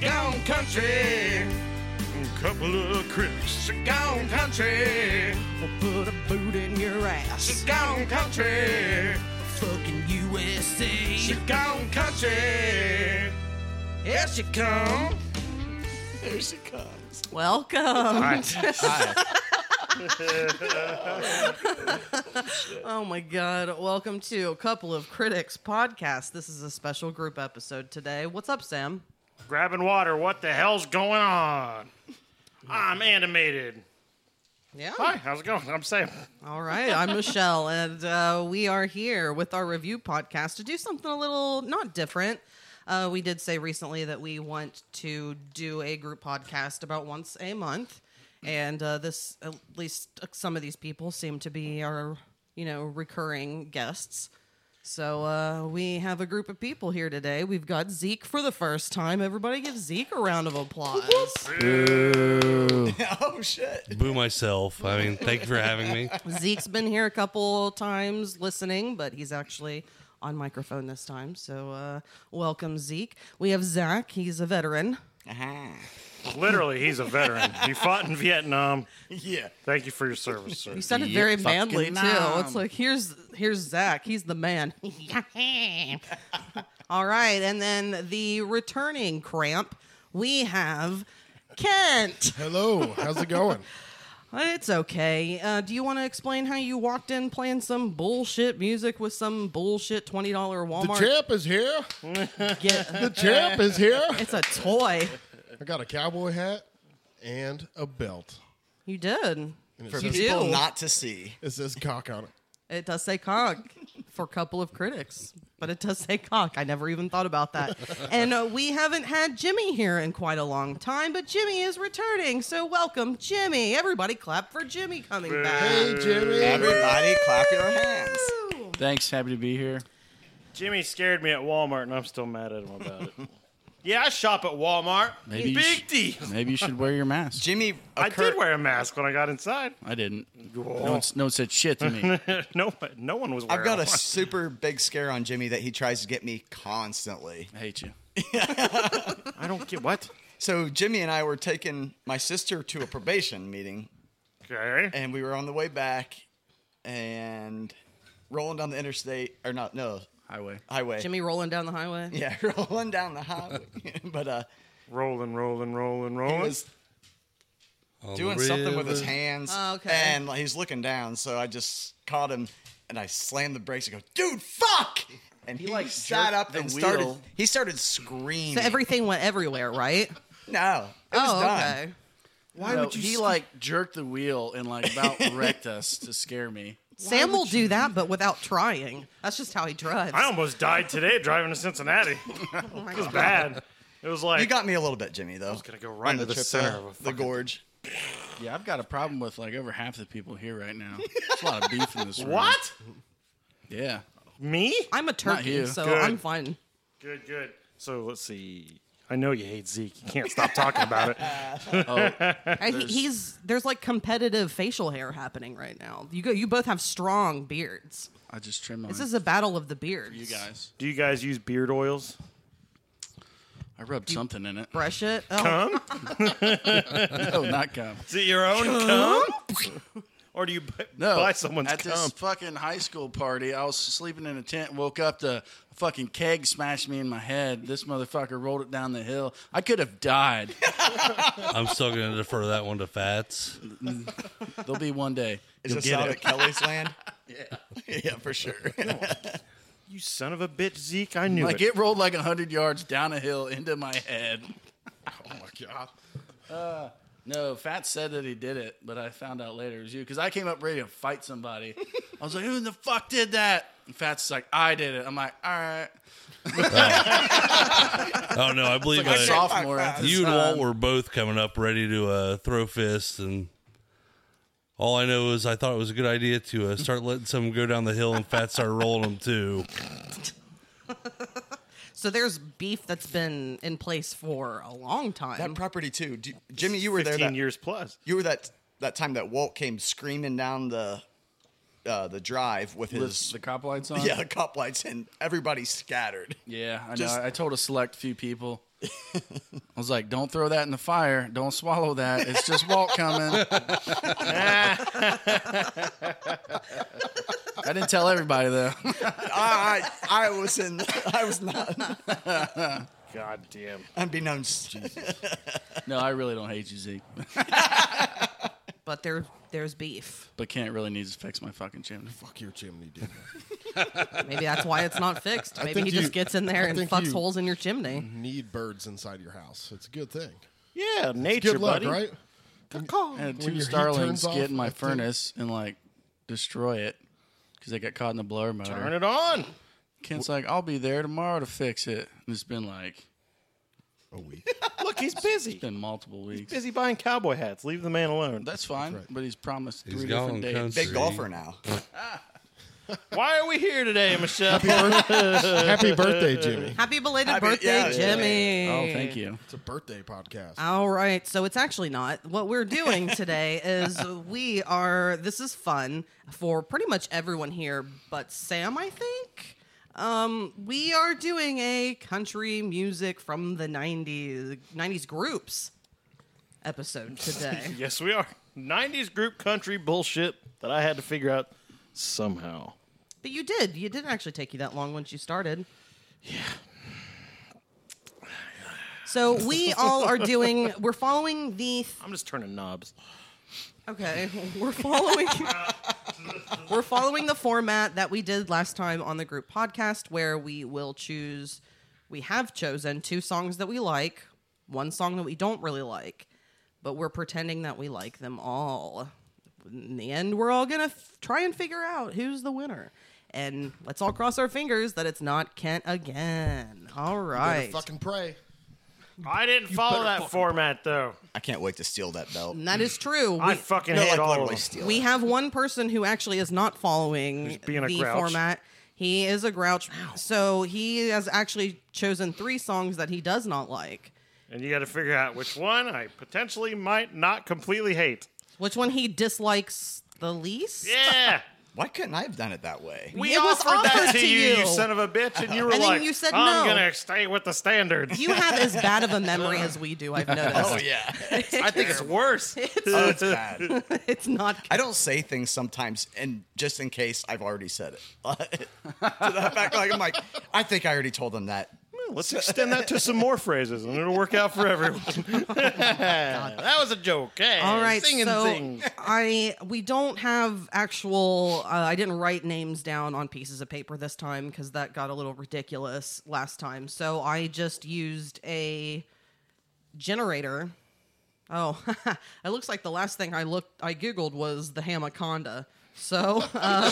gone country. A couple of critics. It's gone country. I'll put a boot in your ass. It's gone country. Fucking She USA. gone country. Here she come. Here she comes. Welcome. Oh my God. Welcome to a couple of critics podcast. This is a special group episode today. What's up, Sam? Grabbing water. What the hell's going on? I'm animated. Yeah. Hi, how's it going? I'm Sam. All right. I'm Michelle, and uh, we are here with our review podcast to do something a little not different. Uh, we did say recently that we want to do a group podcast about once a month, and uh, this at least uh, some of these people seem to be our you know recurring guests. So uh, we have a group of people here today. We've got Zeke for the first time. Everybody, give Zeke a round of applause. Oh shit. boo myself. I mean, thank you for having me. Zeke's been here a couple times listening, but he's actually on microphone this time. So uh, welcome, Zeke. We have Zach. He's a veteran. Literally, he's a veteran. He fought in Vietnam. Yeah. Thank you for your service, sir. You sounded Yep, very fucking manly too. nom. It's like here's here's Zach. He's the man. All right, and then the returning cramp. We have Kent. Hello, how's it going? It's okay. Uh, do you want to explain how you walked in playing some bullshit music with some bullshit twenty dollar The Walmart? champ is here. get- The champ is here. it's a toy. I got a cowboy hat and a belt. You did. And it, For says, people do. not to see. it says cock on it. It does say cock for a couple of critics, but it does say cock. I never even thought about that. and uh, we haven't had Jimmy here in quite a long time, but Jimmy is returning. So welcome, Jimmy. Everybody clap for Jimmy coming back. Hey, Jimmy. Everybody clap your hands. Woo! Thanks. Happy to be here. Jimmy scared me at Walmart, and I'm still mad at him about it. yeah, I shop at Walmart. Maybe you Big sh- D. Maybe you should wear your mask. Jimmy I occur- did wear a mask when I got inside. I didn't. No one, no one said shit to me. no, no one was wearing I've got a one. super big scare on Jimmy that he tries to get me constantly. I hate you. I don't get what. So Jimmy and I were taking my sister to a probation meeting Okay. and we were on the way back and rolling down the interstate or not no Highway. highway. Jimmy rolling down the highway. Yeah, rolling down the highway. but uh Rolling, rolling, rolling, he rolling. was On the doing something with his river. hands. Oh, okay. And like, he's looking down, so I just caught him and I slammed the brakes and go, dude, fuck! And he, like, sat jerked up the and started wheel. he started screaming. So everything went everywhere, right? no. It was oh, done. okay. Why would you? He like jerked the wheel and like about wrecked us to scare me. Sam will do that, but without trying. That's just how he drives. I almost died today driving to Cincinnati. It Oh my was God. bad. It was like You got me a little bit, Jimmy, though. I was gonna go right into the center of a the fucking- gorge. Yeah, I've got a problem with like over half the people here right now. There's a lot of beef in this room. what? Yeah. Me? I'm a turkey, you. so Good. I'm fine. Good, good. So let's see. I know you hate Zeke. You can't stop talking about it. And he, he's there's like competitive facial hair happening right now. You go. You both have strong beards. I just trimmed mine. This is a battle of the beards. you guys. Do you guys use beard oils? I rubbed something in it. brush it. Oh, No, not cum. Is it your own cum? or do you bu- No, buy someone's at this cum? fucking high school party. I was sleeping in a tent, woke up to a fucking keg smashed me in my head. This motherfucker rolled it down the hill. I could have died. I'm still going to defer that one to Fats. There'll be one day. Is this out at Kelly's land? yeah. yeah, for sure. You son of a bitch, Zeke. I knew Like it. it rolled like hundred yards down a hill into my head. Uh, Oh my god. No, Fat said that he did it, but I found out later it was you because I came up ready to fight somebody. I was like, "Who the fuck did that?" And Fat's like, "I did it." I'm like, "All right." Oh, no, I believe My uh, sophomore. um, at this you um, and Walt time. were both coming up ready to uh, throw fists. And all I know is I thought it was a good idea to uh, start letting some go down the hill and Fats started rolling them too. so there's beef that's been in place for a long that time. property too. Do, Jimmy, you were there. 15 That, years plus. You were that that time that Walt came screaming down the uh, the drive with With his the cop lights on. yeah the cop lights and everybody scattered. yeah. I know. Just- I told a select few people. I was like, don't throw that in the fire. Don't swallow that. It's just Walt coming. I didn't tell everybody though. I, I, I was in. I was not God damn. unbeknownst. no, I really don't hate you, Zeke, But there, there's beef. but Kent really needs to fix my fucking chimney. Fuck your chimney, dude. Maybe that's why it's not fixed. Maybe think he you- just gets in there I and think fucks you- holes in your chimney. Need birds inside your house. It's a good thing. Yeah, nature, Good luck, buddy. right? I had When two your heat starlings turns off, get in my I think- furnace and like destroy it because they got caught in the blower motor. Turn it on. Kent's like, I'll be there tomorrow to fix it. And it's been like, A week. Look, he's it's busy. been multiple weeks. Busy buying cowboy hats. Leave the man alone. That's fine, but he's promised three He's different gone days. country. Big golfer now. Why are we here today, Michelle? Happy birthday, Jimmy. Happy belated Happy- birthday, yeah, yeah. Jimmy. Oh, thank you. It's a birthday podcast. All right, so it's actually not. What we're doing today is we are, this is fun for pretty much everyone here but Sam, I think. Um, we are doing a country music from the 90s, 90s groups episode today. yes, we are. 90s group country bullshit that I had to figure out somehow. but you did. You didn't actually take you that long once you started. Yeah. So we all are doing, we're following the I'm just turning knobs. Okay, we're following We're following the format that we did last time on the group podcast where we will choose we have chosen two songs that we like, one song that we don't really like, but we're pretending that we like them all. In the end, we're all going to f- try and figure out who's the winner. And let's all cross our fingers that it's not Kent again. All Better right. Fucking pray. I didn't follow that format, though. I can't wait to steal that belt. And that is true. I We- fucking No, hate like all of literally them. steal. We it. have one person who actually is not following being a the grouch. format. He is a grouch. So he has actually chosen three songs that he does not like. And you got to figure out which one I potentially might not completely hate. Which one he dislikes the least? Yeah. Why couldn't I have done it that way? We It was offered that offered to to you, you, you. son of a bitch, and you were And then like, you said I'm no. going to stay with the standard. You have as bad of a memory as we do, I've noticed. Oh yeah, I think it's worse. Uh, oh, it's bad. It's not I don't say things sometimes, and just in case, I've already said it. to that fact, like I'm like, I think I already told them that. Let's extend that to some more phrases, and it'll work out for everyone. that was a joke. Hey, Oh All right, singing so things. I we don't have actual. Uh, I didn't write names down on pieces of paper this time because that got a little ridiculous last time. So I just used a generator. Oh, it looks like the last thing I looked, I googled was the hamaconda. So uh,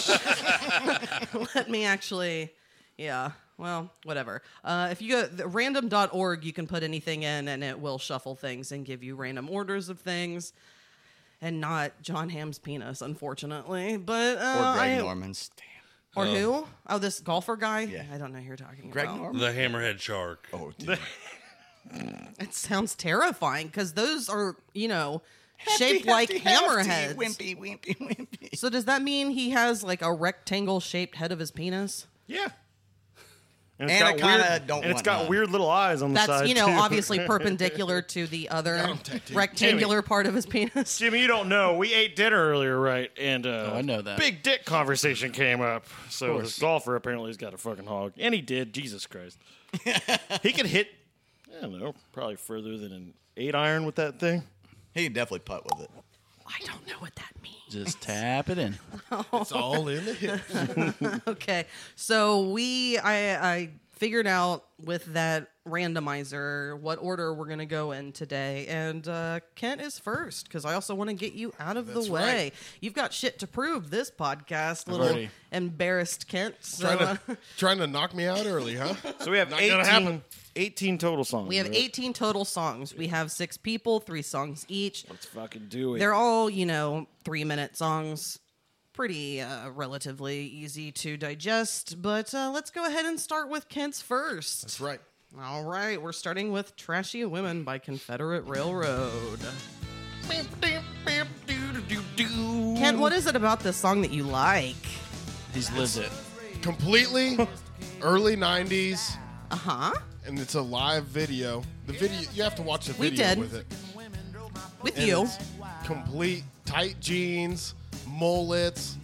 let me actually, yeah. Well, whatever. Uh, if you go the random.org, you can put anything in and it will shuffle things and give you random orders of things and not John Hamm's penis, unfortunately. But Or uh, Greg I- Norman's. Damn. or who? Oh, this golfer guy. Yeah. I don't know who you're talking Greg about. Norman. The hammerhead shark. Oh, dude. It sounds terrifying because those are you know Hefty, shaped like hefty, hefty, hammerheads. Wimpy, wimpy, wimpy. So does that mean he has like a rectangle shaped head of his penis? Yeah. And And I kinda weird, don't and it's want got none. weird little eyes on the That's side. you know too. obviously perpendicular to the other rectangular part of his penis. Jimmy, you don't know. We ate dinner earlier, right? And uh, Oh, I know that. big dick conversation came up. So this golfer apparently has got a fucking hog, and he did. Jesus Christ, he could hit. I don't know, probably further than an eight iron with that thing. He can definitely putt with it. I don't know what that means. Just tap it in. It's all in the hips. Okay, so we I I figured out with that randomizer what order we're gonna go in today, and uh, Kent is first because I also want to get you out of the way. You've got shit to prove this podcast, little already- embarrassed Kent. So trying, uh, to, trying to knock me out early, huh? So we have Not gonna 18, happen. 18 total songs. we have right? 18 total songs. We have six people, three songs each. Let's fucking do it. They're all, you know, three minute songs. Pretty uh, relatively easy to digest, but uh, let's go ahead and start with Kent's first. That's right. All right, we're starting with Trashy Women by Confederate Railroad. Kent, what is it about this song that you like? He's lived it. Completely early 90s Uh huh. and it's a live video. The video you have to watch the We video did. with it. With And you. it's complete tight jeans, mullets,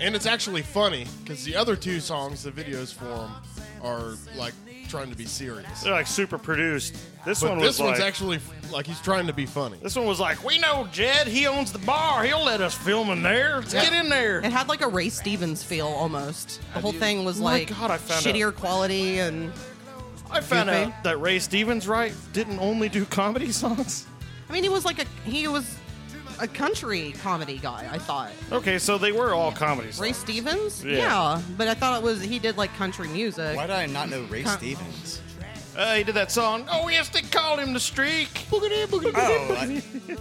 and it's actually funny because the other two songs, the videos for them, are like trying to be serious. They're like super produced. This But one was this one's like, actually like he's trying to be funny. this one was like, we know Jed. He owns the bar. He'll let us film in there. Let's get in there. It had like a Ray Stevens feel almost. The whole thing was My like God, I found shittier quality and I found Goofy. out that Ray Stevens, right, didn't only do comedy songs. I mean he was like a he was a country comedy guy, I thought. Okay, so they were all comedy songs. Ray Stevens? Yeah. but I thought it was he did like country music. Why did I not know Ray Con- Stevens? Uh, he did that song. Oh yes, they called him the streak. Boogity, boogity,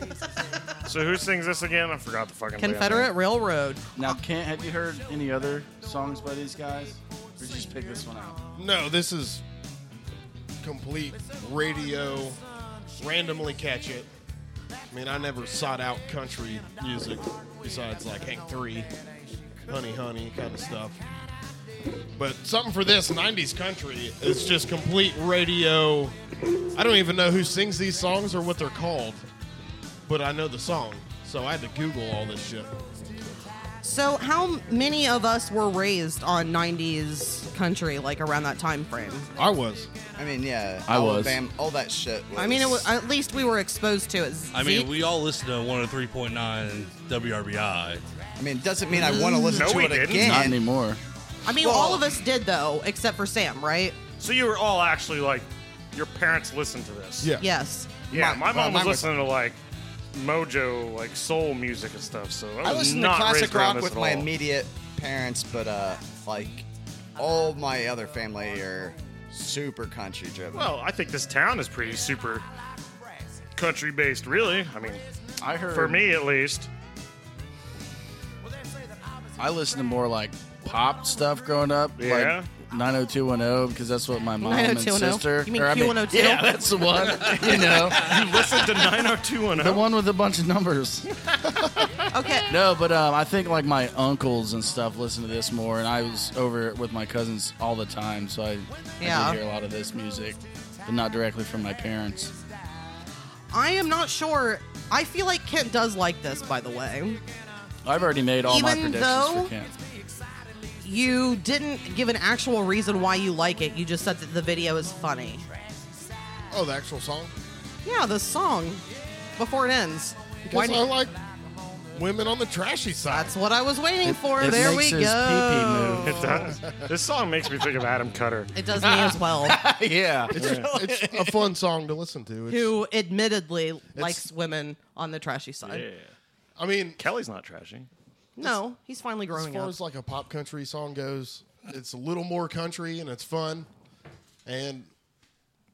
Oh, I, So who sings this again? I forgot the fucking band Confederate Railroad. Now, can't have you heard any other songs by these guys? Or did you just pick this one out? No, this is complete radio. Randomly catch it. I mean, I never sought out country music besides like Hank Three, Honey Honey kind of stuff. But something for this '90s country is just complete radio. I don't even know who sings these songs or what they're called, but I know the song, so I had to Google all this shit. So how many of us were raised on 90s country like around that time frame? I was. I mean, yeah, I was. Alabama, all that shit. Was, I mean it was at least we were exposed to it. I mean, Zeke- we all listen to 103.9 and WRBI. I mean, it doesn't mean I want to listen Mm, No, to we it didn't. Not again. anymore. I mean, Well- all of us did though, except for Sam, name. right? So you were all actually like, your parents listened to this. Yeah. Yes. Yeah, my, My- well, mom mine was was- listening to like Mojo, like soul music and stuff. So I, I was listened to not classic raised around rock this with at my all. immediate parents, but uh, like all my other family are super country driven. Well, I think this town is pretty super country based, really. I mean, I heard. for me at least. I listened to more like pop stuff growing up. Yeah? Like 90210, because that's what my mom and 90210? sister. oh? You mean or I Q102? yeah, that's the one. you know, You listened to oh the 90210. one with a bunch of numbers. Okay. No, but um, I think like my uncles and stuff listen to this more, and I was over with my cousins all the time, so I, Yeah. I did hear a lot of this music, but not directly from my parents. I am not sure. I feel like Kent does like this, by the way. I've already made all my Even predictions though- for Kent. You didn't give an actual reason why you like it. You just said that the video is funny. Oh, the actual song. Yeah, the song before it ends. Because I like women on the trashy side. That's what I was waiting It- for. it there makes we his go. pee-pee It does. This song makes me think of Adam Cutter. It does me as well, yeah. it's a fun song to listen to. It's, who admittedly likes women on the trashy side. I mean, Kelly's not trashy. No, he's finally as growing far up. as like a pop country song goes, it's a little more country and it's fun, and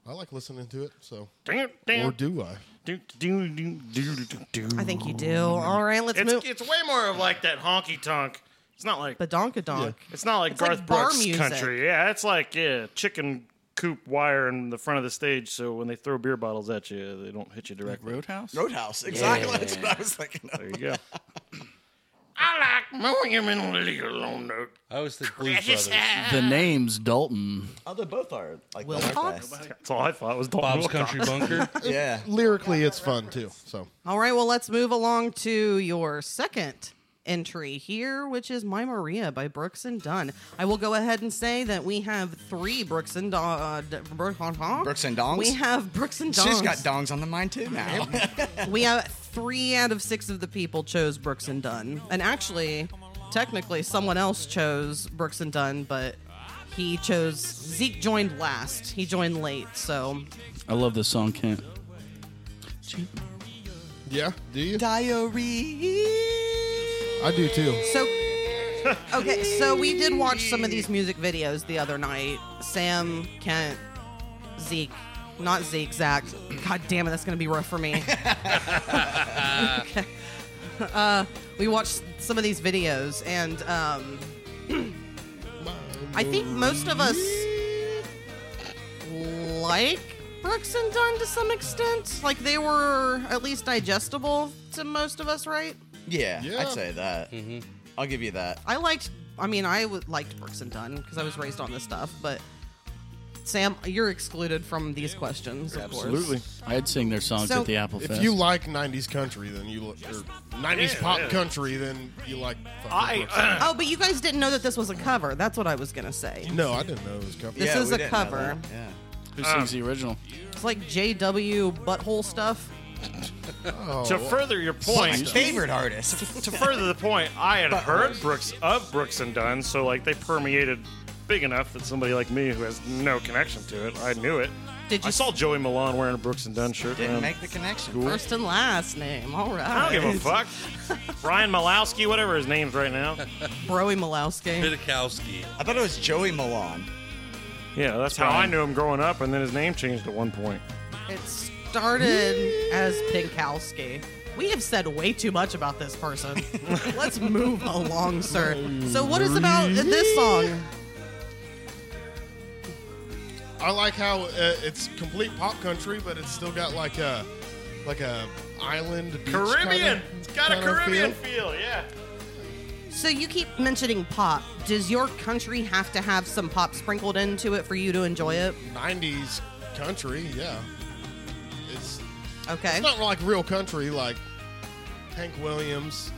I like listening to it. So, Damn, or damn. do I? Do, do, do, do, do, do. I think you do. All right, let's It's, move. it's way more of like that honky tonk. It's not like Badonkadonk. donk. it's not like it's like Garth bar Brooks music. country. Yeah, it's like yeah, chicken coop wire in the front of the stage, so when they throw beer bottles at you, they don't hit you directly. Roadhouse? Roadhouse, exactly. That's what I was thinking. Of. There you go. I like my women legal on the I always think Blues Brothers. The name's Dalton. Oh, they both are like Will the Cox? best. That's all I thought was Dalton Bob's Wilcox. Country Bunker. Yeah, Lyrically, it's fun too. So, All right, well, let's move along to your second entry here, which is My Maria by Brooks and Dunn. I will go ahead and say that we have three Brooks and Dunn. Uh, d- Bro- huh, huh? Brooks and Dongs? We have Brooks and Dongs. she's got dongs on the mind too now. We have three out of six of the people chose Brooks and Dunn. And actually, technically, someone else chose Brooks and Dunn, but he chose Zeke joined last. He joined late, so I love this song, Kent. yeah, do you? Diary. I do too. So, okay, so we did watch some of these music videos the other night. Sam, Kent, Zeke, not Zeke, Zach. God damn it, that's gonna be rough for me. Okay. Uh, we watched some of these videos, and um, I think most of us like Brooks and Dunn to some extent. Like they were at least digestible to most of us, right? Yeah, Yeah. Mm-hmm. I'd say that. I'll give you that. I liked I mean, I would liked Brooks and Dunn because I was raised on this stuff, but Sam, you're excluded from these questions, of Absolutely. course. I'd sing their songs So- at the Apple Fest. If you like '90s country, then you li- or '90s pop country, then you like. fucking Brooks. uh, Oh, but you guys didn't know that this was a cover. That's what I was gonna say. no, I didn't know it was country. This Yeah, is we a didn't know cover. that. Yeah. Who uh, sings the original? It's like JW butthole stuff. To further your My point, favorite artist. to further the point, I had heard Brooks of Brooks and Dunn, so like they permeated big enough that somebody like me who has no connection to it, I knew it. Did you I saw Joey Milan wearing a Brooks and Dunn shirt. Didn't man. make the connection. first and last name? All right. I don't give a fuck. Brian Malowski, whatever his name's right now. Broey Malowski. Bidikowski. I thought it was Joey Milan. Yeah, that's how I knew him growing up, and then his name changed at one point. It started as Pinkowski. We have said way too much about this person. Let's move along, sir. So, what is about this song? I like how uh, it's complete pop country, but it's still got like a like a island beach Caribbean. kinda- it's got a kinda Caribbean feel. feel. yeah. So you keep mentioning pop. Does your country have to have some pop sprinkled into it for you to enjoy it? '90s country. Yeah, it's Okay. it's not like real country like Hank Williams.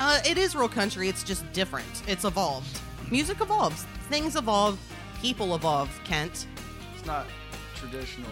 Uh, it is real country. It's just different. It's evolved. Music evolves. Things evolve. People evolve. Kent. It's not traditional.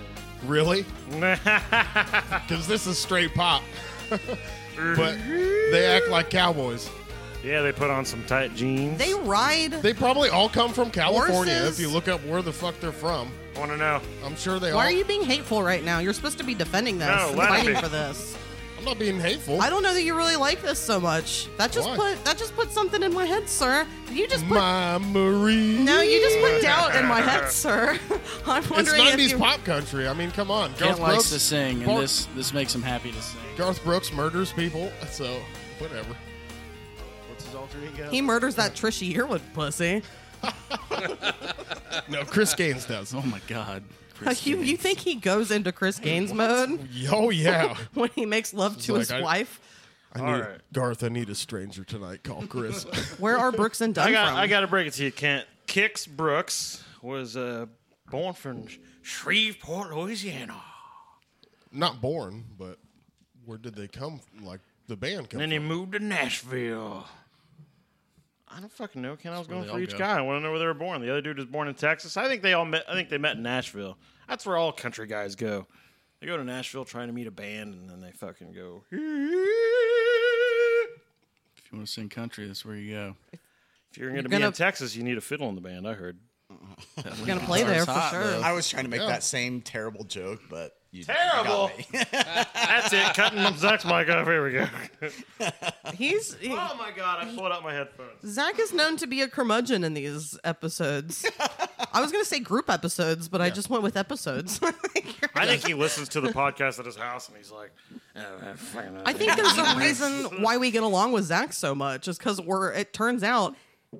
Really? Because this is straight pop. but they act like cowboys. Yeah, they put on some tight jeans. They ride. They probably all come from California Horses? if you look up where the fuck they're from. want to know. I'm sure they Why all. are you being hateful right now? You're supposed to be defending this, No, and let 'em fighting be. for this. I'm not being hateful. I don't know that you really like this so much. That just Why? put that just put something in my head, sir. You just put My Marie. no, you just put doubt in my head, sir. I'm It's wondering if 90s you pop country. I mean, come on. Kent Garth likes Brooks, to sing, and Bar- this this makes him happy to sing. Garth Brooks murders people, so whatever. What's his alter ego? he murders that Trisha Yearwood pussy. No, Chris Gaines does. oh my God. Chris you, you Gaines. think he goes into Chris Gaines mode Oh, yeah. when he makes love to like, his I- wife? I All need, right. Garth, I need a stranger tonight. Call Chris. Where are Brooks and Dunn I got. from? I got to break it to you, Kent. Kix Brooks was uh, born from Sh- Shreveport, Louisiana. not born, but where did they come Like, the band come Then he from? moved to Nashville. I don't fucking know, Ken. I was going they for all each go. guy. I want to know where they were born. The other dude was born in Texas. I think they all met. I think they met in Nashville. That's where all country guys go. They go to Nashville trying to meet a band, and then they fucking go. If If you want to sing country, that's where you go. you're going to be gonna- in Texas, you need a fiddle in the band. I heard. You're gonna play there It's for hot, sure. though. I was trying to make that same terrible joke, but you you Terrible. got me. That's it. Cutting them Zach's mic off. Here we go. He's he- Oh my god! I pulled out my headphones. Zach is known to be a curmudgeon in these episodes. I was gonna say group episodes, but I just went with episodes. I think he listens to the podcast at his house and he's like, "Oh, I'm fucking- I think there's a reason why we get along with Zach so much is because we're. It turns out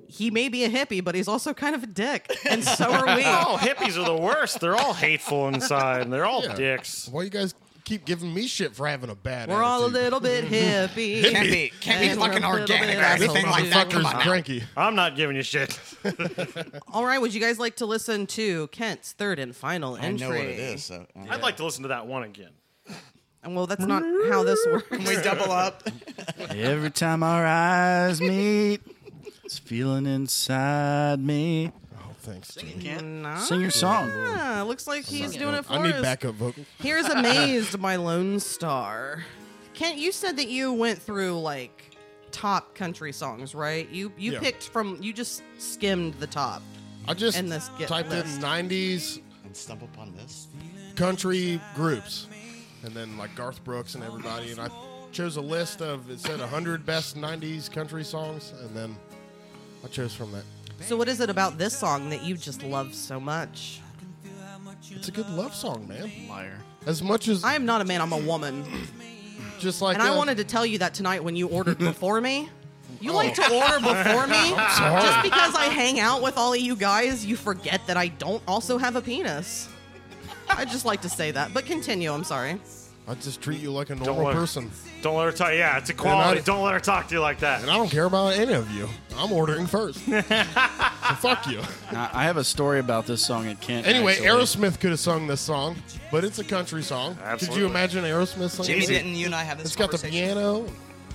he may be a hippie, but he's also kind of a dick, and so are we. all Oh. hippies are the worst. They're all hateful inside. and They're all Yeah. dicks. Why you guys keep giving me shit for having a bad We're all a attitude? little bit hippie. Can't be, can't be And fucking we're a little organic bit or asshole, anything like dude. that. Come on Fuckers now. cranky. I'm not giving you shit. All right, would you guys like to listen to Kent's third and final I entry? know what it is. So. I'd like to listen to that one again. And well, that's not how this works. We double up. Every time our eyes meet, it's feeling inside me. Oh, thanks. Jimmy. Nah. Sing your song. Yeah, Ah, looks like he's doing it for I need us. backup vocals. Here's amazed my lone star. Kent, you said that you went through like top country songs, right? You you Yeah. picked from you just skimmed the top. I just And this get typed list. in 90s And stumble upon this. country groups, and then like Garth Brooks and everybody. And I chose a list of it said 100 best 90s country songs, and then I chose from that. So what is it about this song that you just love so much? It's a good love song, man. Liar. As much as I am not a man, I'm a woman. just like And I uh, wanted to tell you that tonight when you ordered before me. You like to order before me? Just because I hang out with all of you guys, you forget that I don't also have a penis. I just like to say that, but continue, I'm sorry. I just treat you like a Don't normal let person. Her, don't let her talk. Yeah, it's equality. Don't let her talk to you like that. And I don't care about any of you. I'm ordering first. so fuck you. Now, I have a story about this song in Kent. Anyway, actually. Aerosmith could have sung this song, but it's a country song. Could Absolutely. you imagine Aerosmith singing Jimmy, it? didn't you and I have this It's got the conversation? piano.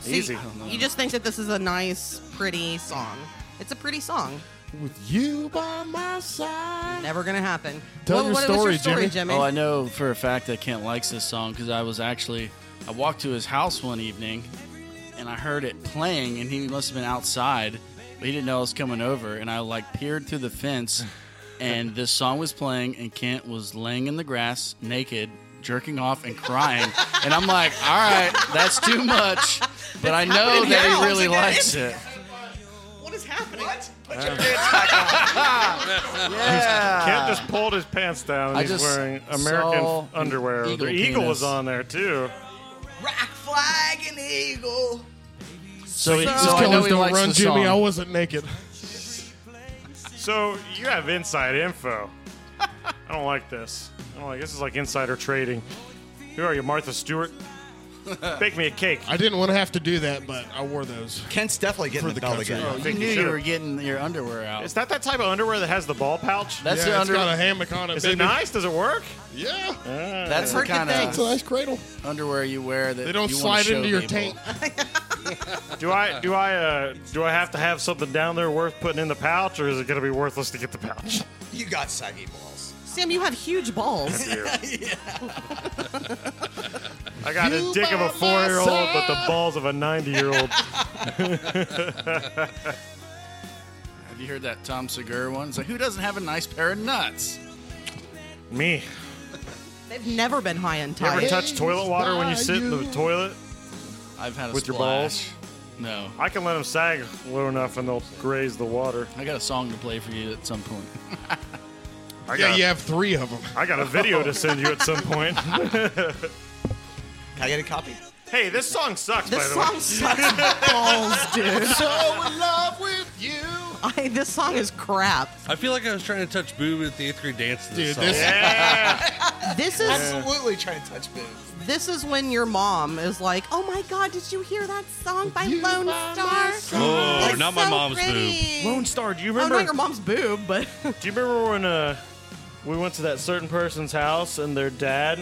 See, Easy. You just think that this is a nice, pretty song. It's a pretty song. With you by my side. Never gonna happen. Tell what, your what story, was your story, Jimmy. Jimmy? Oh, I know for a fact that Kent likes this song because I was actually I walked to his house one evening and I heard it playing and he must have been outside, but he didn't know I was coming over and I like peered through the fence and this song was playing and Kent was laying in the grass naked jerking off and crying and I'm like, "All right, that's too much." But I know happening that now he really today. likes it. what is happening? Uh. Kent just pulled his pants down. I He's just wearing saw American underwear. eagle the eagle was penis. on there too. Rock, flag, and eagle. So, he, so These I know colors he don't likes run, the Jimmy. I song. wasn't naked. So you have inside info. I don't like this. I don't like this. Is like insider trading. Who are you, Martha Stewart? Bake me a cake. I didn't want to have to do that, but I wore those. Kent's definitely getting For the the belt country. again. Oh, you think knew you you should've- were getting your underwear out. Is that that type of underwear that has the ball pouch? That's yeah, the it's under- got a hammock on it. Is it baby. nice? Does it work? Yeah, That's the Heard good kind things. it's a of nice cradle. underwear you wear that They don't you wanna slide into show your people. tank. Do I do I uh, do I have to have something down there worth putting in the pouch, or is it going to be worthless to get the pouch? You got saggy balls. Sam, you have huge balls. I got You the dick of by a my four-year-old, but the side. balls of a ninety-year-old. Have you heard that Tom Segura one? It's like, who doesn't have a nice pair of nuts? Me. They've never been high and You ever tight. touch toilet water when you sit in the toilet? I've had a With your splash. No, I can let them sag low enough, and they'll graze the water. I got a song to play for you at some point. I Yeah, got, you have three of them. I got a video to send you at some point. Can I get a copy? hey, this song sucks, by This the song way. sucks balls, dude. So in love with you, I, this song is crap. I feel like I was trying to touch boob at the eighth grade dance. To dude. this This song. Yeah. This is Absolutely trying to touch boobs. this is when your mom is like, "Oh my God, did you hear that song by You Lone by Star?" my side. Oh, It's not my so mom's boob. pretty." Lone Star. Do you Oh, remember? not your mom's boob, but Do you remember when uh, we went to that certain person's house and their dad,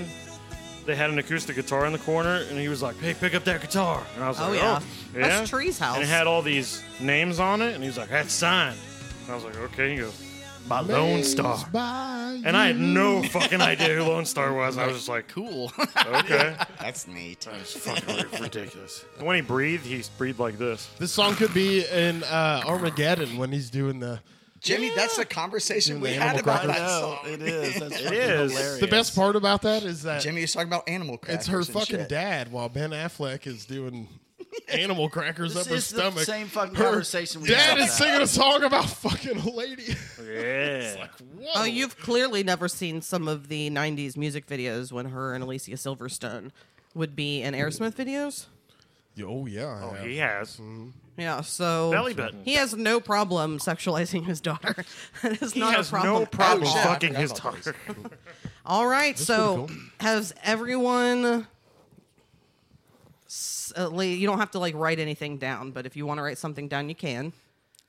they had an acoustic guitar in the corner, and he was like, "Hey, pick up that guitar," and I was Oh, like, yeah. "Oh, That's yeah?" Tree's house. and it had all these names on it, and he was like, "That's signed," and I was like, "Okay," and he goes, "By Lone Star," by and I had Mm. no fucking idea who Lone Star was. I was just like, Cool. "Okay." That's neat. It's fucking ridiculous. And when he breathed, he breathed like this. This song could be in uh, Armageddon when he's doing the. Jimmy, that's the conversation Doing we the had animal about crackers. that song. it is. That's It is. hilarious. The best part about that is that Jimmy, you're talking about animal crackers. it's her and fucking shit. dad while Ben Affleck is doing animal crackers This up her is the stomach. same fucking Her conversation we dad had is about singing a song about fucking a lady. Yeah. Whoa. oh, you've clearly never seen some of the '90s music videos when her and Alicia Silverstone would be in Aerosmith videos. Oh yeah. Oh, I he have. has. Yeah, so Belly button. He has no problem sexualizing his daughter. that is He not has a problem. no problem Oh, shit, I fucking forgot his about daughter. All right, so pretty has everyone? s- at lea- You don't have to like write anything down, but if you want to write something down, you can.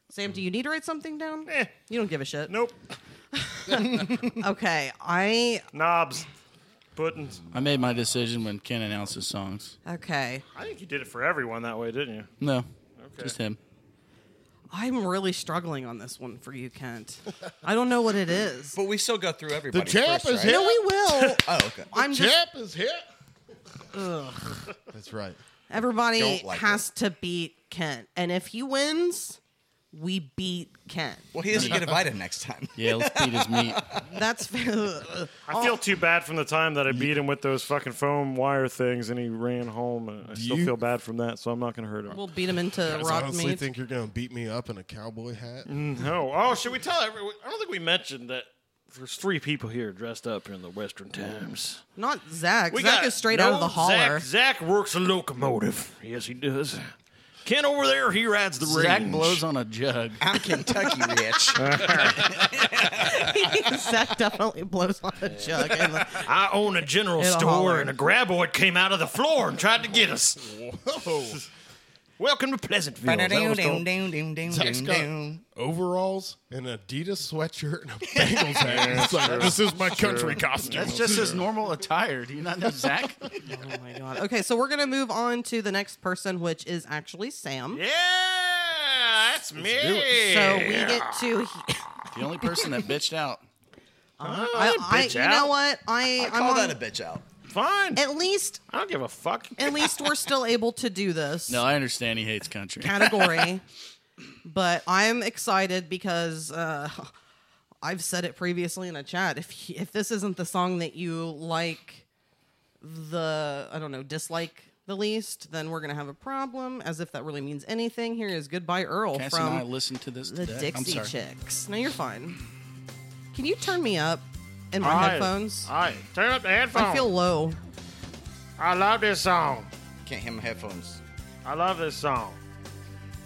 Sam, do you need to write something down? Eh. You don't give a shit. Nope. Okay, I Knobs. Puddings. I made my decision when Ken announced his songs. okay. I think you did it for everyone that way, didn't you? No, Okay. just him. I'm really struggling on this one for you, Kent. I don't know what it is. But we still go through everybody. champ first, is right? here. No, we will. Oh, okay. I'm just Chip is here. That's right. Everybody Don't like has to beat Kent. And if he wins, we beat Kent. Well, he doesn't get invited next time. Yeah, let's beat his meat. That's fair. I feel too bad from the time that I beat him with those fucking foam wire things and he ran home. and I still You- feel bad from that, so I'm not going to hurt him. We'll beat him into I rock Mm. honestly meat. think you're gonna beat me up in a cowboy hat. no. Oh, should we tell everyone? I don't think we mentioned that there's three people here dressed up in the Western times. Not Zach. We Zach got- is straight no, out of the holler. Zach, Zach works a locomotive. Yes, he does. Ken over there, he rides the Zach range. blows on a jug. I'm Kentucky Rich. he Zach definitely blows on a jug. And the- I own a general It'll store, holler. and a graboid came out of the floor and tried to get us. Welcome to Pleasantville. That was called- Zach's got overalls, an Adidas sweatshirt, and a Bengals hat. It's like, this is my country costume. That's just his normal attire. Do you not know Zach? oh my god. Okay, so we're gonna move on to the next person, which is actually Sam. Yeah, that's me. So we get to. the only person that bitched out. I, I, bitch you out. know what? I, I call am that a bitch out. Fine. At least, I don't give a fuck. at least we're still able to do this. No, I understand he hates country. category. but I'm excited because uh, I've said it previously in a chat. If if this isn't the song that you like, the I don't know dislike the least, then we're gonna have a problem. As if that really means anything. Here is "Goodbye Earl" Cass and I from listened to this the today. I'm Dixie sorry. Chicks. No, you're fine. Can you turn me up in my All right. headphones? All right, turn up the headphones. I feel low. I love this song. Can't hear my headphones. Oh, I love this song.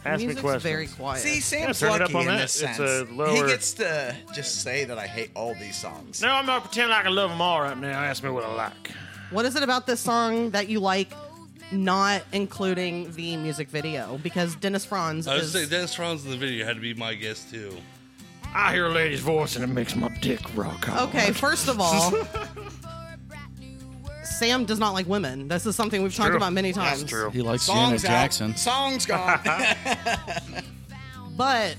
Ask me Music's questions. very quiet. See, Sam's turn it up lucky on in that. this It's sense. a He lower- gets to just say that I hate all these songs. No, I'm not pretending I can love them all right now. Ask me what I like. What is it about this song that you like, not including the music video? Because Dennis Franz I would is. say Dennis Franz in the video had to be my guess too. I hear a lady's voice and it makes my dick rock. hard. okay, first of all, Sam does not like women. This is something we've talked True. about many times. That's true. He likes Janet Songs out. Jackson. Songs gone. But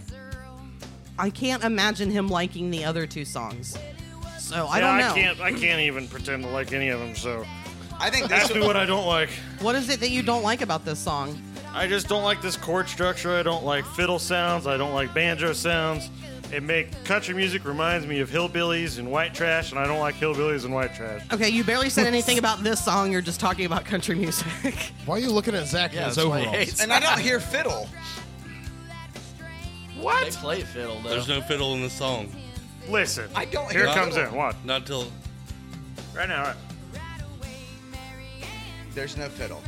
I can't imagine him liking the other two songs. So I Yeah, don't know. I can't. I can't even pretend to like any of them. So I think this ask me one, what I don't like. What is it that you don't like about this song? I just don't like this chord structure. I don't like fiddle sounds. I don't like banjo sounds. It make country music reminds me of hillbillies and white trash, and I don't like hillbillies and white trash. Okay, you barely said anything about this song. You're just talking about country music. Why are you looking at Zach Yeah, in his that's why he overalls? hates. and I don't hear fiddle. They play fiddle though. Oh. There's no fiddle in the song. Listen, I don't Here hear it Not- comes in. What? Not till Right now. Right. There's no fiddle.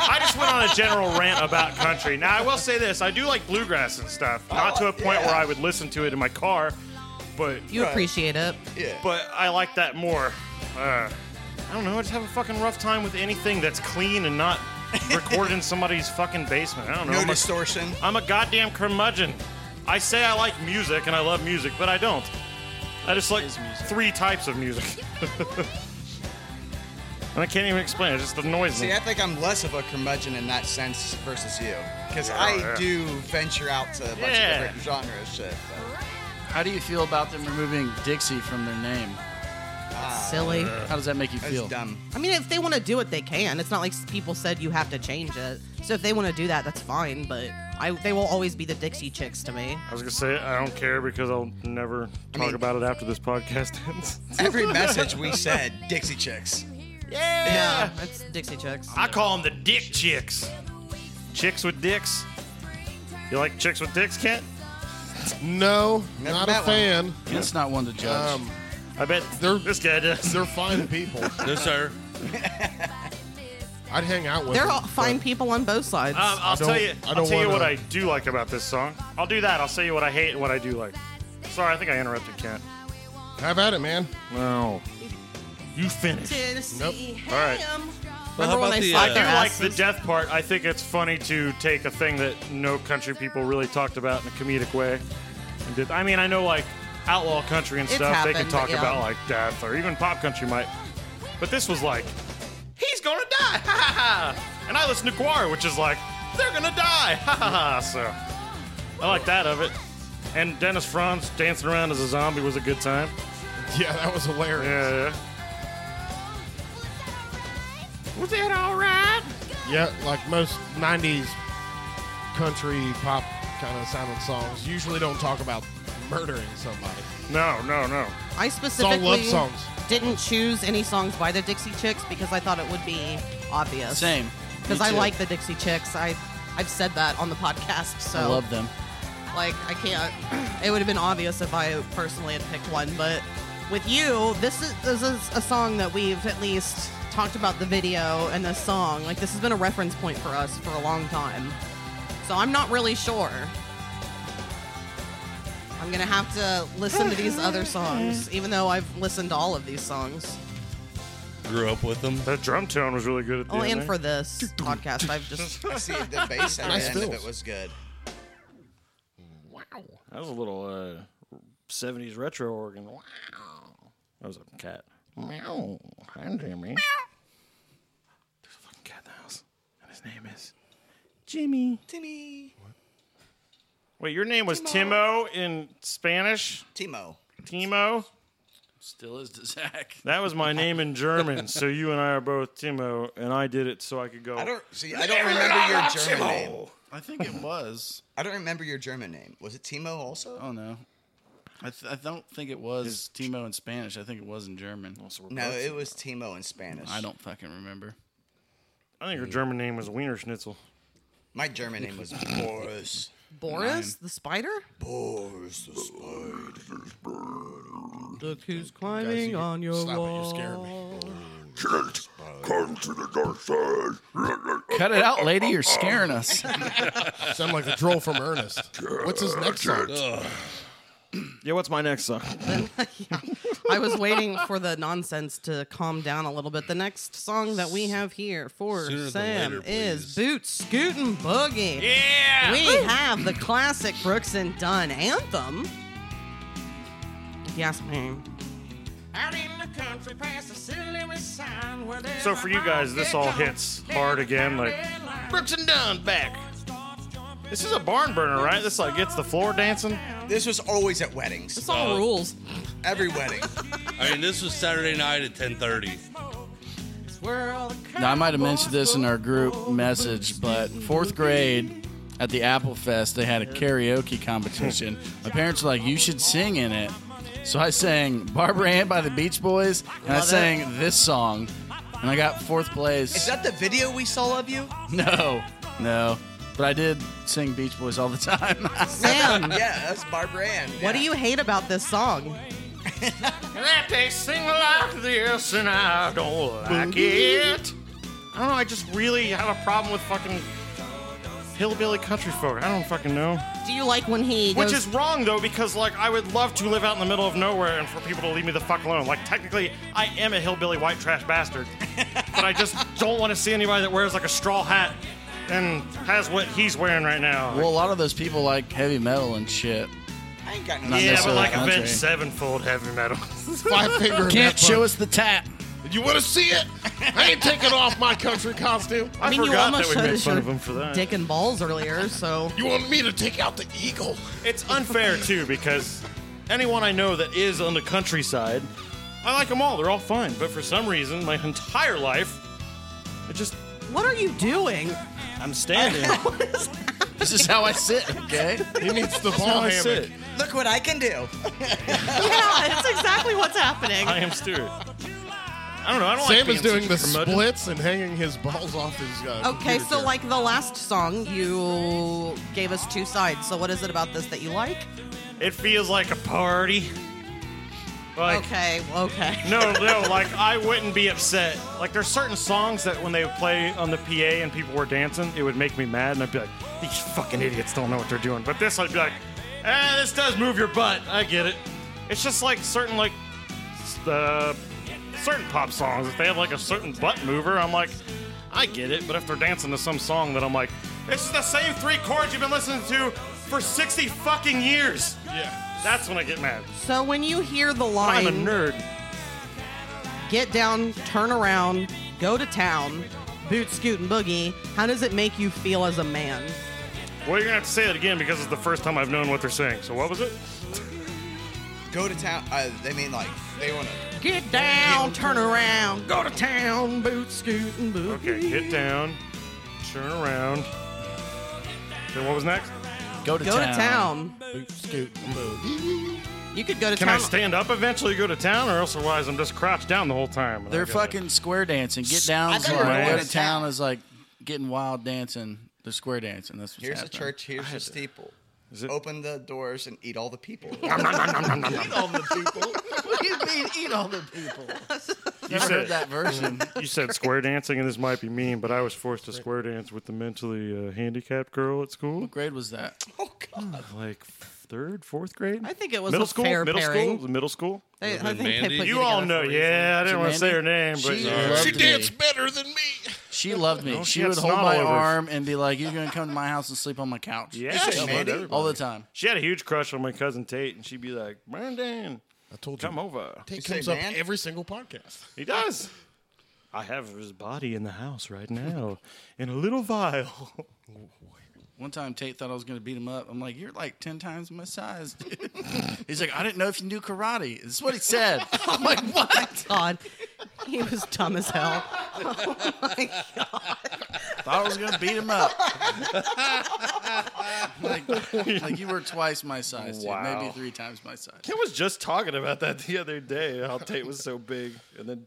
I just went on a general rant about country. Now, I will say this: I do like bluegrass and stuff, not Oh, to a point where I would listen to it in my car, but You Right. appreciate it. Yeah. but I like that more. Uh, I don't know. I just have a fucking rough time with anything that's clean and not recorded in somebody's fucking basement. I don't know. no I'm a- distortion. I'm a goddamn curmudgeon. I say I like music and I love music, but I don't. I just like is music. three types of music. and I can't even explain it, just the noise. See, I think I'm less of a curmudgeon in that sense versus you, because I yeah. do venture out to a bunch Yeah. of different genre of shit. but, How do you feel about them removing Dixie from their name? ah, Silly. How does that make you that's feel? dumb. I mean, if they want to do it, they can. It's not like people said you have to change it. So if they want to do that, that's fine. But I, they will always be the Dixie Chicks to me. I was gonna say I don't care because I'll never talk mean- about it after this podcast ends. Every message we said, Dixie chicks. Yeah, it's Dixie Chicks. I call them the dick chicks. Chicks with dicks. You like chicks with dicks, Kent? No, Never not met a one. fan. That's not one to judge. Um, I bet They're- this guy does. they're fine people. no sir. I'd hang out with They're them. all fine people on both sides. Um, I'll I don't- tell you. I I'll don't tell you wanna- what I do like about this song. I'll do that. I'll tell you what I hate and what I do like. Sorry, I think I interrupted Kent. Have at it, man. No. You finish. Tennessee All right. ham. Well, how Remember when about they the, slapped uh, I their do like the asses? death part. I think it's funny to take a thing that no country people really talked about in a comedic way. And did, I mean, I know like outlaw country and It's stuff, they can happened, talk yeah. about like death or even pop country might. But this was like, he's gonna die, ha ha ha. And I listen to Guar, which is like, they're gonna die, ha ha ha. So I like that of it. And Dennis Franz dancing around as a zombie was a good time. Yeah, that was hilarious. Yeah, yeah. Was that all right? Yeah, like most '90s country pop kind of sounding songs usually don't talk about murdering somebody. No, no, no. I all specifically love songs. didn't choose any songs by the Dixie Chicks because I thought it would be obvious. Same. Me Because I too. like the Dixie Chicks. I, I've said that on the podcast. So I love them. Like, I can't. It would have been obvious if I personally had picked one, but with you, this is, this is a song that we've at least talked about the video and the song. Like, this has been a reference point for us for a long time. So I'm not really sure. I'm gonna have to listen to these other songs, even though I've listened to all of these songs. Grew up with them. That drum tone was really good at the Oh, end eh? and there. for this podcast, I've just I see the bass at the Nice end of fills. it was good. That was a little uh, 70s retro organ. Wow. That was a cat. Meow. Hi, Jimmy. Fucking cat in the house. And his name is Jimmy. Timmy, Wait, your name was Timo in Spanish? Timo. Timo? Still is to Zach. That was my name in German, so you and I are both Timo, and I did it so I could go. I don't see. I don't remember your German name. I think it was. I don't remember your German name. Was it Timo also? Oh no. I, th- I don't think it was Timo in Spanish. I think it was in German. No, it was Timo in Spanish. I don't fucking remember. I think your German name was Wiener Schnitzel. My German name was Boris. Boris the spider. Boris the Spider. Look who's climbing on your wall. Cut it out, lady. You're scaring us. Sound like a troll from Ernest. What's his next song? Yeah, what's my next song? I was waiting for the nonsense to calm down a little bit. The next song that we have here for Sooner than Sam later, is please. Boots Scootin' Boogie. Yeah! We have the classic Brooks and Dunn anthem. Yes, ma'am. Out in the country past the city limit sign where there's So for you guys, this all hits hard again. Like Brooks and Dunn back. This is a barn burner, right? This like gets the floor dancing. This was always at weddings. This song rules. Every wedding. I mean, this was Saturday night at 10:30. Now, I might have mentioned this in our group message, but fourth grade at the Apple Fest, they had a karaoke competition. My parents were like, you should sing in it. So I sang Barbara Ann by the Beach Boys, and I Love it. sang this song, and I got fourth place. Is that the video we saw of you? no, no. But I did sing Beach Boys all the time. Sam, Yeah, that's Barbara Ann. what do you hate about this song? That they sing like this, and I don't like it. I don't know. I just really have a problem with fucking hillbilly country folk. I don't fucking know. Do you like when he goes, Which is wrong though, because like I would love to live out in the middle of nowhere and for people to leave me the fuck alone. Like technically, I am a hillbilly white trash bastard, but I just don't want to see anybody that wears like a straw hat and has what he's wearing right now. well, a lot of those people like heavy metal and shit. I ain't got no Not yeah, but necessarily like country. Avenged Sevenfold heavy metal. Five finger. Can't show us the tap. You want to see it? I ain't taking off my country costume. I, I mean, you forgot that almost we showed made us fun your of him for that. dick and balls earlier, so You want me to take out the eagle? It's unfair too because anyone I know that is on the countryside, I like them all. They're all fine, but for some reason, my entire life, I just what are you doing? I'm standing. This is how I sit, okay? He needs the That's how ball I hammock. sit. Look what I can do. yeah, that's exactly what's happening. I am Stewart. I don't know. I don't like Sam being is doing such a the curmudgeon. splits and hanging his balls off his. Uh, Okay, computer so chair. like the last song, you gave us two sides. So what is it about this that you like? It feels like a party. Like okay, okay. no, no. Like I wouldn't be upset. Like there's certain songs that when they would play on the PA and people were dancing, it would make me mad, and I'd be like, these fucking idiots don't know what they're doing. But this, I'd be like, ah, this does move your butt. I get it. It's just like certain like s- uh, certain pop songs. If they have like a certain butt mover, I'm like, I get it. But if they're dancing to some song that I'm like, this is the same three chords you've been listening to for 60 fucking years. yeah. That's when I get mad. So when you hear the I'm a line, nerd. get down, turn around, go to town, boot, scoot, and boogie, how does it make you feel as a man? Well, you're gonna have to say it again because it's the first time I've known what they're saying. So what was it? Go to town. Uh, they mean like they want to. Get down, turn around, go to town, boot, scoot, and boogie. Okay, get down, turn around. Then what was next? Go to Go town. to town. Scoot. You could go to Can I town. stand up eventually, go to town, or else otherwise I'm just crouched down the whole time? They're Okay. fucking square dancing. Get down is Square like go to dancing. town is like getting wild dancing. They're square dancing. That's what's Here's a happening. church. Here's a steeple. it- Open the doors and eat all the people. What do you mean eat all the people? You I heard said, that version. you said square dancing, and this might be mean, but I was forced to square dance with the mentally uh, handicapped girl at school. what grade was that? oh God. Like third, fourth grade? I think it was middle a school, fair middle pairing. school, Was it middle school. They, I Would've think been they Mandy. put You, together all for know. a reason. Yeah, I didn't want to say her name, but uh, She yeah. loved She me. danced better than me. She loved me. No, she she had would hold snot my all over her. arm and be like, "You're gonna come to my house and sleep on my couch." yeah, said she, Mandy? loved everybody. all the time. she had a huge crush on my cousin Tate. And she'd be like, Brandon, I told you. come over. Tate You say comes up man? every single podcast. He does. I have his body in the house right now in a little vial. One time, Tate thought I was gonna beat him up. I'm like, "You're like ten times my size." dude." He's like, "I didn't know if you knew karate." This is what he said. I'm like, "What?" God, he was dumb as hell. Thought I was gonna beat him up. like, like you were twice my size, dude. Wow. Maybe three times my size. Ken was just talking about that the other day, how Tate was so big. And then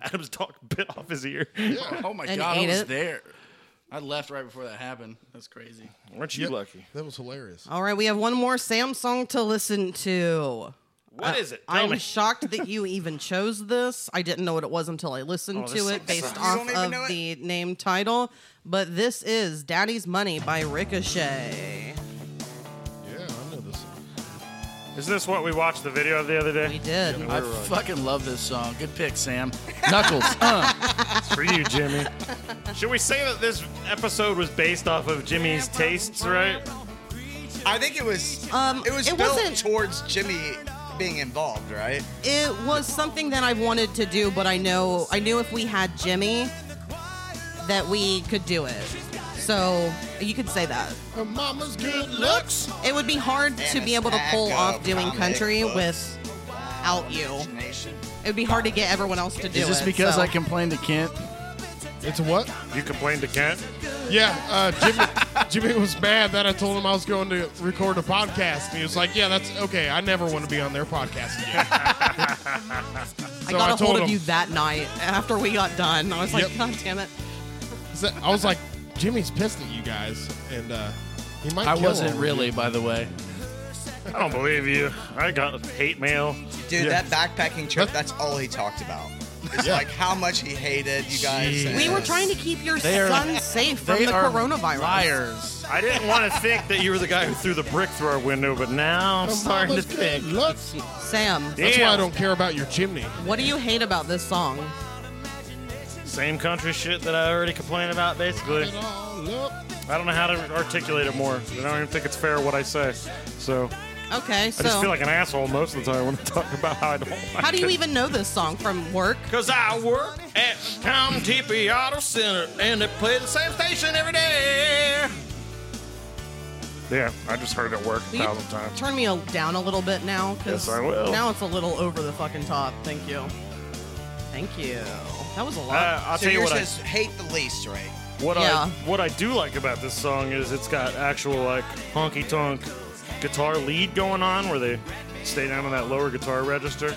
Adam's dog bit off his ear. Oh my And god, I ate was it. there. I left right before that happened. That's crazy. Weren't you lucky? That was hilarious. All right, we have one more Samsung to listen to. What is it? Tell I'm me. shocked that you even chose this. I didn't know what it was until I Oh, listened to it based off don't even of know it? the name title. But this is Daddy's Money by Ricochet. Oh. Yeah, I know this. Isn't this what we watched the video of the other We day? did. I fucking love this song. Good pick, Sam. Knuckles. It's for you, Jimmy. Should we say that this episode was based off of Jimmy's tastes, right? I think it was. Um, it was it built wasn't- towards Jimmy being involved, right? It was something that I wanted to do, but I know I knew if we had Jimmy that we could do it. So you could say that. Her mama's good looks. It would be hard to a be able to stack pull of off doing comic country books. without you. Nation. It would be hard to get everyone else to do Is this it. because so. I complained to Kent? It's a what? You complained to Kent. Yeah, uh, Jimmy, Jimmy was mad that I told him I was going to record a podcast, and he was like, "Yeah, that's okay. I never want to be on their podcast again." I So got I a hold told of him. you that night after we got done. I was like, Yep. God damn it. So I was like, "Jimmy's pissed at you guys," and uh, he might. I kill wasn't all of really, by the way. I don't believe you. I got hate mail. Dude, that backpacking trip, that's all he talked about. It's like how much he hated you guys. and- We were trying to keep your They are- son safe from They the are coronavirus. Liars. I didn't want to think that you were the guy who threw the brick through our window, but now I'm Her starting to mama's good think. looks. Sam, That's why I Damn. don't care about your chimney. what do you hate about this song? Same country shit that I already complained about, basically. It all up. I don't know how to articulate it more. I don't even think it's fair what I say. So Okay, I just so feel like an asshole most of the time when I talk about how I don't. how do you even know this song from work? Because I work at Tom TP Auto Center and they play the same station every day. Yeah, I just heard it work a Will you thousand times. Turn me a- down a little bit now, because Yes, I will. now it's a little over the fucking top. Thank you. Thank you. That was a lot. Uh, I'll so tell you yours what I, is hate the least, right? what Yeah. I what I do like about this song is it's got actual like honky tonk guitar lead going on where they stay down on that lower guitar register.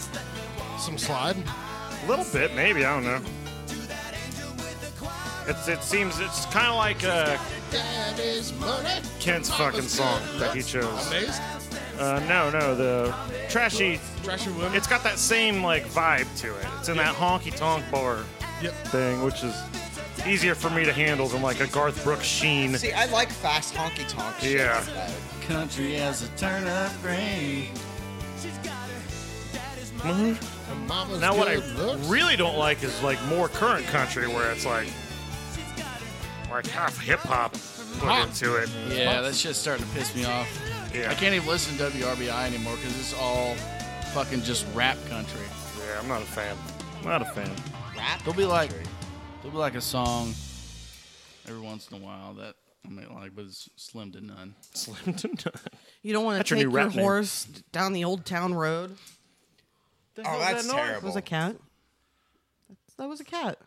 Some slide. A little bit, maybe. I don't know. It's, it seems it's kind of like uh, Daddy's money. Kent's fucking song that he chose. Amazed. Uh, no, no, the trashy. Trashy women. It's got that same like vibe to it. It's in that honky tonk bar Yep. thing, which is easier for me to handle than like a Garth Brooks sheen. See, I like fast honky tonk shit. Yeah. like that. Country as a turnip grain. Her mama's Now what I good looks. really don't like is like more current country where it's like like half hip hop put into it. Yeah, that shit's starting to piss me off. I Yeah, can't even listen to WRBI anymore because it's all fucking just rap country. yeah, I'm not a fan. Not a fan. Rap. There'll be like, there'll be like a song every once in a while that I might like, but it's slim to none. Slim to none. you don't want that's to your take new your, rap name. horse down the old town road. Oh, that's That terrible. was a cat. That's, that was a cat.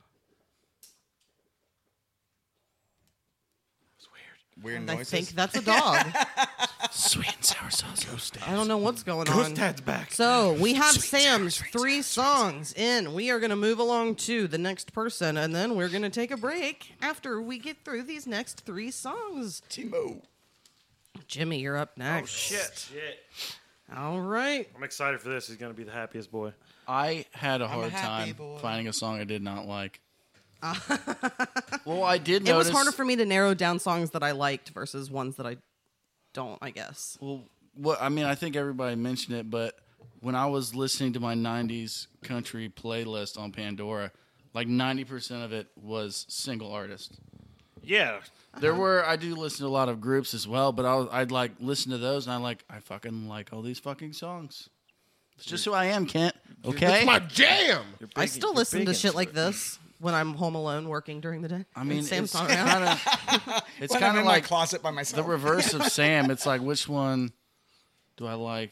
Weird And noises. I think that's a dog. Sweet and sour sauce. I don't know what's going on. back. So we have Sam's three songs in. We are going to move along to the next person, and then we're going to take a break after we get through these next three songs. Timo. Jimmy, you're Oh, up next. Oh, Shit. All right. I'm excited for this. He's gonna be the happiest boy. I had a hard happy time boy. finding a song I did not like. well, I did It was notice. harder for me to narrow down songs that I liked versus ones that I don't, I guess. Well, what I mean, I think everybody mentioned it, but when I was listening to my '90s country playlist on Pandora, like 90% of it was single artist. Yeah. Uh-huh. There were I do listen to a lot of groups as well, but I was, I'd like listen to those, and I like I fucking like all these fucking songs. It's just who I am, Kent. Okay, It's my jam. I still listen to shit like this when I'm home alone working during the day. I mean, Sam's it's not around. kind of it's When I'm kind of in like my closet by the myself. reverse of Sam. It's like which one do I like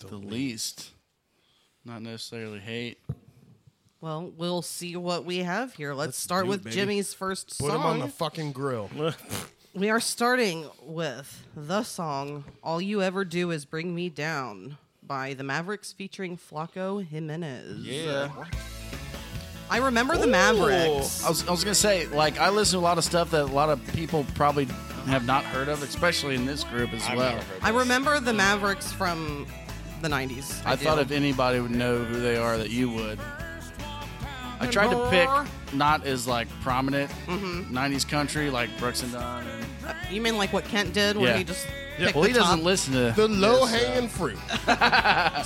the, least? Not necessarily hate. Well, we'll see what we have here. Let's, start with Jimmy's first Put song. him on the fucking grill. we are starting with the song "All You Ever Do Is Bring Me Down" by the Mavericks featuring Flaco Jimenez. Yeah, I remember the Mavericks. I was I was gonna say like I listen to a lot of stuff that a lot of people probably have not heard of, especially in this group as well. I remember the Mavericks from the 90s. I, do. thought if anybody would know who they are, that you would. I tried to pick not as like prominent '90s country like Brooks and Dunn. And, You mean like what Kent did, where Yeah. he just picked well, the he doesn't top? listen to The low hanging fruit.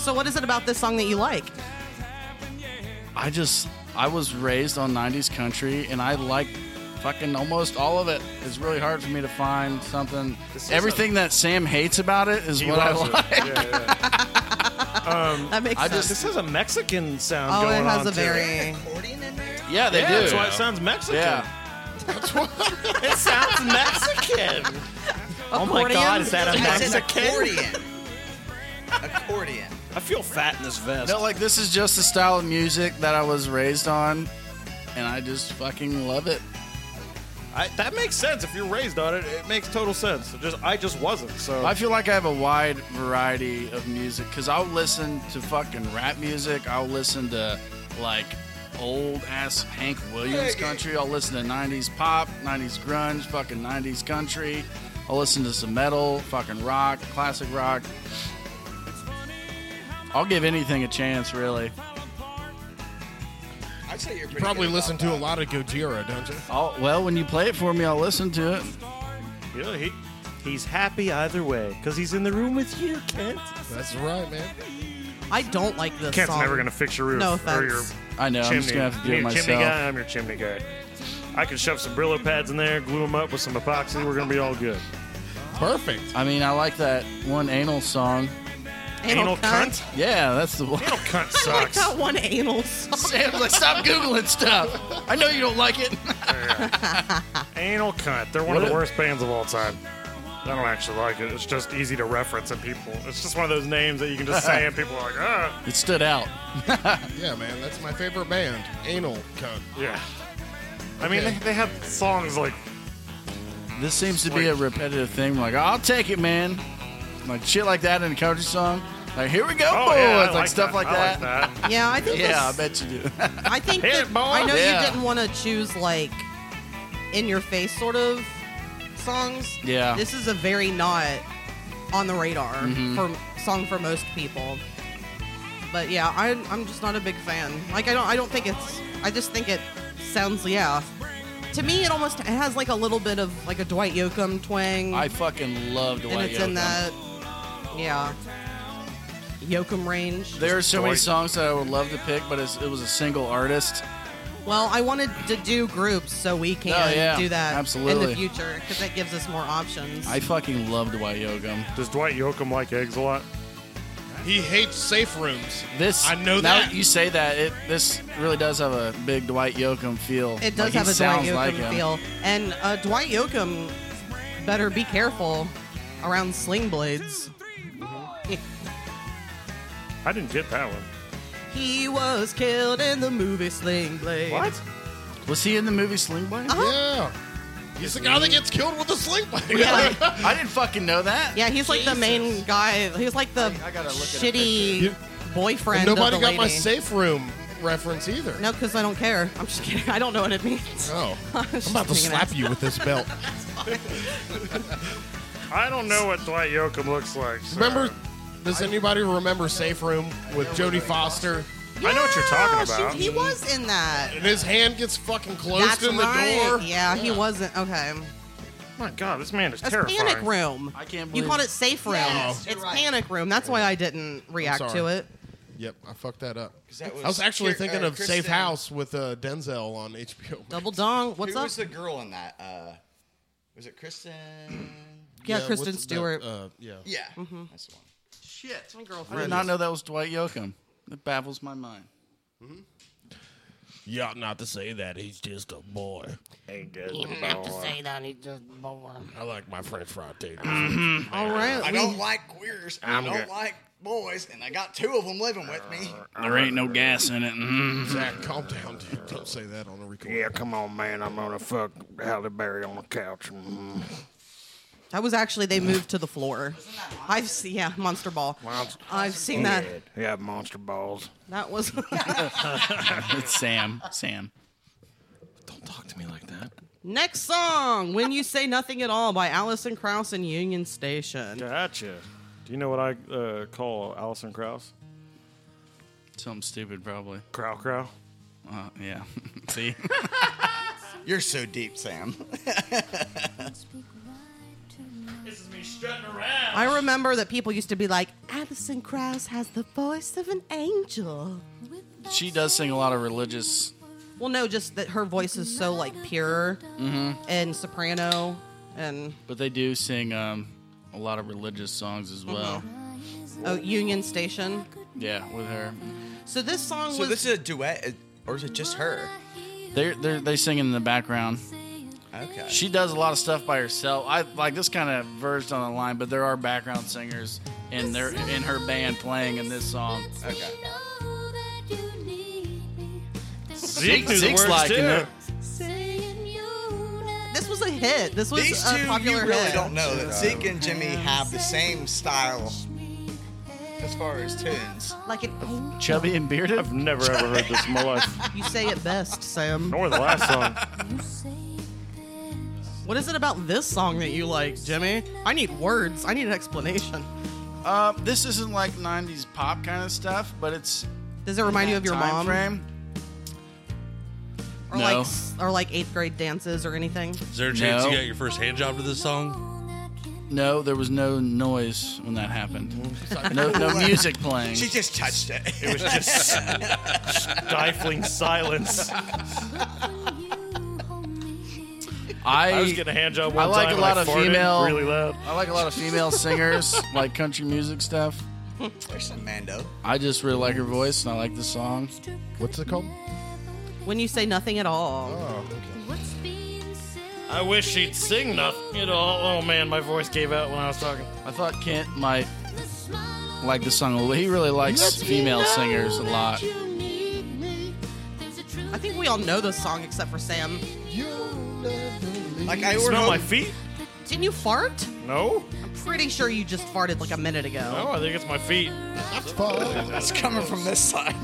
So what is it about this song that you like? I just I was raised on '90s country, and I like fucking almost all of it. It's really hard for me to find something. Everything that Sam hates about it is He what I loves it. like. Yeah, That makes I yeah. sense. this has a Mexican sound oh, going it has on a to it. very. Yeah, they Yeah, do. that's why it sounds Mexican. yeah. It sounds Mexican. oh my God, is that a I said Mexican? accordion. accordion. I feel fat in this vest. No, like this is just the style of music that I was raised on, and I just fucking love it. I, that makes sense. If you're raised on it, it makes total sense. It just I just wasn't. So I feel like I have a wide variety of music because I'll listen to fucking rap music. I'll listen to like old ass Hank Williams country. I'll listen to 90s pop, 90s grunge, fucking 90s country. I'll listen to some metal, fucking rock, classic rock. I'll give anything a chance, really. I'd say you're pretty Probably good listen about to a lot of Gojira, don't you? I'll, well, when you play it for me, I'll listen to it. yeah, he he's happy either way because he's in the room with you, Kent. That's right, man. I don't like this Kent's song. never going to fix your roof No or your offense. I know. I'm chimney. just gonna have to do you it need a chimney myself. guy? I'm your chimney guy. I can shove some Brillo pads in there, glue them up with some epoxy. We're going to be all good. Perfect. I mean, I like that one anal song. Anal, cunt. Yeah, that's the one. Anal cunt I like sucks. that one anal song. Sam's like, stop googling stuff. I know you don't like it. Anal Cunt. They're one of the worst bands of all time. I don't actually like it. It's just easy to reference and people. It's just one of those names that you can just say and people are like, ah. It stood out. Yeah, man. That's my favorite band. Anal cunt. Yeah. I mean, they, they have songs like, This seems to be a repetitive thing. Like, I'll take it, man. Like shit like that in a country song. Like, here we go, oh, boys. yeah, I like, stuff that. like I that. like that. Yeah, I think. Yeah, I this- bet you do. I think. Hit that- it, boy. I know Yeah. you didn't want to choose like in your face sort of songs. Yeah. This is a very not on the radar for song for most people. But yeah, I, I'm just not a big fan. Like I don't I don't think it's I just think it sounds yeah. To me, it almost it has like a little bit of like a Dwight Yoakam twang, I fucking love Dwight and it's Yoakam. in that yeah Yoakam range. There are so many songs that I would love to pick, but it's, it was a single artist. Well, I wanted to do groups so we can Oh, yeah. do that in Absolutely. the future because that gives us more options. I fucking love Dwight Yoakam. Does Dwight Yoakam like eggs a lot? He hates safe rooms. This I know now that. you say that it this really does have a big Dwight Yoakam feel. it does Like, he have a Dwight sounds Yoakam like him. feel, and uh, Dwight Yoakam better be careful around sling blades. I didn't get that one. He was killed in the movie Sling Blade. What? Was he in the movie Sling Blade? Uh-huh. Yeah. He's the guy that gets killed with a sling blade. Yeah. I didn't fucking know that. Yeah, he's like the main guy. He's like the I gotta look at a shitty boyfriend. And nobody of got the my lady. safe room reference either. No, because I don't care. I'm just kidding. I don't know what it means. Oh. I'm I'm about to slap you with this belt. I don't know what Dwight Yoakam looks like. so- Remember, does anybody remember Safe Room with Jodie Foster? I know what you're talking about. he was in that. And his hand gets fucking closed That's in the right. door. Yeah, he wasn't. Okay. My God, this man is That's terrifying. panic room. I can't You believe called it safe room. Yes, you're it's right. panic room. That's why I didn't react to sorry. it. Yep, I fucked that up. 'Cause that I was was actually Kier- thinking uh, of Safe Kristen- House with uh, Denzel on HBO. Double dong. What's Who up? was the girl in that? Uh, was it Kristen? yeah, what's Kristen the- Stewart. uh, yeah. Yeah, Mm-hmm. that's the one. Shit, my girlfriend. I did not know that was Dwight Yoakam. That baffles my mind. You ought not to say that. He's just a boy. I like my French fried taters. All right. I we- don't like queers. and I don't like boys, and I got two of them living with me. There ain't no gas in it. Mm-hmm. Zach, calm down, dude. Don't say that on the recording. Yeah, come on, man. I'm gonna fuck Halle Berry on the couch. Mm. that was actually they moved to the floor. I've seen yeah, Monster Ball. I've seen that. Yeah, monster balls. That was It's Sam. Sam. Don't talk to me like that. next song. When you say nothing at all by Allison Krauss and Union Station. Gotcha. Do you know what I uh, call Allison Krauss? Something stupid, probably. Crow Crow. Uh, yeah. See? You're so deep, Sam. I remember that people used to be like, Allison Krauss has the voice of an angel. she does sing a lot of religious. Well, no, just that her voice is so like pure Mm-hmm. and soprano, and But they do sing um, a lot of religious songs as well. oh, Union Station. Yeah, with her. So this song so was this is a duet, uh, or is it just her? They're, they're, they sing in the background. Okay. She does a lot of stuff by herself. I like this kind of verged on the line, but there are background singers and they're in her band playing in this song. Okay. Zeke knew the Zeke's words liking too. it. this was a hit. This was These a two, you popular really hit. don't know that Zeke and Jimmy have the same style as far as tunes. Like it, Chubby and bearded. I've never ever heard this in my life, you say it best, Sam. nor the last song. What is it about this song that you like, Jimmy? I need words. I need an explanation. Uh, this isn't like '90s pop kind of stuff, but it's Does it remind you of your time mom, frame. or No. like s- or like eighth grade dances or anything? Is there a chance you No. got your first hand job to this song? No, there was no noise when that happened. No, no music playing. She just touched it. It was Just stifling silence. I was I getting a hand job one I like time a and lot I of farted female- really loud. I like a lot of female singers, like country music stuff. There's some Mando. I just really like her voice, and I like the song. What's it called? When you say nothing at all. I wish she'd sing nothing at all. Oh man, my voice gave out when I was talking. I thought Kent might like the song. a little. He really likes female singers a lot. I think we all know this song except for Sam. Like I were Smell my hoping- feet? Didn't you fart? No. I'm pretty sure you just farted like a minute ago. No, I think it's my feet. It's coming from this side.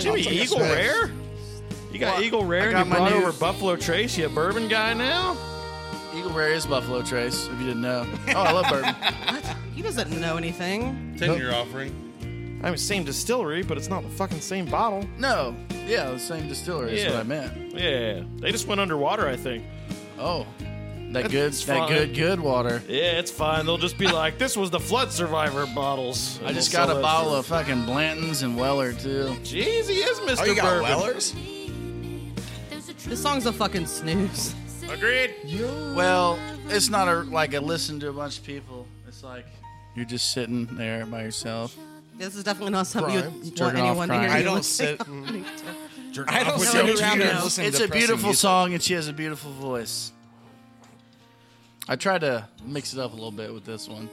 Jimmy Eagle Rare? You got Eagle Rare and got you my brought new- over Buffalo Trace. You a bourbon guy now? Eagle Rare is Buffalo Trace. If you didn't know. Oh, I love Burton. He doesn't know anything. Ten year offering. I mean, same distillery, but it's not the fucking same bottle. No, yeah, the same distillery is Yeah. what I meant. Yeah, they just went underwater, I think. Oh, that good, That's that fine. good, good water. Yeah, it's fine. They'll just be like, this was the flood survivor bottles. I just got a bottle of fucking Blanton's and Weller too. Jeez, he is Mr. Oh, you got Bourbon. Wellers? This song's a fucking snooze. Agreed. Well, it's not a like I listen to a bunch of people. It's like you're just sitting there by yourself. This is definitely not something you would want Jerking off anyone to hear. crying. I you don't with. sit. I don't sit your around feet. here and listen it's to a beautiful music. song, and she has a beautiful voice. I tried to mix it up a little bit with this one.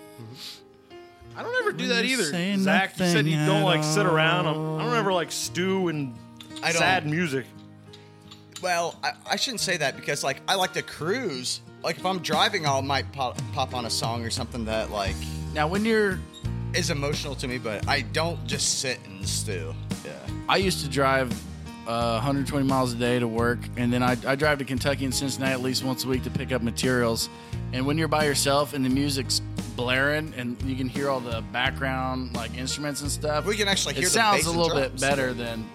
I don't ever do that you either. say Zach, you said nothing you at don't like sit around. I'm, I don't ever like stew and I don't- sad music. Well, I, I shouldn't say that because like I like to cruise. Like if I'm driving, I might pop, pop on a song or something that like Now, when you're is emotional to me, but I don't just sit and stew. Yeah. I used to drive uh, 120 miles a day to work, and then I, I drive to Kentucky and Cincinnati at least once a week to pick up materials. And when you're by yourself and the music's blaring, and you can hear all the background like instruments and stuff, We can actually it hear the sounds bass a and little bit drums. better than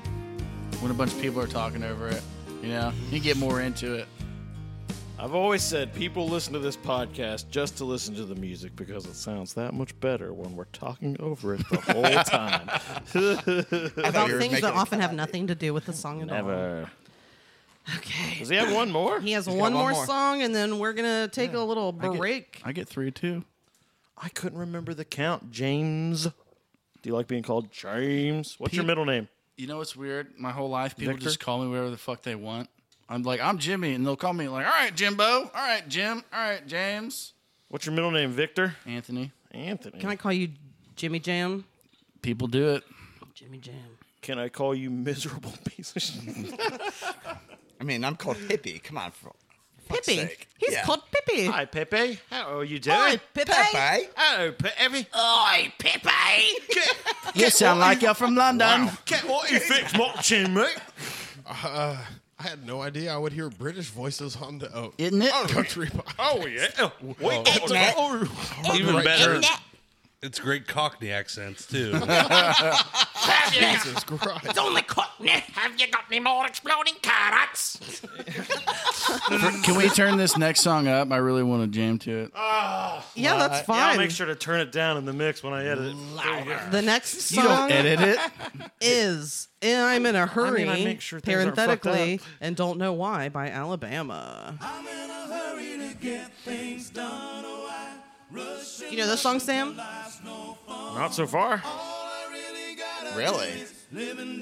when a bunch of people are talking over it. You know, you get more into it. I've always said people listen to this podcast just to listen to the music because it sounds that much better when we're talking over it the whole time. About you were things making that a often have nothing to do with the song at all. Never. Okay. Does he have one more? He has got one one more, more. song, and then we're gonna take a little break. I get three too. I couldn't remember the count. James. Do you like being called James? What's your Pete. middle name? You know what's weird? My whole life, people Victor? just call me whatever the fuck they want. I'm like, I'm Jimmy, and they'll call me like, all right, Jimbo, all right, Jim, all right, James, What's your middle name, Victor? Anthony. Anthony. Can I call you Jimmy Jam? People do it. Jimmy Jam. Can I call you miserable piece of shit? I mean, I'm called hippie. Come on, for fuck's Pippi. sake. He's Yeah. called Pippi. Hi, Pepe. How are you doing? Hi, Pippi. Pepe. Hello, Pepe. Oi, Pippi. You sound like you're from London. what you fix watching, mate? I had no idea I would hear British voices on the oh, Isn't it? country pop. Oh, yeah. Wait, Even Right. better, it's great Cockney accents too. Jesus Christ! Only cotton. Have you got any more exploding carrots? Can we turn this next song up? I really want to jam to it. Yeah, that's Oh, Yeah, fine. I'll make sure to turn it down in the mix when I edit it. The next you don't song edit it. is "And "I'm in a Hurry," I make sure things aren't fucked parenthetically, and "Don't Know Why" by Alabama. You know this song, Sam? Not so far. Really?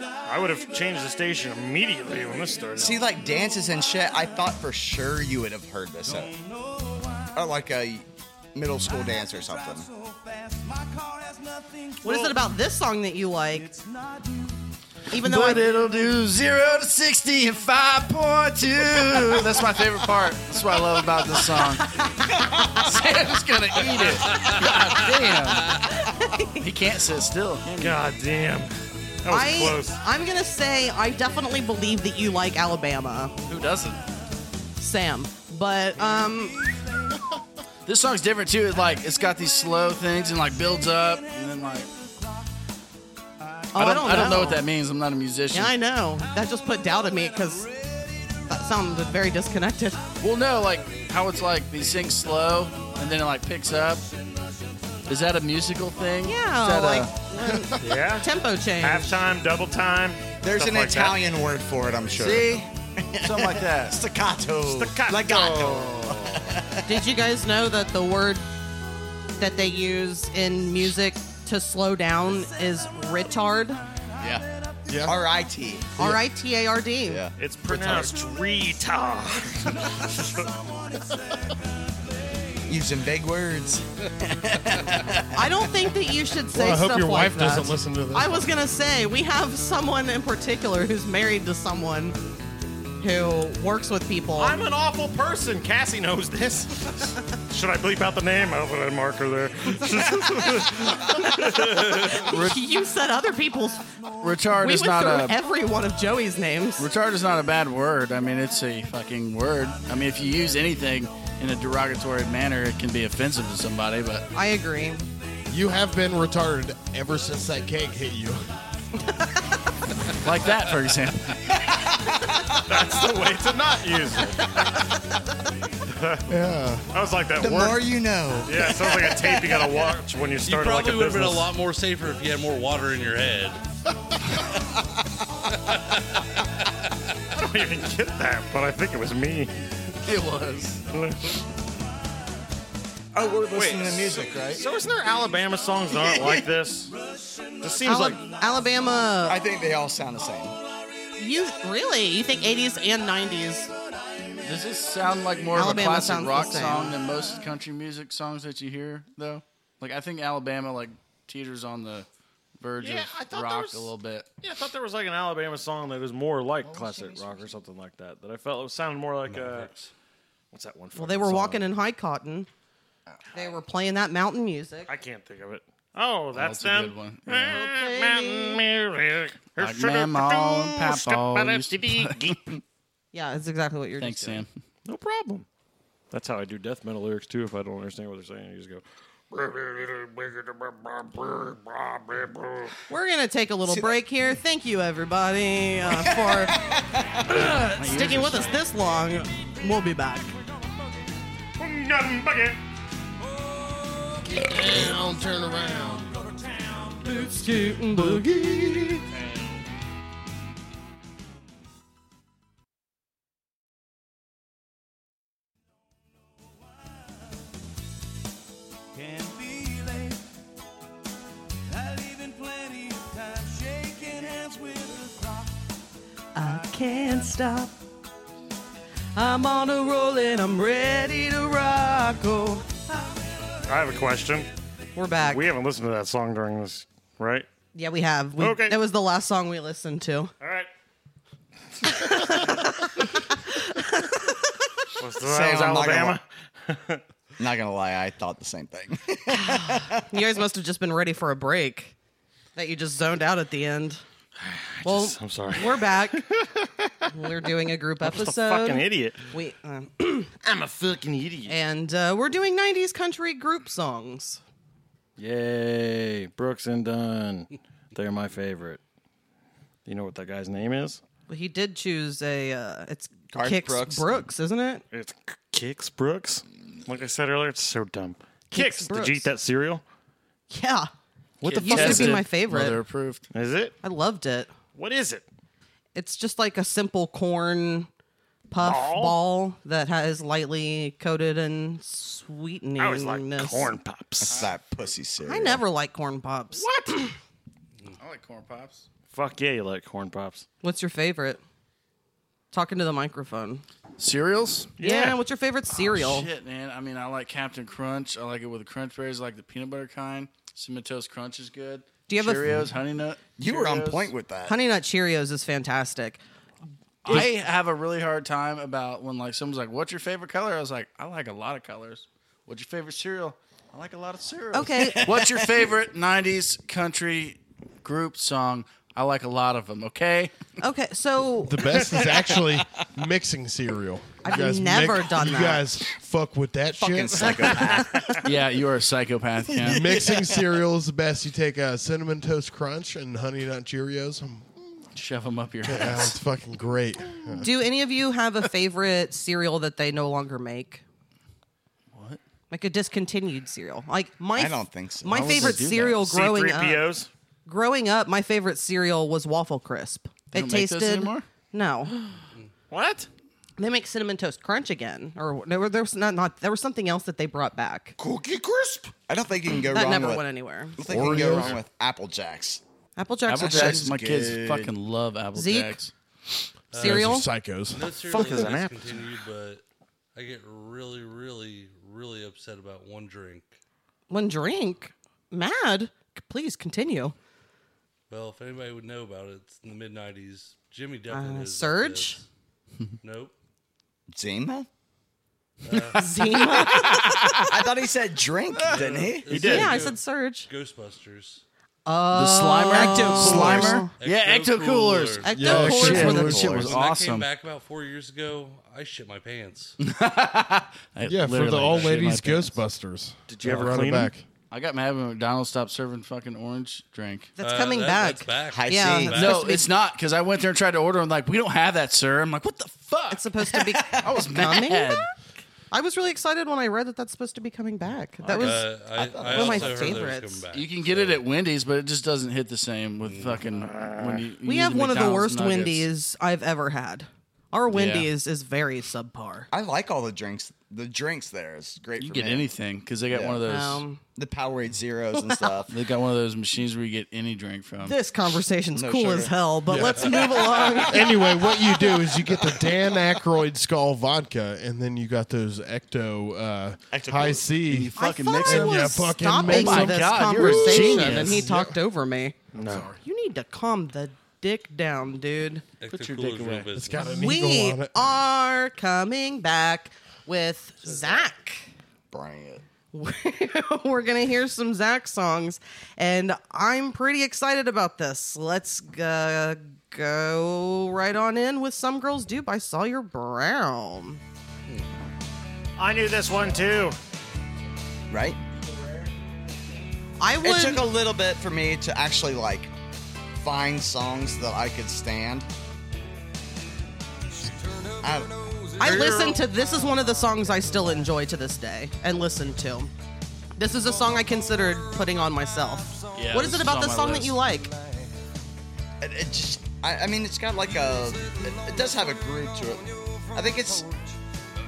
I would have changed the station immediately when this started. See, like dances and shit. I thought for sure you would have heard this. At, or like a middle school dance or something. What is it about this song that you like? Even though But I, it'll do zero to sixty in five point two. That's my favorite part. That's what I love about this song. Sam's gonna eat it. God damn. He can't sit still. God damn. That was I close. I'm gonna say I definitely believe that you like Alabama, Who doesn't? Sam. But um, This song's different too. It's like it's got these slow things and like builds up and then like oh, I, don't, I don't know what that means. I'm not a musician. Yeah, I know. That just put doubt in me because that sounded very disconnected. Well, no, like how it's like these things slow and then it like picks up. Is that a musical thing? Yeah, Is that like a, Yeah. tempo change. Halftime, double time. There's stuff an like that. Italian word for it, I'm sure. see something like that. Staccato. Staccato. Legato. Did you guys know that the word that they use in music to slow down is retard? Yeah. Yeah. R I T. R I T A R D. Yeah. It's pronounced retard. Using big words. I don't think that you should say Well, I hope stuff your like wife that. doesn't listen to this. I was gonna say we have someone in particular who's married to someone who works with people. I'm an awful person. Cassie knows this. Should I bleep out the name? I'll put a marker there. you said other people's. Retard we is went not through a uh, every one of Joey's names. retard is not a bad word. I mean, it's a fucking word. I mean, if you use anything in a derogatory manner, it can be offensive to somebody. But I agree. You have been retarded ever since that cake hit you. like that, for example, That's the way to not use it. Yeah. I was like that The word. more you know. yeah, it sounds like a tape you gotta watch when you you start like probably a would have been business. a lot more safer if you had more water in your head. I don't even get that, but I think it was me. it was. Oh, we're listening to music, right? So isn't there Alabama songs that aren't like this? This seems Ala- like Alabama. I think they all sound the same. You really? You think 80s and 90s? Does this sound like more Alabama of a sounds classic the rock same. song than most country music songs that you hear, though? Like, I think Alabama like teeters on the verge Yeah, I of thought there rock was- a little bit. Yeah, I thought there was like an Alabama song that was more like classic rock or something like that. That I felt it sounded more like uh, what's that one? Well, they were walking in high cotton. They were playing that mountain music. I can't think of it. Oh, that's, that's a them. good one. Eh, Mountain music. Like Mamaw and Papaw used to Yeah, it's exactly what you're Thanks, just doing. Sam. No problem. That's how I do death metal lyrics too. If I don't understand what they're saying, I just go. We're going to take a little break here. Thank you, everybody, uh, for sticking with us this long. We'll be back. Don't turn around. I can't stop. I'm on a roll and I'm ready to rock. Oh. I have a question. We're back. We haven't listened to that song during this, right? yeah, we have. We, Okay. That was the last song we listened to. All right. What's the that Sam, was I'm not gonna Alabama? Not gonna lie, I thought the same thing. You guys must have just been ready for a break that you just zoned out at the end. Well, I'm sorry. We're back. we're doing a group episode. Fucking idiot. We um, I'm a fucking idiot. and uh, we're doing '90s country group songs. Yay, Brooks and Dunn. They're my favorite. You know what that guy's name is? Well, he did choose a. Uh, it's Garth Kix Brooks. Brooks. isn't it? It's Kicks Brooks. Like I said earlier, it's so dumb. Kicks. Did Brooks. you eat that cereal? Yeah, What it used to be my favorite. Mother approved. Is it? I loved it. What is it? It's just like a simple corn puff Ball? ball, that has lightly coated in sweetening. I always like corn pops. that pussy cereal. I never like corn pops. What? I like corn pops. Fuck yeah, you like corn pops. What's your favorite? Talking to the microphone. Cereals? Yeah. what's your favorite cereal? Oh, Shit, man. I mean, I like Captain Crunch. I like it with the Crunch Berries. I like the peanut butter kind. Cinnamon Toast Crunch is good. Do you have a- Cheerios, Honey Nut? You were on Cheerios. point with that. Honey Nut Cheerios is fantastic. I have a really hard time about when like someone's like, "What's your favorite color?" I was like, "I like a lot of colors." What's your favorite cereal? I like a lot of cereals. Okay. What's your favorite '90s country group song? I like a lot of them. Okay. okay. So The best is actually mixing cereal. I've never done you that. guys fuck with that Fucking shit. psychopath. Yeah, you are a psychopath. Yeah. mixing cereal is the best. You take uh, cinnamon toast crunch and honey nut Cheerios. Mm, Shove them up your yeah, ass. it's fucking great. Do any of you have a favorite cereal that they no longer make? What? Like a discontinued cereal? Like my I don't think so. My Why would favorite they do that? cereal growing up. C3POs. Growing up, my favorite cereal was Waffle Crisp. They it don't make those tasted anymore? no. What? They make cinnamon toast crunch again, or there, were- there was not, not there was something else that they brought back Cookie crisp. I don't think you can go that wrong never with. went anywhere. I don't think you can go Oreos. wrong with Apple Jacks. Apple Jacks, Apple was Jacks. shit's My kids good. fucking love Apple Zeke? Jacks. good cereal. Those are psychos. fuck is an apple But I get really, really, really upset about one drink. One drink, mad. Please continue. Well, if anybody would know about it, it's in the mid '90s. Jimmy Duffin Uh, is up Surge? there. nope. Zima. Zima. I thought he said drink, didn't Eh? he? He yeah, I said Surge. Ghostbusters. Uh, The Slimer. Slimer. Yeah, Ecto Ecto Coolers. Cooler. Ecto Yeah, Coolers shit. were That the shit was When that came awesome. back about four years ago, I shit my pants. I Yeah, for the literally all shit my ladies pants. Ghostbusters. Did you ever run it clean 'em? back? I got mad when McDonald's stopped serving fucking orange drink. That's Uh, coming that- back. That's back. Uh, High Yeah, C. it's No, supposed to be- it's not because I went there and tried to order. I'm like, we don't have that, sir. I'm like, what the fuck? It's supposed to be. I was mad. back? I was really excited when I read that that's supposed to be coming back. That was Uh, I, I one of my also heard that it was favorites. coming back. You can get it at Wendy's, but it just doesn't hit the same with fucking. When you, you we use have one of the McDonald's worst nuggets. Wendy's I've ever had. Our Wendy's is very subpar. I like all the drinks. The drinks there is great You for can get me. anything because they got one of those. Um, The Powerade Zeros and stuff. they got one of those machines where you get any drink from. this conversation's No cool sugar. as hell, but let's move along. Anyway, what you do is you get the Dan Aykroyd Skull vodka, and then you got those Ecto, uh, Ecto High Coolers. C. fucking I thought mix I it. was Yeah, fucking stopping mix for it. this God, you're a conversation, genius. and he talked over me. No, you need to calm the dick down, dude. Put your dick away. It's got an eagle We on it. are coming back with Zach. Bring it. We're gonna hear some Zach songs, and I'm pretty excited about this. Let's uh, go right on in with "Some Girls Do" by Sawyer Brown. I knew this one too. Right? I would. It took a little bit for me to actually like find songs that I could stand. I, I listen to this is one of the songs I still enjoy to this day and listen to. This is a song I considered putting on myself. Yeah, what is this it about is on this my song that list. you like? it, it just I, I mean it's got like a it, it does have a groove to it i think it's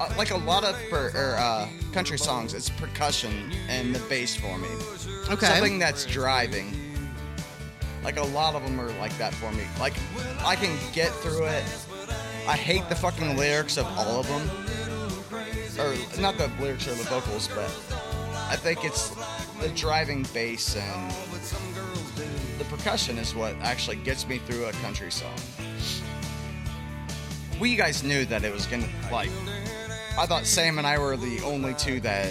uh, like a lot of per, er, uh, country songs it's percussion and the bass for me Okay. something that's driving like a lot of them are like that for me like i can get through it i hate the fucking lyrics of all of them or not the lyrics or the vocals but i think it's the driving bass and the percussion is what actually gets me through a country song. We guys knew that it was gonna like. I thought Sam and I were the only two that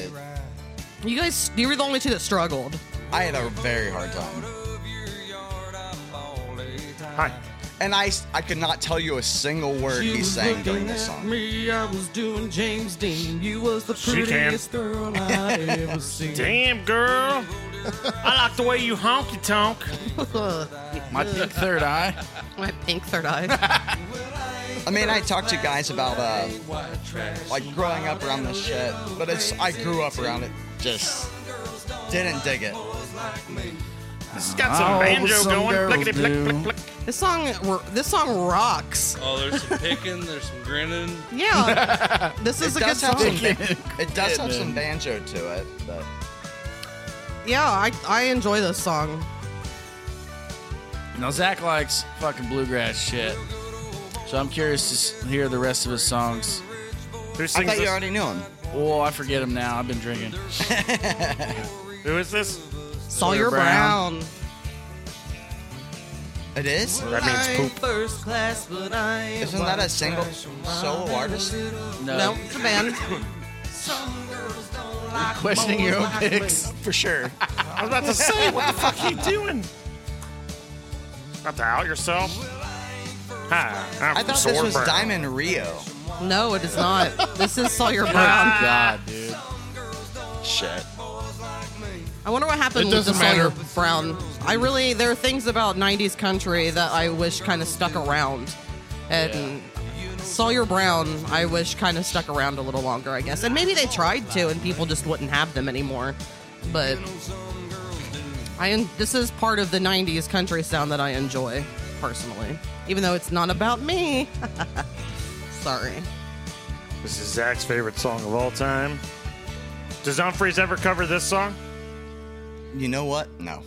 You guys, you were the only two that struggled. I had a very hard time. Hi. And I, I could not tell you a single word he sang during this song. Me, I was doing James Dean. You was the She can. girl I ever seen. Damn, girl. I like the way you honky tonk. My pink third eye. My pink third eye. I mean, I talked to guys about uh, like growing up around this shit, but it's I grew up around it. Just didn't dig it. This has got some banjo going. Blickety, blick, blick, blick. this song, this song rocks. Oh, there's some picking, there's some grinning. Yeah, this is It a good does have song. some. It does have some banjo to it, but Yeah, I, I enjoy this song. Now Zach likes fucking bluegrass shit, so I'm curious to s- hear the rest of his songs. Who I sings thought you this? already knew him. Oh, I forget him now. I've been drinking. Who is this? Sawyer Brown. Brown. It is. That means poop. First class, but I am Isn't that a single solo artist? No, No, it's a band. questioning your own picks. For sure. I was about to say, what the fuck are you doing? About to out yourself? Hi. I'm I thought this Sword was Brown. Diamond Rio. No, it is not. This is Sawyer Brown. God, dude. Shit. I wonder what happened It with the doesn't Sawyer matter. Brown. I really there are things about '90s country that I wish kind of stuck around, and Sawyer Brown I wish kind of stuck around a little longer, I guess. And maybe they tried to, and people just wouldn't have them anymore. But I en- this is part of the '90s country sound that I enjoy personally, even though it's not about me. Sorry. This is Zach's favorite song of all time. Does Dumfries ever cover this song? You know what? No.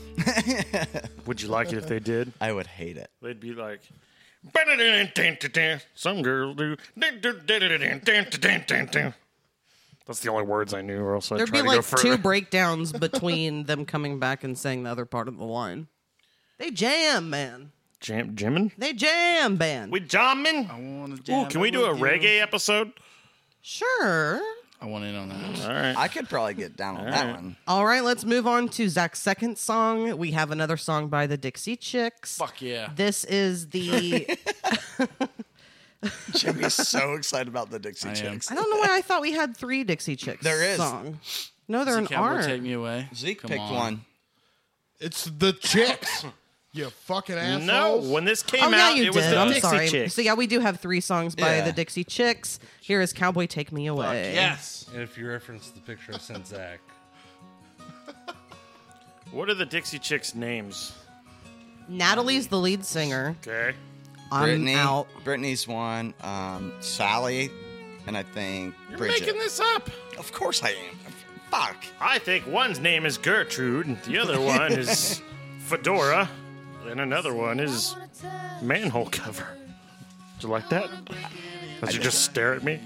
Would you like it if they did? I would hate it. They'd be like, "Ba-da-da-da-da-da-da." some girls do. Da-da-da-da-da-da-da-da-da-da. That's the only words I knew, or else I'd There'd try be to go like two further. breakdowns between them coming back and saying the other part of the line. They jam, man. Jam- Jimin? They jam band. We jamming? Ooh, can we do a reggae episode? sure. I want in on that. All right. I could probably get down on that one. All right, let's move on to Zach's second song. We have another song by the Dixie Chicks. Fuck yeah. This is the. Jimmy's so excited about the Dixie I am. Chicks. I don't know why I thought we had three Dixie Chicks. There is. song. No, they're an Cowboy, R. take me away. Zeke Come picked on. one. It's the chicks. you fucking No, assholes. when this came Oh out, yeah, you it did. was the I'm Dixie sorry. Chicks. So yeah, we do have three songs by Yeah. the Dixie Chicks. Here is "Cowboy Take Me Away." Yes. And if you reference the picture I sent Zach, What are the Dixie Chicks' names? Natalie's the lead singer. Okay. I'm Brittany. out. Brittany's one. Um, Sally. And I think Bridget. Making this up. Of course I am. Fuck. I think one's name is Gertrude, and the other one is Fedora, and another one is manhole cover. Did you like that? Did you just stare at me?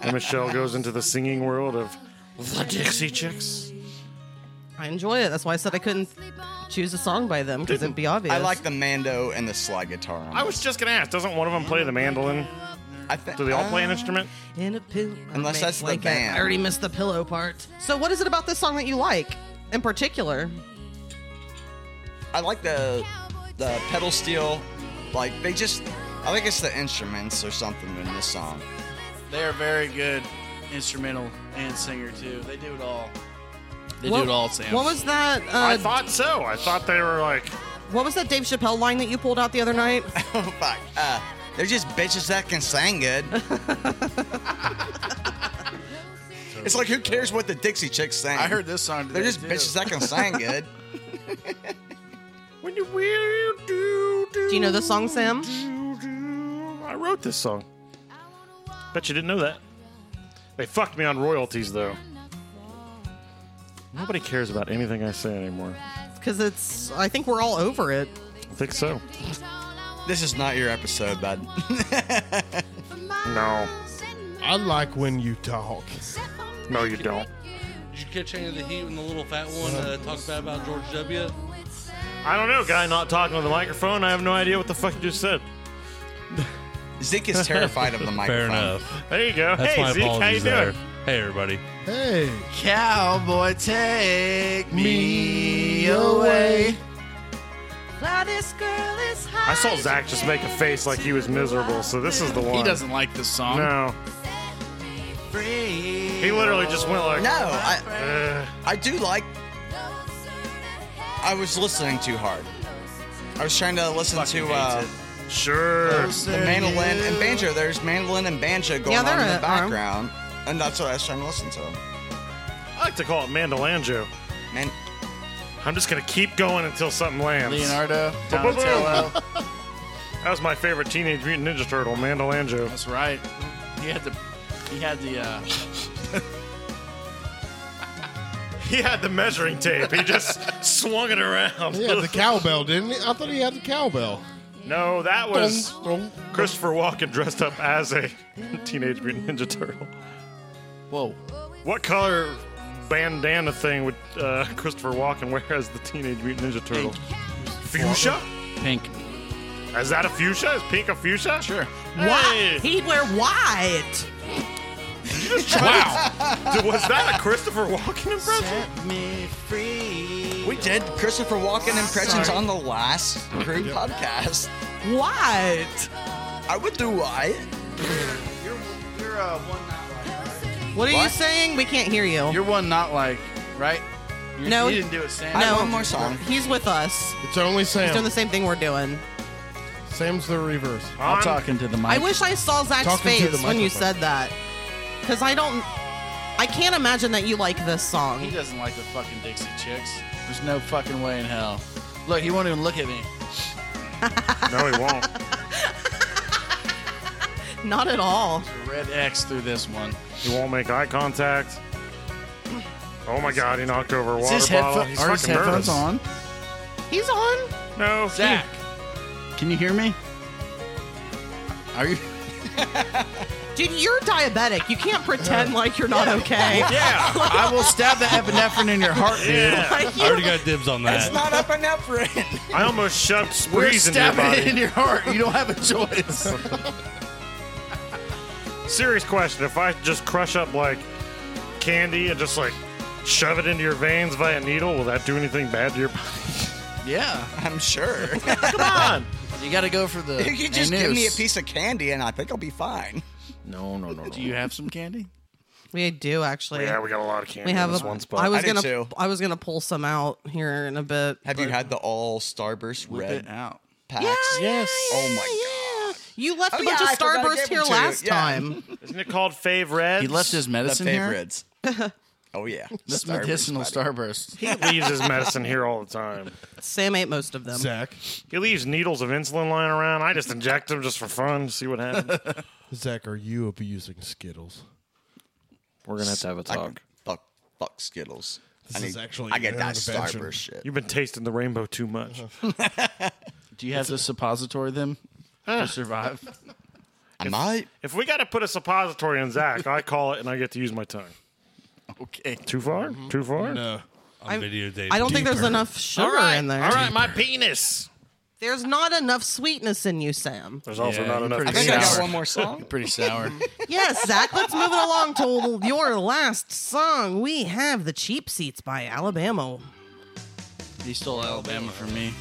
and Michelle goes into the singing world of the Dixie Chicks. I enjoy it. That's why I said I couldn't choose a song by them because it'd be obvious. I like the Mando and the slide guitar. On I was just gonna ask, doesn't one of them play the mandolin? I think. Do they all play Uh, an instrument? In a pillow. Unless that's the Like, band. I already missed the pillow part. So, what is it about this song that you like in particular? I like the the pedal steel. Like they just, I think it's the instruments or something in this song. They are very good instrumental and singer too. They do it all. They do it all, Sam. What was that? I Uh, thought so. I thought they were like, what was that Dave Chappelle line that you pulled out the other night? Oh, fuck. Uh, they're just bitches that can sing good. it's like, who cares what the Dixie Chicks sing? I heard this song. They're today, just too. bitches that can sing good. When you will do, do, Do you know the song, Sam? do, do. I wrote this song. bet you didn't know that. They fucked me on royalties though. Nobody cares about anything I say anymore. Because it's. I think we're all over it. I think so. this is not your episode, bud. No, I like when you talk. no, you don't. Did you catch any of the heat when the little fat one uh, talked bad about George W? I don't know, guy not talking on the microphone. I have no idea what the fuck you just said. Zeke is terrified of the Fair microphone. enough. There you go. That's hey my Zeke, how you apologies there. doing? Hey everybody. Hey, Cowboy, take me Me away. away. I saw Zach just make a face like he was miserable, so this is the one. He doesn't like this song. No, he literally just went like, No, I, "Uh, I do like. I was listening too hard. I was trying to listen to uh, sure. the mandolin and banjo. There's mandolin and banjo going on they're in a- the are. background, and that's what I was trying to listen to. I like to call it Mandalanjo. Man, I'm just gonna keep going until something lands. Leonardo, Boom, boom, boom. Donatello. That was my favorite Teenage Mutant Ninja Turtle, Mandalanjo. That's right. He had the. He had the. Uh, He had the measuring tape. He just swung it around. he had the cowbell, didn't he? I thought he had the cowbell. no, that was Dun, dun. Christopher Walken dressed up as a Teenage Mutant Ninja Turtle. whoa. What color bandana thing would uh, Christopher Walken wear as the Teenage Mutant Ninja Turtle? Fuchsia? Pink. Is that a fuchsia? Is pink a fuchsia? Sure. Why? Hey, He'd wear white. Wow. dude, was that a Christopher Walken impression? me free. we did Christopher Walken impressions on the last crew podcast. White. I would do what? You're, uh, one not like. What are you What? saying? We can't hear you. You're one not like, right? You, No. You didn't do it, Sam. No. One more song. He's with us. It's only He's doing Sam. the same thing we're doing. Sam's the reverse. I'm talking to the mic. I wish I saw Zach's Talking to the face when you microphone. said that. Because I don't. I can't imagine that you like this He song. doesn't like the fucking Dixie Chicks. There's no fucking way in hell. Look, he won't even look at me. No, he won't. Not at all. Red X through this one. He won't make eye contact. Oh my god, he knocked over a Is water his bottle. headpho- He's are his fucking headphones nervous. on? He's on. No. Zach, can you hear me? Are you? Dude, you're diabetic. You can't pretend like you're not okay. Yeah. I will stab the epinephrine in your heart, dude. Yeah. Like, I you- already got dibs on that. It's not up and up, Ren. I almost shoved We're sprees into your stabbing it body. in your heart. You don't have a choice. Serious question. If I just crush up like candy and just like shove it into your veins via needle, will that do anything bad to your body? yeah. I'm sure. You got to go for the. you could just give me a anus. piece of candy, and I think I'll be fine. No, no, no, no. Do you have some candy? we do actually. Yeah, we got a lot of candy we have in this a, one spot. I was I do gonna. too. I was gonna pull some out here in a bit. Have you had the all Starburst Whip red it out. packs? Yes. Oh my You left Oh, a bunch yeah, I of forgot I Starburst gave here them to you. last Yeah. time. Isn't it called Fave Reds? He left his god. The medicine here. favorites. oh yeah. This Starburst, medicinal buddy. starburst. He leaves his medicine here all the time. Sam ate most of them. Zach, He leaves needles of insulin lying around. I just inject them just for fun, see what happens. Zach, are you abusing Skittles? We're gonna have to have a I talk. can fuck, fuck Skittles. This is actually I get an that intervention. Starburst shit. You've been tasting the rainbow too much. Do you have to suppository them to survive? I might. If we got to put a suppository in Zach, I call it and I get to use my tongue. Okay. Too far? Too far? No. I'm video dating. I don't think there's enough sugar in there. my penis. There's not enough sweetness in you, Sam. There's also Yeah, not you're enough. pretty I think I got Sour. one more song. Pretty sour. Yes, Zach, let's move it along to your last song. We have The Cheap Seats by Alabama. he stole Alabama from me.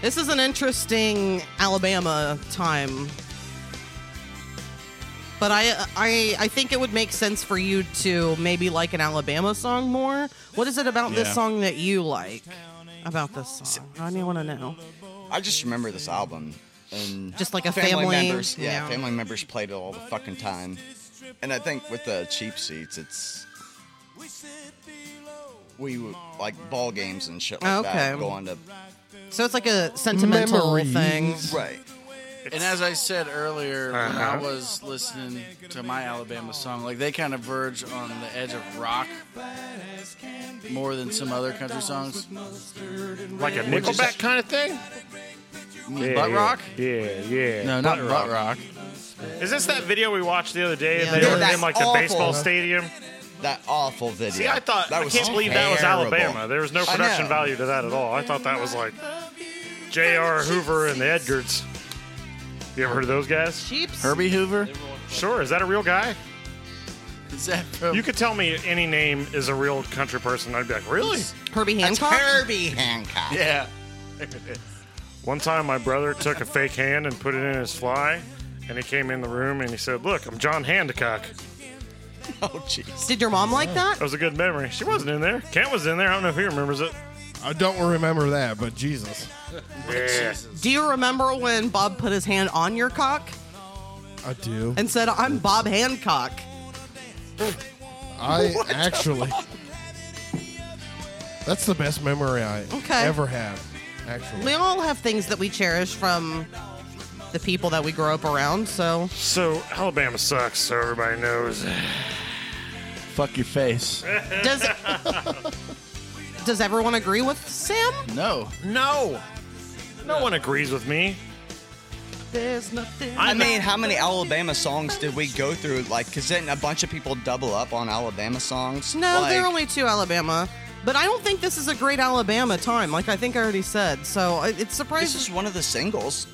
This is an interesting Alabama time. But I, I, I think it would make sense for you to maybe like an Alabama song more. What is it about Yeah. this song that you like? About this song, I mean, I want to know. I just remember this album. And Just like a family, members, yeah, yeah. family members played it all the fucking time. And I think with the cheap seats, it's we would, like ball games and shit like that Okay. going to So it's like a sentimental thing. right. And as I said earlier, when I was listening to my Alabama song, like they kind of verge on the edge of rock more than some other country songs. Like a Nickelback kind of thing? Yeah, butt yeah. rock? Yeah, yeah. No, not butt rock. Is this that video we watched the other day? Yeah. and they Yeah, were in that's like the awful. baseball stadium. That awful video. See, I thought that I was can't believe that was terrible. Alabama. There was no I production know. value to that at all. I thought that was like J.R. Hoover and the Edgars. You ever heard of those guys? Cheaps. Herbie Hoover? Sure. Is that a real guy? Is that from You could tell me any name is a real country person. I'd be like, really? Herbie That's Hancock. Herbie Hancock. Yeah. One time, my brother took a fake hand and put it in his fly, and he came in the room and he said, "Look, I'm John Hancock." Oh jeez. Did your mom like that? That was a good memory. She wasn't in there. Kent was in there. I don't know if he remembers it. I don't remember that, but Jesus, Yeah. Do you remember when Bob put his hand on your cock I do. and said, "I'm Bob Hancock"? I actually. That's the best memory I Okay. ever had. Actually, We all have things that we cherish from the people that we grow up around. So So Alabama sucks. So everybody knows. Fuck your face. does does everyone agree with Sam? No. No. No one agrees with me. There's nothing. I mean, how many Alabama songs did we go through? Like, because then a bunch of people double up on Alabama songs. No, like, there are only two Alabama. But I don't think this is a great Alabama time, like I think I already said. So I- it's This surprising. is one of the singles.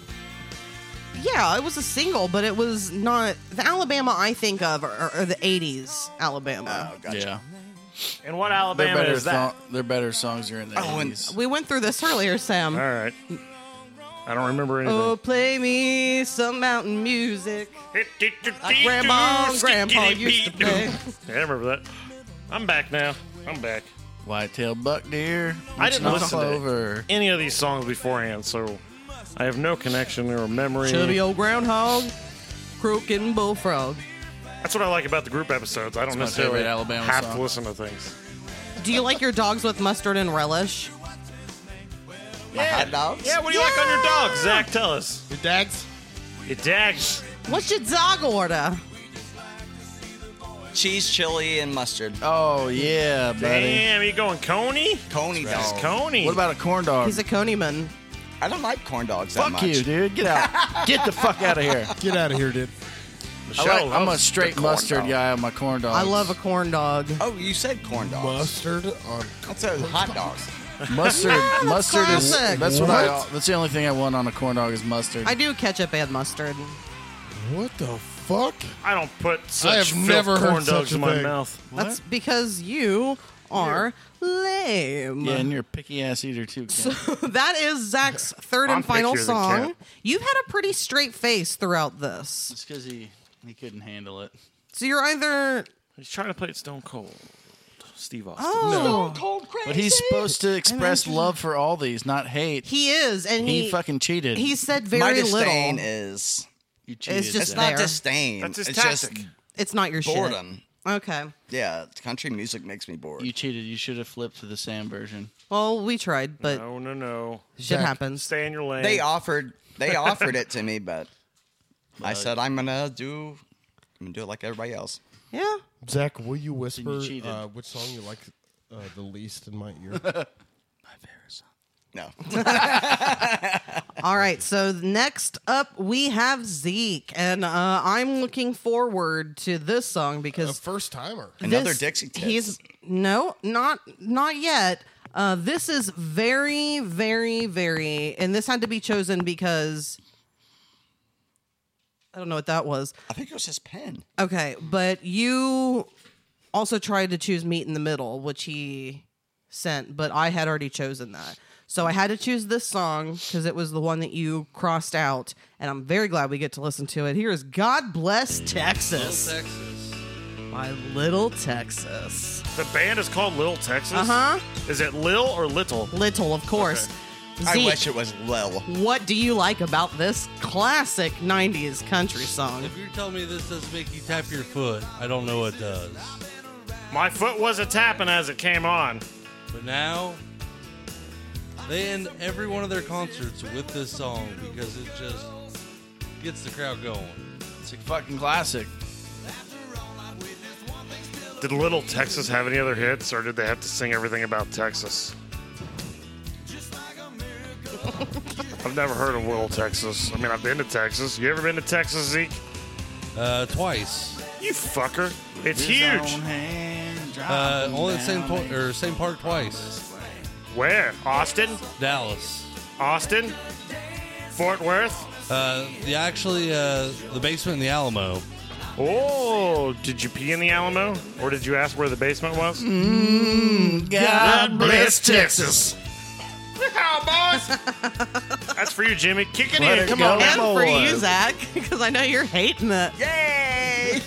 yeah, it was a single, but it was not the Alabama I think of, are, are the '80s Alabama. Oh, gotcha. Yeah. And what Their Alabama better, is that? song- their better songs are in the Oh, and- 80s. We went through this earlier, Sam. All right. I don't remember anything. Oh, play me some mountain music. Like Grandma and Grandpa used to play. Yeah, I remember that. I'm back now. I'm back. White-tailed buck deer. I didn't Reaching listen to it. over. Any of these songs beforehand, so I have no connection or memory. Chubby old groundhog, croaking bullfrog. That's what I like about the group episodes. I don't my necessarily favorite Alabama have song. to listen to things. Do you like your dogs with mustard and relish? My hot dogs. Yeah, what do you like on your dog, Zach? Tell us. your dags. Your dags. What's your dog order? Cheese, chili, and mustard. Oh, yeah, buddy. Damn, you going Coney? Coney That's dog. Coney. What about a corn dog? He's a coneyman. I don't like corn dogs that fuck much. you, dude. Get out. Get the fuck out of here. Get out of here, dude. I Michelle am a loves straight corn mustard dog. guy on my corn dogs. I love a corn dog. Oh, you said corn dogs. Mustard on. That's a hot dogs. mustard. mustard is classic. that's what, I. What? That's the only thing I want on a corn dog is mustard. I do ketchup and mustard. What the fuck? I don't put such I have filth never heard corn such dogs a in my thing. mouth. That's because you are lame. yeah, and you're a picky ass eater too. Ken. that is Zach's third and I'm final pickier than song. Kat. You've had a pretty straight face throughout this. It's because he he couldn't handle it. So you're either He's trying to play it Stone Cold. Steve Austin. oh But he's supposed to express love for all these, not hate. he is and He, he fucking cheated. he said My very disdain little. is you cheated. just it's Zach. There. not disdain. That's his it's tactic. it's not your just boredom. shit. Okay. Yeah, country music makes me bored. you cheated. You should have flipped to the Sam version. Well, we tried, but No, Oh, no, no. shit Zach, happens. Stay in your lane. they offered they offered it to me, but I said I'm gonna do I'm gonna do it like everybody else. Yeah. Zach, will you whisper cheated. uh, which song you like uh, the least in my ear? No. All right. So next up, we have Zeke, and uh, I'm looking forward to this song a because first timer. Another this- Dixie Tits. He's no, not not yet. Uh, this is very, very, very, and this had to be chosen because I don't know what that was. I think it was his pen. Okay, but you also tried to choose meat in the middle, which he sent, but I had already chosen that. So I had to choose this song because it was the one that you crossed out, and I'm very glad we get to listen to it. Here is God Bless Texas. Texas. My little Texas. The band is called Little Texas. Uh-huh. Is it Lil or Little? Little, of course. I Zeke, wish it was Lil. what do you like about this classic 90s country song? If you're telling me this doesn't make you tap your foot, I don't know what does. My foot was a tapping as it came on. But now, they end every one of their concerts with this song because it just gets the crowd going. It's a fucking classic. Did Little Texas have any other hits, or did they have to sing everything about Texas? I've never heard of Little Texas. I mean, I've been to Texas. You ever been to Texas, Zeke? Uh, twice. You fucker. It's His own huge. hand driving Uh, only the same down point a- or same park twice. Where? Austin? Dallas. Austin? Fort Worth? Uh, the actually uh, the basement in the Alamo. Oh, did you pee in the Alamo? Or did you ask where the basement was? God bless Texas. boys. That's for you, Jimmy. Kick it in. Come on. And for you, Zach, because I know you're hating it. Yay!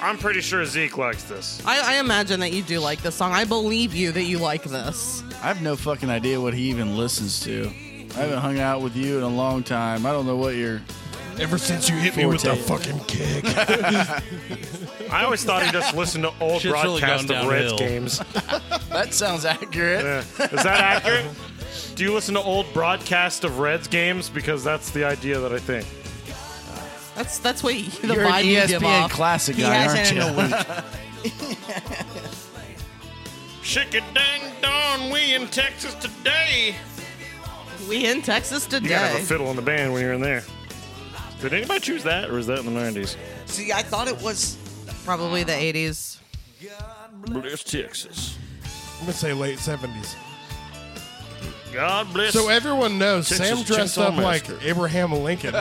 I'm pretty sure Zeke likes this. I, I imagine that you do like this song. I believe you that you like this. I have no fucking idea what he even listens to. I haven't hung out with you in a long time. I don't know what you're. Ever since you hit me with the Forte. fucking kick. I always thought he just listened to old Shit's really broadcasts gone of Reds downhill. games. That sounds accurate. Yeah. Is that accurate? Do you listen to old broadcasts of Reds games? Because that's the idea that I think. That's that's what you, the You're vibe an E you give ESPN off. classic He guy, has aren't it you? in a week. Shake it dang don, we in Texas today. We in Texas You gotta today. have a fiddle in the band when you're in there. Did anybody choose that, or is that in the 90s? See, I thought it was. Probably the 80s. Bless Texas. I'm gonna say late seventies. God bless. So everyone knows Texas Sam dressed Chainsaw up like Massacre. Abraham Lincoln.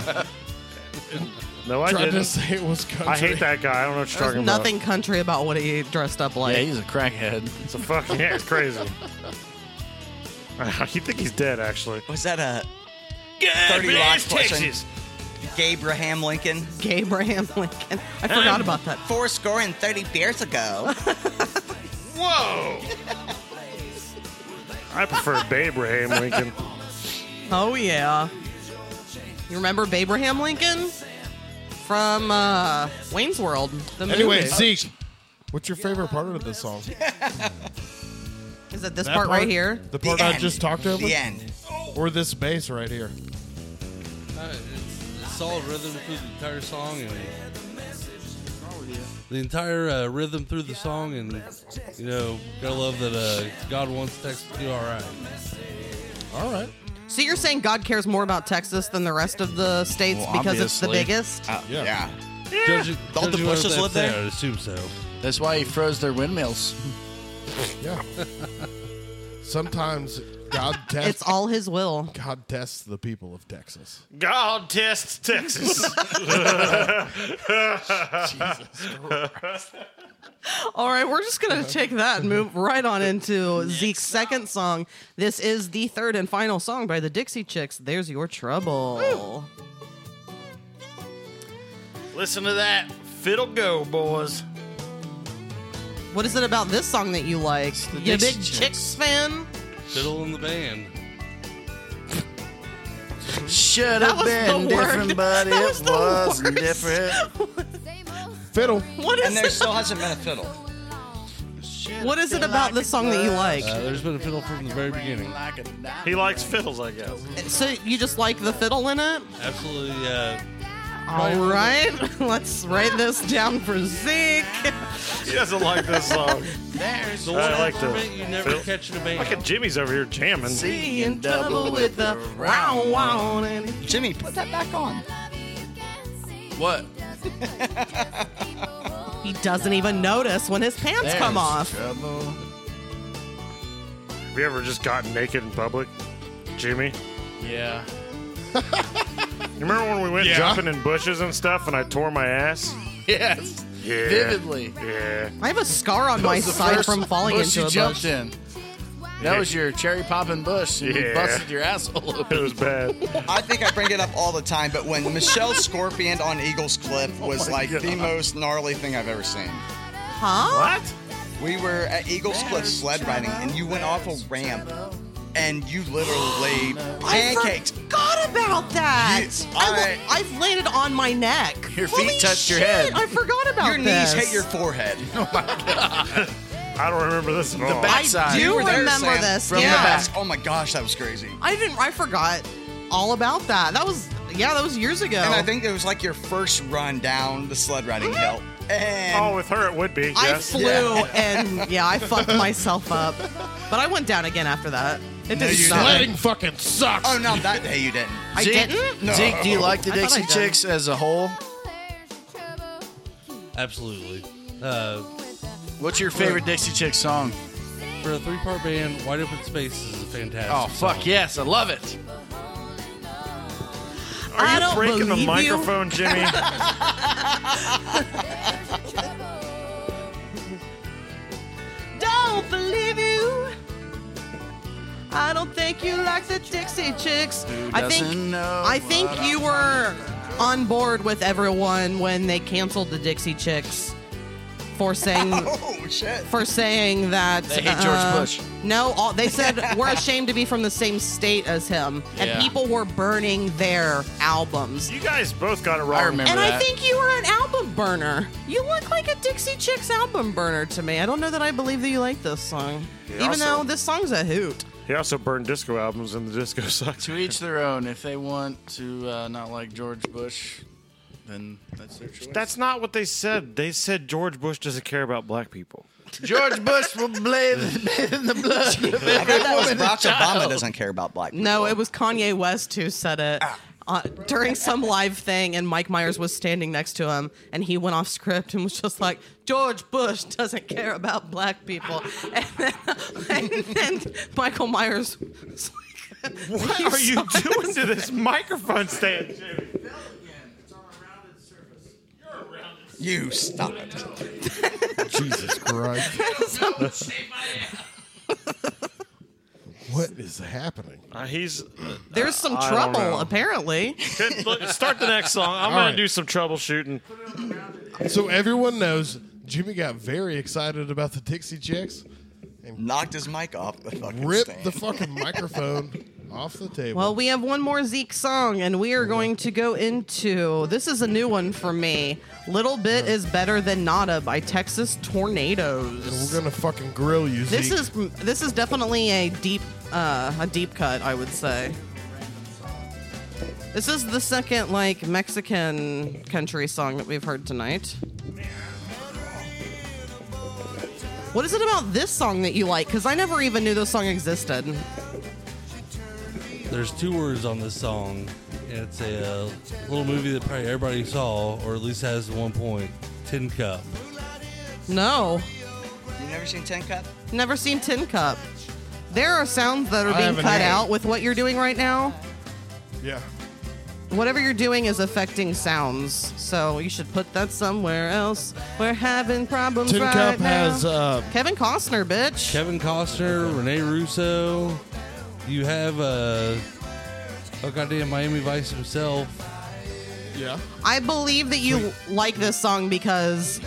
no, I tried to didn't. say it was country. I hate that guy. I don't know what you're There's talking nothing country about what he dressed up Yeah, like. he's a crackhead. about. It's a fucking yeah, it's crazy. you think he's dead, actually? Was that a God 30 bless Rock question. Texas. Gabraham Lincoln? Abraham Lincoln. I forgot about that. Four score and 30 beers ago. Whoa! I prefer Abraham Lincoln. Oh yeah. You remember Abraham Lincoln from uh, Wayne's World? The Anyway, movie. Zeke, what's your favorite part of this song? is it this That part, right here? The The part I end. just talked over? The end. Or this bass right here? Uh, it's a solid rhythm through the entire song and the entire uh, rhythm through the song and you know gotta love that uh, God wants Texas to do all right. All right. So you're saying God cares more about Texas than the rest of the states Well, because it's the obviously. biggest? Uh, Yeah. yeah. Judging- Don't the judging by what bushes they live say, there? I assume so. That's why he froze their windmills. Yeah. Sometimes God tests. It's all His will. God tests the people of Texas. God tests Texas. All right, we're just Uh-huh. gonna take that and move right on into Zeke's second song. This is the third and final song by the Dixie Chicks. There's your trouble. Listen to that. Fiddle go, boys. What is it about this song that you like? the You a Dixie big Chicks. Chicks fan? Fiddle in the band. That Should have was been the different, word. but That it was was the not worst. different. Fiddle. What And is there it? still hasn't been a fiddle. What is it about this song that you like? Uh, there's been a fiddle from the very beginning. He likes fiddles, I guess. So you just like the fiddle in it? Absolutely. Uh, All right, let's write this down for Zeke. He doesn't like this song. There's the I one like the instrument you never fiddle. catch in a band. Look at Jimmy's over here jamming. Be in trouble with the round one. And Jimmy, put that back on. what? he doesn't even notice when his pants There's come off. Trouble. Have you ever just gotten naked in public, Jimmy? Yeah. You remember when we went Yeah. jumping in bushes and stuff, and I tore my ass? Yes. Yeah. Vividly. Yeah. I have a scar on my That was the side first from falling bush into you a jumped bush. in. That was your cherry popping bush, and you Yeah. busted your asshole open. It was bad. I think I bring it up all the time, but when Michelle Scorpion on Eagles Cliff was like the most gnarly thing I've ever seen. Huh? what? We were at Eagles Cliff sled riding, and you went off a ramp, and you literally laid pancakes. I forgot about that. Yes, I, I- have landed on my neck. Your Holy feet touched your shit, head. I forgot about Your this. knees hit your forehead. I don't remember this at all. back- I Outside. do You were there, remember Sam, this. from the yeah. back. Oh my gosh, that was crazy. I didn't. I forgot all about that. That was yeah. That was years ago. And I think it was like your first run down the sled riding hill. And oh, with her it would be. I Yes. flew and yeah, I fucked myself up. But I went down again after that. It didn't you suck. Sledding fucking sucks. oh, no, that day you didn't. I Zeke, didn't. No. Zeke, do you like the I thought I Dixie did. Chicks as a whole? Absolutely. Uh, What's your favorite Dixie Chicks song? for a three part band, Wide Open Space is a fantastic. Oh fuck song. yes, I love it. Are you I don't breaking the believe you. microphone, Jimmy? Don't believe you. I don't think you like the Dixie Chicks. I think doesn't know I think what you I'm were on board with everyone when they canceled the Dixie Chicks for saying Oh, shit. for saying that They hate George uh, Bush. No, all, they said we're ashamed to be from the same state as him, Yeah. and people were burning their albums. you guys both got it wrong. I remember And I that. think you were an album burner. You look like a Dixie Chicks album burner to me. I don't know that I believe that you like this song, even also- though this song's a hoot. He also burned disco albums, and the disco sucks. to each their own. If they want to uh, not like George Bush, then that's their choice. That's not what they said. They said George Bush doesn't care about black people. George Bush will bathe bathe in the blood. of I think it was every Barack child. Obama doesn't care about black people. No, it was Kanye West who said it. Ah. Uh, during some live thing, and Mike Myers was standing next to him, and he went off script and was just like, "George Bush doesn't care about black people," and then, and then Michael Myers. Was like, What he are you saw it. doing to this microphone stand, Jimmy? You stop it. Jesus Christ. what is happening? Uh, he's There's some I don't know. trouble apparently. Good, look, start the next song. I'm All gonna right. do some troubleshooting. So everyone knows Jimmy got very excited about the Dixie Chicks, Knocked his mic off the fucking ripped stand. the fucking microphone off the table. Well, we have one more Zeke song, and we are going to go into this is a new one for me. Little bit is better than nada by Texas Tornadoes. and we're gonna fucking grill you. This Zeke. is this is definitely a deep uh, a deep cut, I would say. This is the second like Mexican country song that we've heard tonight. What is it about this song that you like? Because I never even knew this song existed. There's two words on this song, and it's a uh, little movie that probably everybody saw, or at least has at one point. Tin Cup. No, You never seen Ten Cup? never seen Tin Cup. There are sounds that are I being haven't cut either. out with what you're doing right now. yeah. whatever you're doing is affecting sounds. So you should put that somewhere else. We're having problems Tin right Cup now. has uh, Kevin Costner, bitch. Kevin Costner, Rene Russo. You have uh, oh goddamn Miami Vice himself. yeah. I believe that you like this song because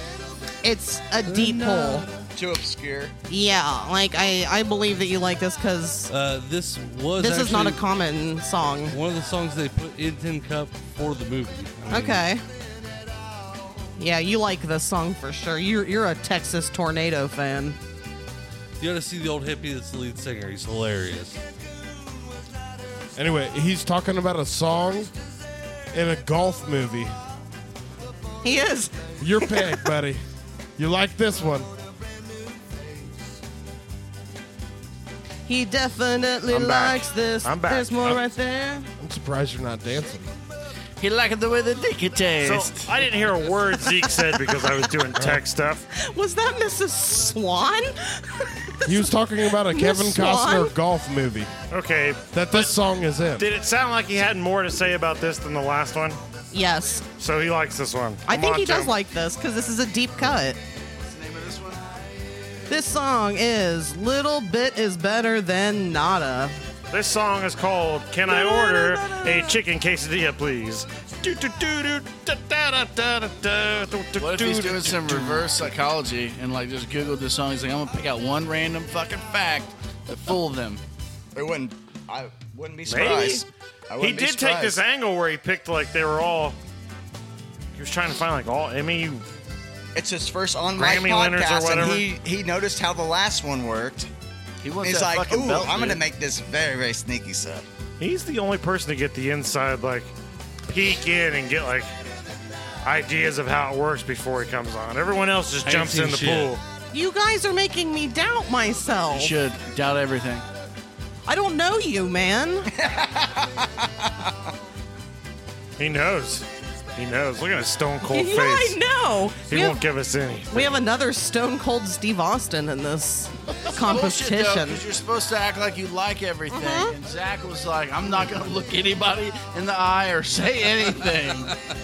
it's a deep hole. Too obscure. Yeah, like I, I believe that you like this because Uh, this was this is not a actually common song. one of the songs they put in Tin Cup for the movie. I mean, Okay. Yeah, you like this song for sure. You're you're a Texas tornado fan. You gotta see the old hippie that's the lead singer. He's hilarious. Anyway, he's talking about a song in a golf movie. He is. Your pick, buddy. You like this one? He definitely I'm back. likes this. I'm back. There's more I'm- right there. I'm surprised you're not dancing. He liked the way the dicky So tastes. I didn't hear a word Zeke said because I was doing tech stuff. Was that Mrs. Swan? He was talking about a Kevin Swan? Costner golf movie Okay, that this song is in. did it sound like he had more to say about this than the last one? yes. So he likes this one. I Come think on, he does Jim. like this because this is a deep cut. This song is Little Bit Is Better Than Nada. This song is called Can I Order a Chicken Quesadilla, Please? What if he's doing some reverse psychology and like just Googled this song? He's like, I'm gonna pick out one random fucking fact to fool them. It wouldn't. I wouldn't be Maybe. surprised. I He wouldn't be did take this surprised. angle where he picked like they were all. He was trying to find like all MAU It's his first on mic Grammy winners or podcast, and whatever. he he noticed how the last one worked. He wants He's that like, fucking "Ooh, belt, I'm gonna dude." make this very very sneaky, son." He's the only person to get the inside, like, peek in and get, like, ideas of how it works before he comes on. Everyone else just I ain't jumps seen in the shit. pool. You guys are making me doubt myself. should doubt everything. I don't know you, man. He knows. He knows. Look at his stone cold yeah, I face. know. He we, won't have, give us any. we have another Stone Cold Steve Austin in this Bullshit, though, competition. 'cause you're supposed to act like you like everything. And Zach was like, I'm not gonna look anybody in the eye or say anything.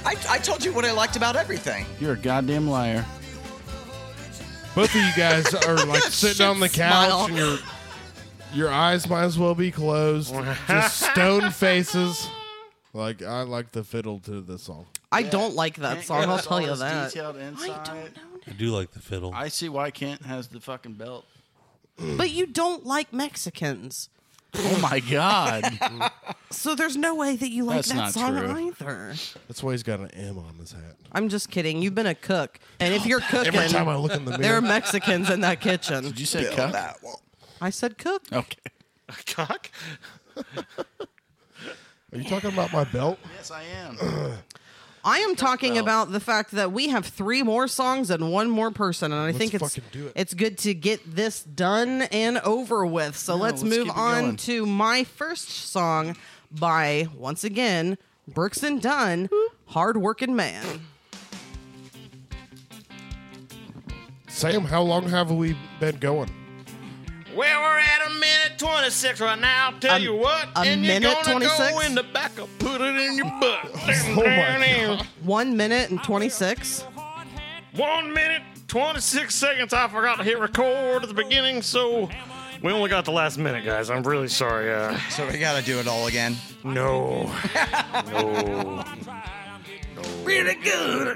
I, I told you what I liked about everything. you're a goddamn liar. Both of you guys are like sitting on the couch Smile. and your your eyes might as well be closed. just stone faces. Like I like the fiddle to the song. I don't like that Kent song, gives I'll us tell all you this that. detailed insight. I do like the fiddle. I see why Kent has the fucking belt. Mm. But you don't like Mexicans. Oh my god. So there's no way that you like That's that not song true. either. That's why he's got an M on his hat. I'm just kidding. You've been a cook. And if you're cooking, Every time I look in the there are mirror, Mexicans in that kitchen. Did you say cuck? That well, I said cook. Okay. Cock? are you talking about my belt? Yes, I am. I am talking about the fact that we have three more songs and one more person, and I think it's fucking do it. it's good to get this done and over with. So let's, let's move keep it on going. to my first song by once again Brooks and Dunn, Hard Working Man. Sam, how long have we been going? Well, we're at a minute 26 right now. Tell A- you what, a and you're minute gonna 26? go in the back and put it in your butt. Oh my God. One minute and twenty six. One minute, 26 seconds. I forgot to hit record at the beginning, so we only got the last minute, guys. I'm really sorry. Uh, so we gotta do it all again. no. no. I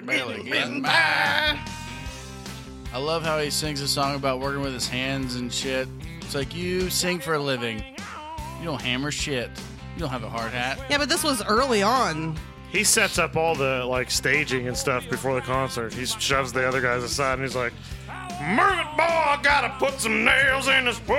love how he sings a song about working with his hands and shit. It's like you sing for a living. You don't hammer shit. You don't have a hard hat. Yeah, but this was early on. He sets up all the like staging and stuff before the concert. He shoves the other guys aside and he's like, "Move it, boy! I gotta put some nails in his foot.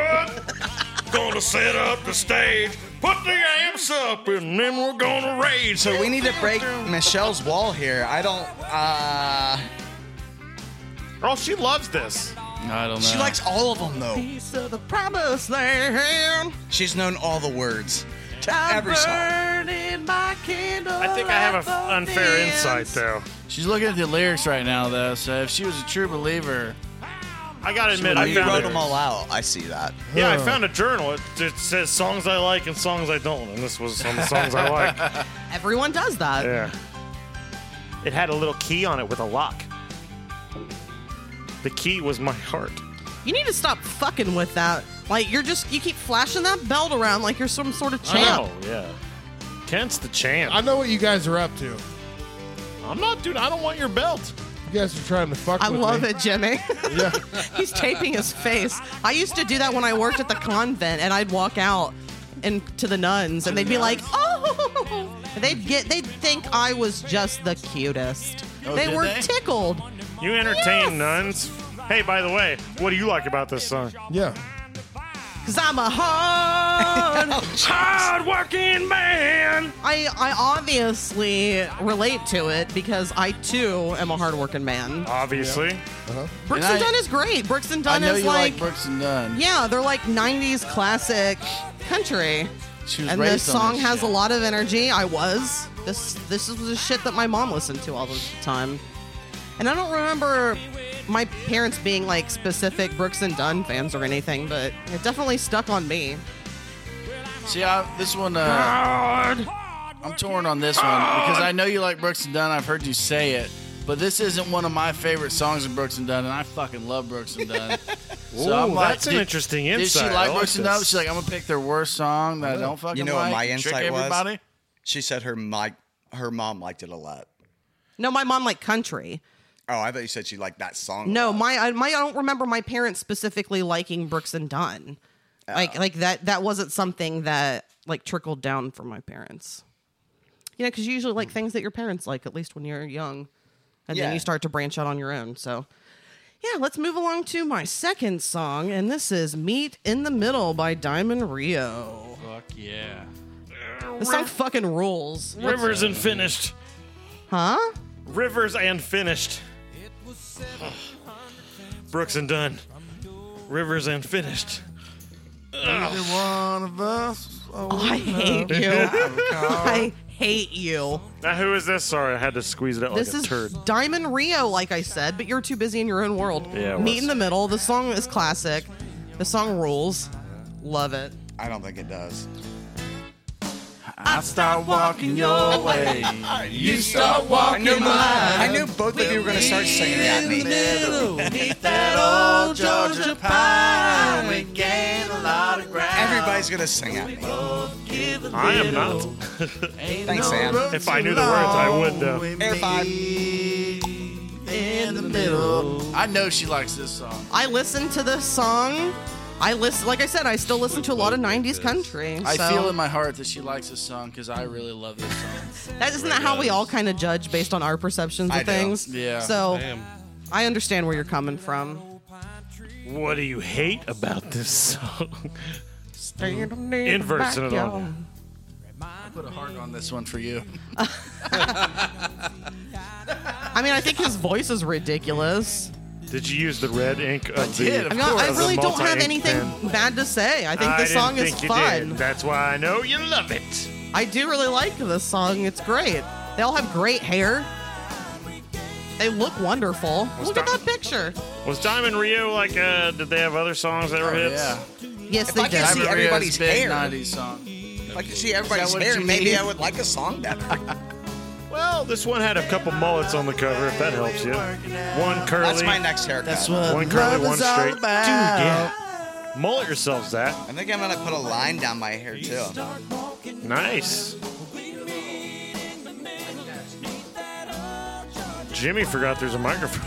gonna set up the stage, put the amps up, and then we're gonna rage." So We need to break Michelle's wall here. I don't. Uh, Oh, she loves this. I don't know. she likes all of them though. Piece of the promised land. She's known all the words to I'm every song. burning my candle I think I have an at the unfair fence. insight though. She's looking at the lyrics right now though. So if she was a true believer, I gotta admit, I You wrote found them a, all out. I see that. yeah, I found a journal. It, it says songs I like and songs I don't, and this was on the songs I like. Everyone does that. Yeah. It had a little key on it with a lock. The key was my heart. You need to stop fucking with that. Like you're just you keep flashing that belt around like you're some sort of champ. Oh, yeah. Kent's the champ. I know what you guys are up to. You I'm not, dude. I don't want your belt. guys are trying to fuck I with love me. it, Jimmy. He's taping his face. I used to do that when I worked at the convent, and I'd walk out and to the nuns, and they'd be like, "Oh!" They'd get, they'd think I was just the cutest. Oh, they did were they? tickled. You Yes! entertain nuns. Hey, by the way, what do you like about this song? Yeah. Cause I'm a hard, Hard-working man. I, I obviously relate to it because I too am a hardworking man. Obviously. Uh-huh. Brooks and And I- Dunn is great. Brooks and I Dunn know is you like, Brooks and Dunn. Yeah, they're like 90s classic country. She was And raised this on song this has shit. a lot of energy. I was. This this was the shit that my mom listened to all the time. And I don't remember my parents being like specific Brooks and Dunn fans or anything, but it definitely stuck on me. See, I, this one, uh, I'm torn on this one because I know you like Brooks and Dunn. I've heard you say it, But this isn't one of my favorite songs of Brooks and Dunn, and I fucking love Brooks and Dunn. so I'm Ooh, like, that's an did- interesting Did she insight. I like like Brooks and Dunn? this. She's like, I'm gonna pick their worst song that I don't fucking know what like. my and trick insight was? everybody. She said her my, her mom liked it a lot. No, my mom liked country. Oh, I thought you said she liked that song. a No, lot. my I, my I don't remember my parents specifically liking Brooks and Dunn. Like like that that wasn't something that like trickled down from my parents. You know, because you usually like things that your parents like at least when you're young, and Yeah. then you start to branch out on your own. So. Yeah, let's move along to my second song, and this is Meet in the Middle by Diamond Rio. Fuck yeah. This song fucking rules. Rivers and finished. Huh? Rivers and finished. Brooks and Dunn. Rivers and finished. One of us. Oh, I hate you. I hate you. Now, who is this? Sorry, I had to squeeze it out This like a is turd. Diamond Rio, like I said, but you're too busy in your own world. Yeah, it Meet was. in the middle. The song is classic. The song rules. Love it. I don't think it does. I start walking your way. You start walking I knew, I knew both of you were going to start singing at me. Beneath that old Georgia pine, we gain a lot of ground. Everybody's going to sing at me. I am not. Thanks, Sam. If I knew the words, I would, though. Air five. In the middle. I know she likes this song. I listened to this song. I listen, like I said, I still listen to a lot of '90s country. I so- feel in my heart that she likes this song because I really love this song. that isn't that how we all kind of judge based on our perceptions of I know. things. Yeah. So Damn. I understand where you're coming from. What do you hate about this song? Inverse in it on you. I put a heart on this one for you. I mean, I think his voice is ridiculous. Did you use the red ink of the? did, of I, mean, I- I of the really don't have multi-ink anything pen? bad to say. I think I this didn't song think is you fun. Did. That's why I know you love it. I do really like this song. It's great. They all have great hair. They look wonderful. Look at that? that picture. Was Diamond Rio like? uh Did they have other songs Oh, that were hits? Yeah. Yes, they I do. can see Diamond everybody's Rio's big hair. 90s song. If I could see everybody's what hair, you maybe mean? I would like a song better. Well, this one had a couple mullets on the cover. If that helps you. One curly. That's my next haircut. That's what One love curly, one is all straight. Dude, about. yeah. Mullet yourselves that. I think I'm going to put a line down my hair, too. Nice. Jimmy forgot there's a microphone.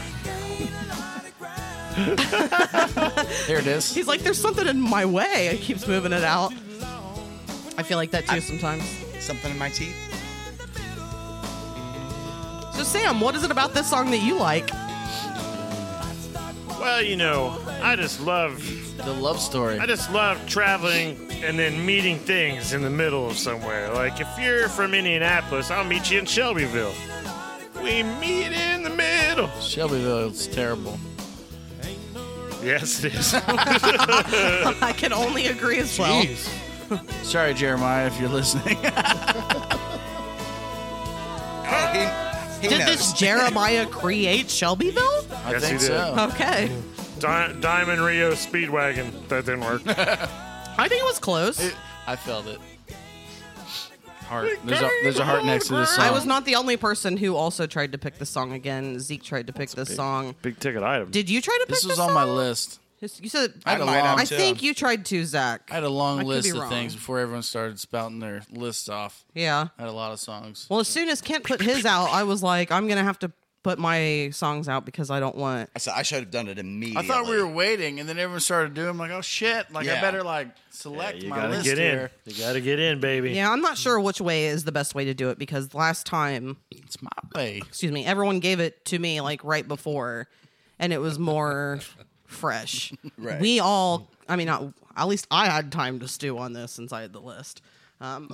Here it is. He's like, there's something in my way. It keeps moving it out. I feel like that too sometimes. Something in my teeth. So, Sam, what is it about this song that you like? Well, you know, I just love The love story. I just love traveling and then meeting things in the middle of somewhere. Like if you're from Indianapolis, I'll meet you in Shelbyville. We meet in the middle. Shelbyville is terrible. Yes, it is. I can only agree as well. Sorry, Jeremiah, if you're listening. Oh, he, he Did knows. this Jeremiah create Shelbyville? I Yes, think he did. so. Okay. Di- Diamond Rio Speedwagon. That didn't work. I think it was close. I felt it. Heart. There's a, there's a heart next to this song. I was not the only person who also tried to pick the song again. Zeke tried to pick this song. Big ticket item. Did you try to pick This this was on my list. list? You said I had a might have long, I too. think you tried to, Zach. I had a long I could list be of wrong. things before everyone started spouting their lists off. Yeah. I had a lot of songs. Well, as soon as Kent put his out, I was like, I'm gonna have to put my songs out because I don't want. I said I should have done it I immediately. thought we were waiting, and then everyone started doing. I'm like, oh shit! Like I Yeah. better like select You my gotta list get here. in. You gotta get in, baby. Yeah, I'm not sure which way is the best way to do it because last time, It's my way. excuse me, everyone gave it to me like right before, and it was more fresh. Right. We all, I mean, not, at least I had time to stew on this since I had the list. Um,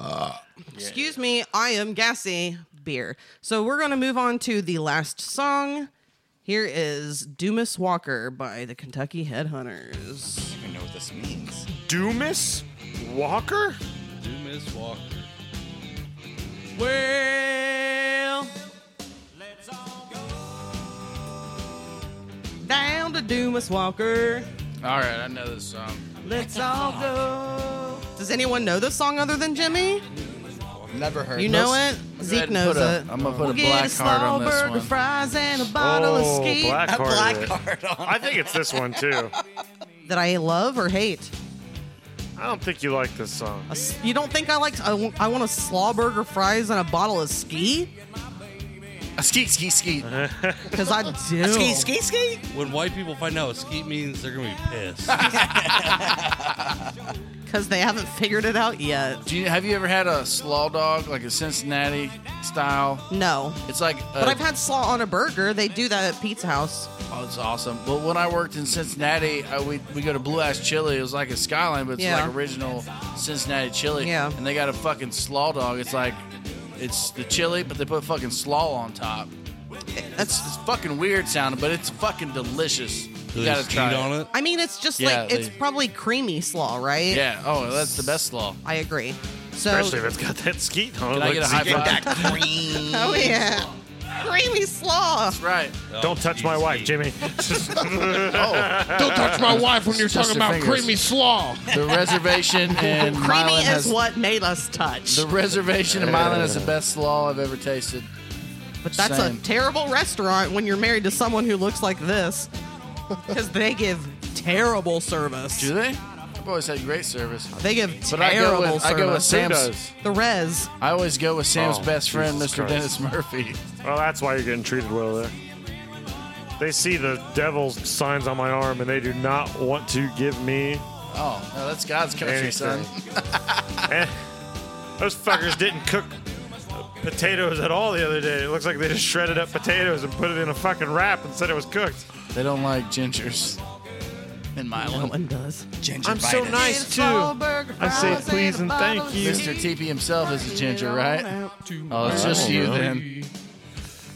excuse me, I am gassy beer. So we're gonna move on to the last song. Here is Dumas Walker by the Kentucky Headhunters. I don't even know what this means. Dumas Walker? Miss Walker. Well, down to Dumas Walker. All right, I know this song. Let's all go. Does anyone know this song other than Jimmy? Never heard. You it. know Let's it. go Zeke ahead and knows put a- it. I'm gonna put we'll a get black a heart small on this burger, one. fries, and a bottle Oh, of skeet black A black hearted. card on. I think it's this one too. that I love or hate. I don't think you like this song. A s- You don't think I like? I want- I want a slaw burger, fries, and a bottle of ski A Uh, skeet, skeet, skeet. Uh-huh. because I do. ski. When white people find out what skeet means, they're gonna be pissed. because they haven't figured it out yet. Do you, have you ever had a slaw dog, like a Cincinnati style? No, It's like, uh, a, but I've had slaw on a burger. They do that at Pizza House. oh, it's awesome. But when I worked in Cincinnati, I, we we go to Blue Ass Chili. It was like a skyline, but it's Yeah. like original Cincinnati chili. Yeah. And they got a fucking slaw dog. It's like, it's the chili, but they put fucking slaw on top. It's, That's. it's fucking weird sounding, but it's fucking delicious. Do You they gotta skeet try it. on it. I mean, it's just Yeah, like it's they- probably creamy slaw, right? Yeah. Oh, that's the best slaw. I agree. So. Especially if it's got that skeet on it. Can I Oh, Like, get a see, high Get five? that cream. oh yeah, creamy slaw. That's right. Oh, Don't touch my wife, Jimmy. Don't touch my wife when you're talking Uh, Just your about fingers. creamy slaw. The reservation and Creamy Milan is has what made us touch. the reservation in Milan is the best slaw I've ever tasted. But that's Same. a terrible restaurant when you're married to someone who looks like this. Because they give terrible service. Do they? I've always had great service. They give But I go terrible with I service. go with Sam's. does? the res. I always go with Sam's Oh, best friend, Jesus Mr. Christ. Dennis Murphy. well, that's why you're getting treated well there. They see the devil's signs on my arm and they do not want to give me Oh, no, that's God's country, son. anything. Eh, Those fuckers didn't cook potatoes at all the other day. It looks like they just shredded up potatoes and put it in a fucking wrap and said it was cooked. They don't like gingers in No Milan. one does. Gingivitis. too. I say please and thank you. Mr. TP himself is a ginger, right? Oh, it's just you then.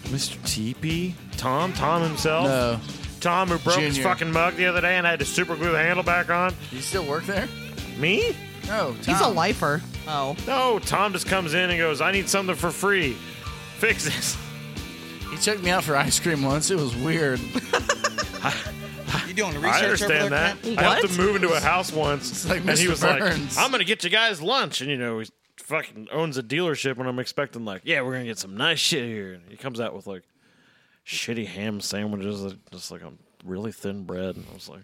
Mr. TP? Tom, Tom himself. No. Tom who broke his Junior. fucking mug the other day and I had to super glue the handle back on. You still work there? Me? No. He's a Tom. lifer. Oh. No, Tom just comes in and goes, I need something for free. Fix this. He took me out for ice cream once. It was weird. You doing research I understand over there, that. Clint? I helped What? him move into a house once, like and he Mr. was Burns. like, "I'm gonna get you guys lunch," and you know he fucking owns a dealership, and I'm expecting like, "Yeah, we're gonna get some nice shit here." And he comes out with like shitty ham sandwiches, that- just like on really thin bread, and I was like,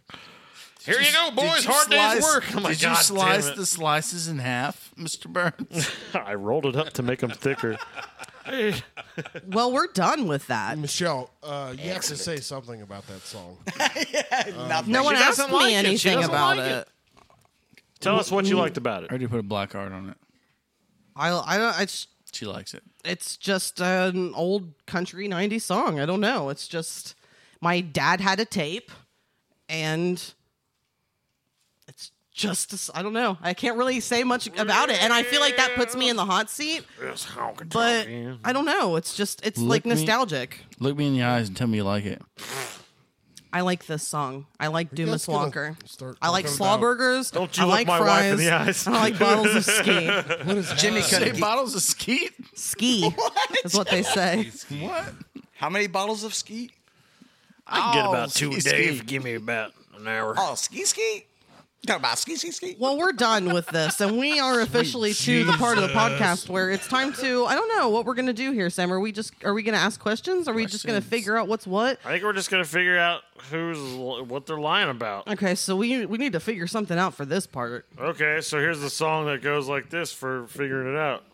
"Here you go, boys, Did you hard slice- day's Oh work." I'm like, did you "God slice damn the it!" slices in half, Mr. Burns? I rolled it up to make them thicker. Well, we're done with that. Michelle, uh, you have to say something about that song. Not No bad. one She asked doesn't me like it. She anything doesn't about like it. it. Tell us what you liked about it. already put a black heart on it. I, I don't. It's She likes it. it's just an old country 90s song. I don't know. It's just my dad had a tape and it's just a s- I don't know. I can't really say much about it and I feel like that puts me in the hot seat. But I don't know. It's just it's like Look me- nostalgic. Look me in the eyes and tell me you like it. I like this song. I like Dumas guys gonna Walker. start I like talking slaw about- burgers. Don't you I look like my wife fries. in the eyes. and I like bottles of ski. Jimmy Say couldn't. bottles of skeet? Ski is what they say. What? How many bottles of skeet? I can Get about two a day. if you Skeet. Give me about an hour. Oh, ski ski. Talking about ski ski ski. Well, we're done with this, and we are officially to the part of the podcast where it's time to. I don't know what we're gonna do here, Sam. Are we just are we gonna ask questions? Are we just gonna figure out what's what? I think we're just gonna figure out who's li- what they're lying about. Okay, so we we need to figure something out for this part. Okay, so here's the song that goes like this for figuring it out.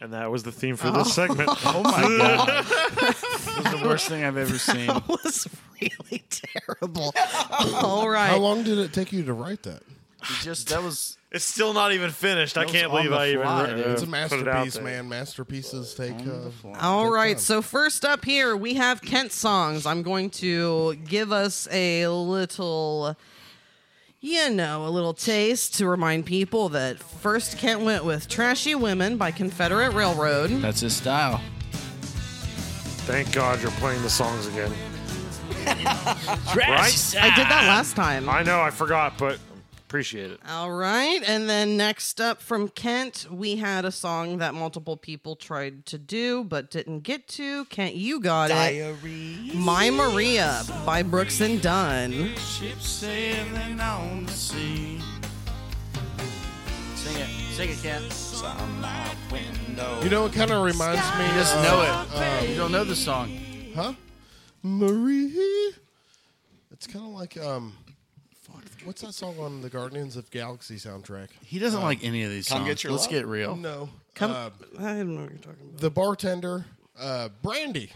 And that was the theme for this Oh. segment. This is the worst thing I've ever seen. Oh. was really terrible. All How right. long did it take you to write that? You just that was it's still not even finished. I was can't on believe the I even. fly, wrote- dude. uh, It's a put it out masterpiece, there. man. Masterpieces take. Uh, All take right, time. so first up here we have Kent songs. I'm going to give us a little, you know, a little taste to remind people that first Kent went with "Trashy Women" by Confederate Railroad. that's his style. Thank God you're playing the songs again. right? I did that last time. I know I forgot, but Appreciate it. All right. And then next up from Kent, we had a song that multiple people tried to do but didn't get to. Kent, you got it. Diary. My Maria by Brooks and Dunn. Ship sailing on the sea. Sing it. Sing it, Cat. You know, it kind of reminds me. You just of, know it. Uh, you don't know the song. Huh? Marie. It's kind of like um, fuck, what's that song on the Guardians of Galaxy soundtrack? He doesn't like any of these Come songs. Get Your Let's Love? get real. No. Come, Uh, I don't know what you're talking about. the bartender, uh, Brandy.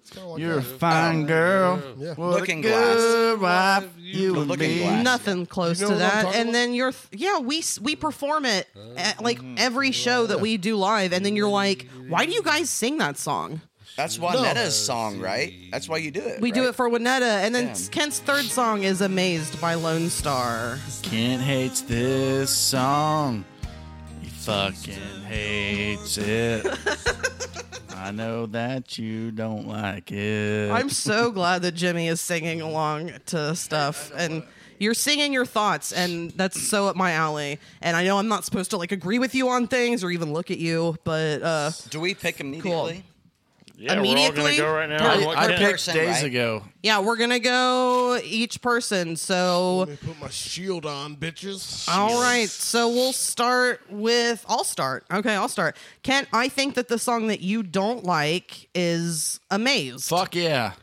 It's kind of like You're a that. fine girl. Yeah. What a Looking good wife you and Looking me. glass. Nothing close You know to what I'm that. talking And about? Uh, then you're, th- yeah, we s- we perform it at like mm-hmm. every show that we do live. And then you're like, why do you guys sing that song? That's Juanetta's song, right? That's why you do it. We do it for Winetta. And then Yeah. Kent's third song is Amazed by Lone Star. Kent hates this song. He fucking hates it. I know that you don't like it. I'm so glad that Jimmy is singing along to stuff and you're singing your thoughts and that's so up my alley. And I know I'm not supposed to like agree with you on things or even look at you, but uh Do we pick immediately? Yeah, we're all gonna Immediately? go right now. Probably- What I Kent- picked person, days right? ago. yeah, we're going to go each person. So Let me put my shield on, bitches. all right, so we'll start with I'll start. Okay, I'll start. Kent, I think that the song that you don't like is Amazed. Fuck yeah.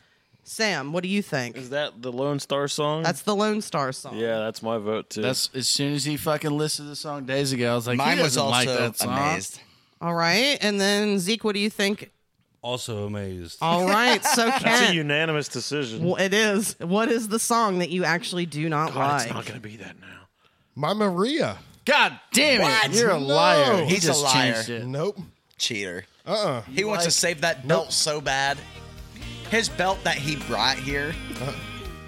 Sam, what do you think? Is that the Lone Star song? That's the Lone Star song. yeah, that's my vote too. That's as soon as he fucking listed the song days ago. I was like, Mine he was doesn't also like that song. amazed. All right. And then Zeke, what do you think? Also amazed. All right. So Kent. That's a unanimous decision. Well, it is. What is the song that you actually do not God, it's like? not gonna be that now. My Maria. God damn it! You're a No. liar. He He's a just liar. changed it. Nope. Cheater. Uh uh He wants to save that belt so bad. His belt that he brought here.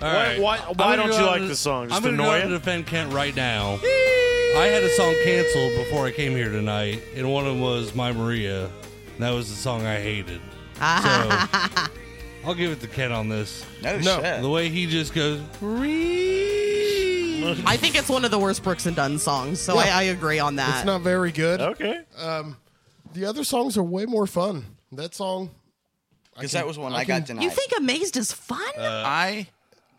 All right. why- why I'm gonna don't go you out like and- the song? Just I'm gonna go annoy out and it? defend Kent right now. I had a song canceled before I came here tonight, and one of them was My Maria. And that was the song I hated. So I'll give it to Kent on this. No, The shit. way he just goes, Maria. I think it's one of the worst Brooks and Dunn songs, so I, I agree on that. It's not very good. Um, Okay. The other songs are way more fun. That song, Because that was one I, got denied. you think Amazed is fun? Uh, I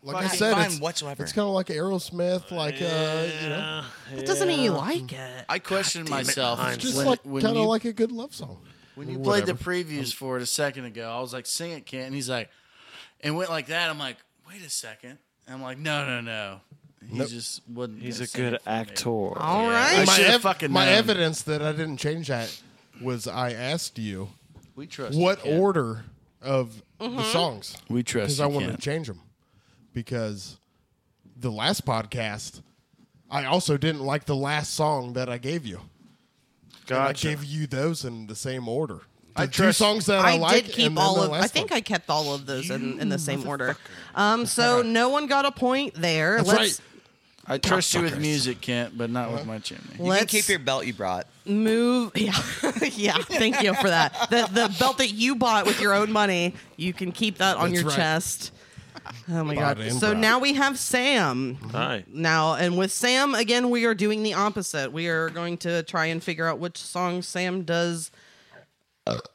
like I Fucking said, fine it's, whatsoever. it's kind of like Aerosmith, like uh, you know, That doesn't mean you like it. I questioned myself just when, like when kind of you like a good love song. when you Whatever. played the previews for it a second ago. I was like, "Sing it, Kent," and he's like, and went like that. I'm like, "Wait a second. And I'm like, "No, no, no." He just wasn't. He's gonna a sing good it for me. actor. All I right. my should've ev- fucking um, my known. evidence that I didn't change that was I asked you We trust. you, what Kent. order of the Mm-hmm. songs We trust. because you, I wanted to Kent. change them because the last podcast I also didn't like the last song that I gave you. And Gotcha. I gave you those in the same order. I The two trust- songs that I, I, like did keep and then all the of. I last think one. I kept all of those in, in the same order. Um, so no one got a point there. That's let's I trust you with music, Kent, but not with my chimney. You can let's keep your belt you brought. move. Yeah, yeah. Thank you for that. The the belt that you bought with your own money, you can keep that on That's your right. chest. Oh my god! Bought and So brought. now we have Sam. Hi. now. And with Sam, again, we are doing the opposite. We are going to try and figure out which song Sam does.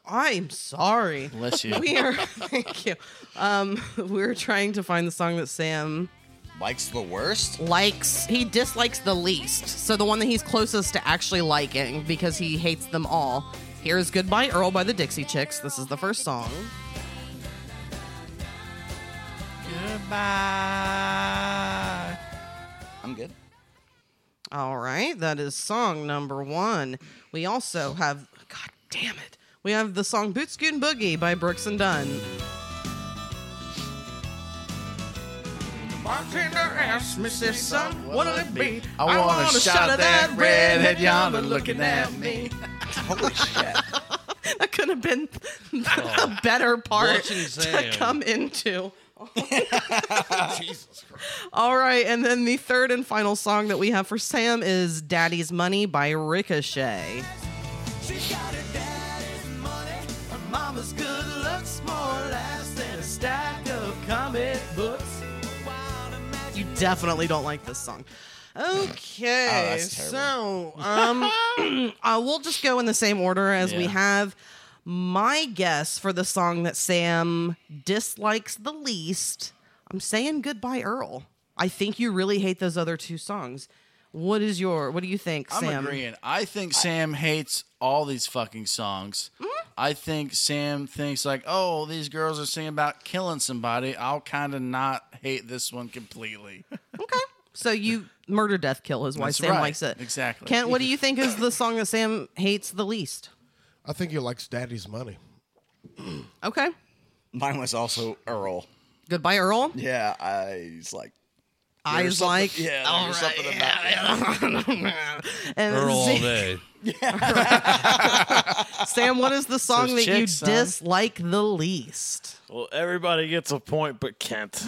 I'm sorry. Bless you. We are, thank you. Um, we're trying to find the song that Sam Likes the worst? likes. He dislikes the least. So the one that he's closest to actually liking because he hates them all. Here's Goodbye Earl by the Dixie Chicks. This is the first song. Goodbye. I'm good. All right, that is song number one. We also have, God damn it, we have the song Boot Scootin' Boogie by Brooks and Dunn. Bartender asked me, said, son, what'll it be? I want, a shot, of that redhead yonder looking at me. Holy shit. That could have been a better part Watching to Sam. come into. All right, and then the third and final song that we have for Sam is Daddy's Money by Ricochet. She's got her daddy's money, her mama's good looks, more or less than a stack of comic books. You definitely don't like this song. Okay, that's so um, uh, we'll just go in the same order as we Yeah. have. My guess for the song that Sam dislikes the least, I'm saying "Goodbye Earl." I think you really hate those other two songs. What is your? What do you think, I'm Sam? agreeing. I Mm-hmm. think Sam hates all these fucking songs. I think Sam thinks like, oh, these girls are singing about killing somebody. I'll kind of not hate this one completely. So you murder, death, kill is why That's Sam right. likes it. Exactly. Kent, what do you think is the song that Sam hates the least? I think he likes daddy's money. Okay, Mine was also Earl. "Goodbye Earl." Yeah, I, he's like. I was there's something- like, yeah, all there's right, something about that. and Earl all Z- day. Sam, what is the song that you chicks, son. dislike the least? Well, everybody gets a point, but Kent.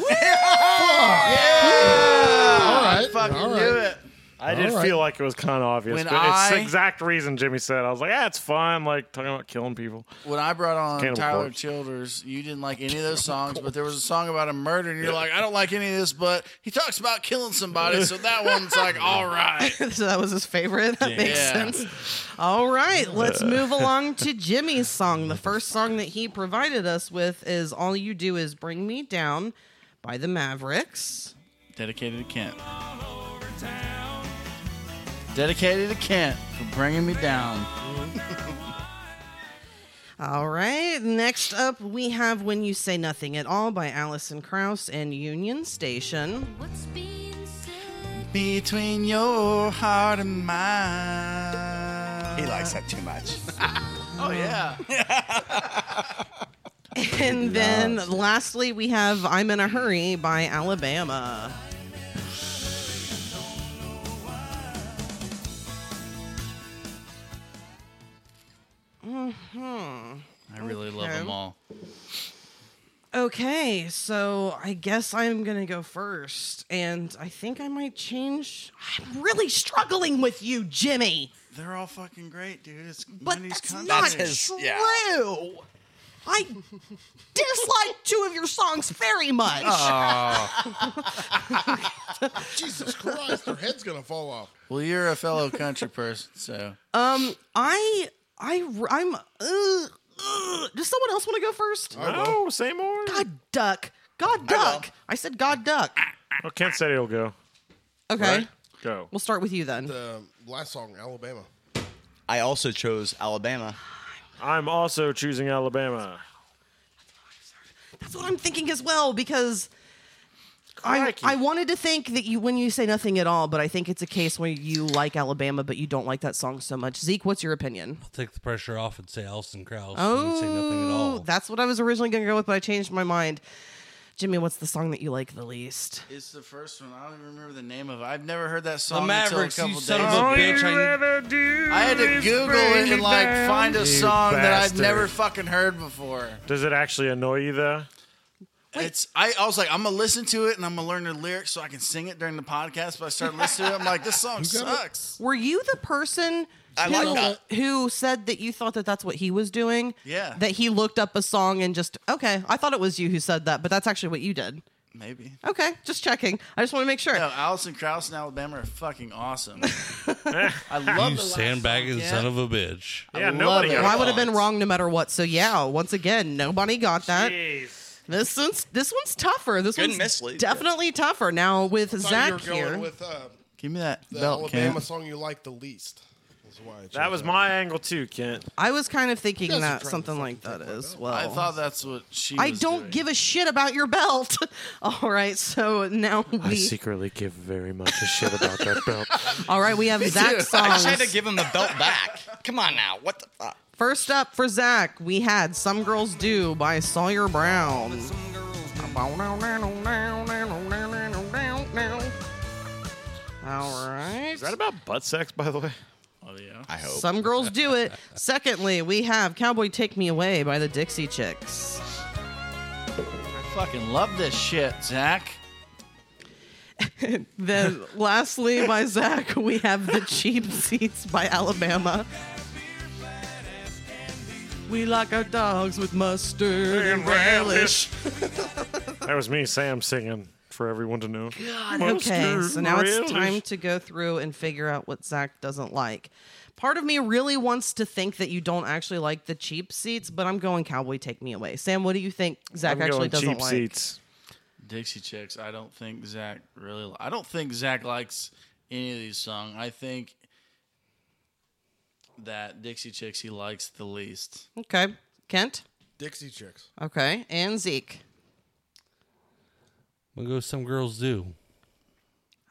All right, fucking all right. do it. I did Alright. feel like it was kind of obvious, When but it's I- the exact reason Jimmy said. I was like, "Yeah, it's fun." Like talking about killing people. When I brought on Cannibal Tyler Corpse. Childers, you didn't like any of those songs, but there was a song about a murder, and you're like, I don't like any of this, but he talks about killing somebody, so that one's like, all right. so that was his favorite. That makes Yeah. sense. All right, let's move along to Jimmy's song. The first song that he provided us with is All You Do Is Bring Me Down by the Mavericks. Dedicated to Kent. Dedicated to Kent for bringing me down. All right, next up we have When You Say Nothing at All by Allison Krauss and Union Station. What's being said? Between your heart and mine. He likes that too much. Oh yeah. And then lastly we have I'm in a Hurry by Alabama. I really love Okay. them all. Okay, so I guess I'm gonna go first, and I think I might change. I'm really struggling with you, Jimmy. They're all fucking great, dude. It's But Wendy's that's Con- not That's his- true. yeah. I dislike two of your songs very much. Jesus Christ, their head's gonna fall off. Well, you're a fellow country person, so Um, I, I, I'm. Uh, uh, does someone else want to go first? Uh, No, say more. God duck. God duck. I, said God duck. Oh, Well, Kent said he'll go. Okay, Go. we'll start with you then. The last song, Alabama. I also chose Alabama. I'm also choosing Alabama. That's what I'm thinking as well because I, I wanted to think that you when you say nothing at all, but I think it's a case where you like Alabama but you don't like that song so much. Zeke, what's your opinion? Take the pressure off and say Alston Krauss and say nothing at all. Oh, that's what I was originally going to go with, but I changed my mind. Jimmy, what's the song that you like the least? it's the first one. I don't even remember the name of it. I've never heard that The song until a Mavericks, couple you days son of ago. a bitch. I, I had to Google it and like find a song that I've bastard. never fucking heard before. Does it actually annoy you though? It's I, I was like, I'm gonna listen to it and I'm gonna learn the lyrics so I can sing it during the podcast. But I started listening to it. I'm like, this song sucks. Were you the person I who, like that. who said that you thought that that's what he was doing? Yeah. That he looked up a song and just, okay, I thought it was you who said that, but that's actually what you did. Maybe. Okay, just checking. I just want to make sure. No, Allison Krauss and Alabama are fucking awesome. I love you the last sandbagging song, yeah. son of a bitch. Yeah, nobody. it. got Well, I Well, would have been it's- wrong no matter what. So yeah, once again, nobody got that. Jeez. This one's this one's tougher. This Good one's miss, Lee. definitely tougher. Now with Thought you were Zach going here, with uh, Give me that the belt, Alabama Kent. song you like the least. That's why I chose That was my angle too, Kent. I was kind of thinking You guys are that trying to something fucking like that take my as belt. well. I thought that's what she. I was don't doing. give a shit about your belt. All right, so now I we secretly give very much a shit about that belt. all right we have Zach's I just songs. had to give him the belt back. Come on now. What the fuck? First up for Zach, we had "Some Girls Do" by Sawyer Brown. All right. Is that about butt sex, by the way? Oh yeah. I hope. Some girls do it. Secondly, we have Cowboy Take Me Away by the Dixie Chicks. I fucking love this shit, Zach. Then, lastly, by Zach, we have The Cheap Seats by Alabama. We like our dogs with mustard and relish. That was me, Sam, singing for everyone to know. God, okay, so now it's time to go through and figure out what Zach doesn't like. Part of me really wants to think that you don't actually like the cheap seats, but I'm going Cowboy Take Me Away. Sam, what do you think Zach I'm actually going doesn't cheap like? seats. Dixie Chicks. I don't think Zach really. Li- I don't think Zach likes any of these songs. I think that Dixie Chicks he likes the least. Okay, Kent. Dixie Chicks. Okay, and Zeke. I'm gonna go. Some girls do.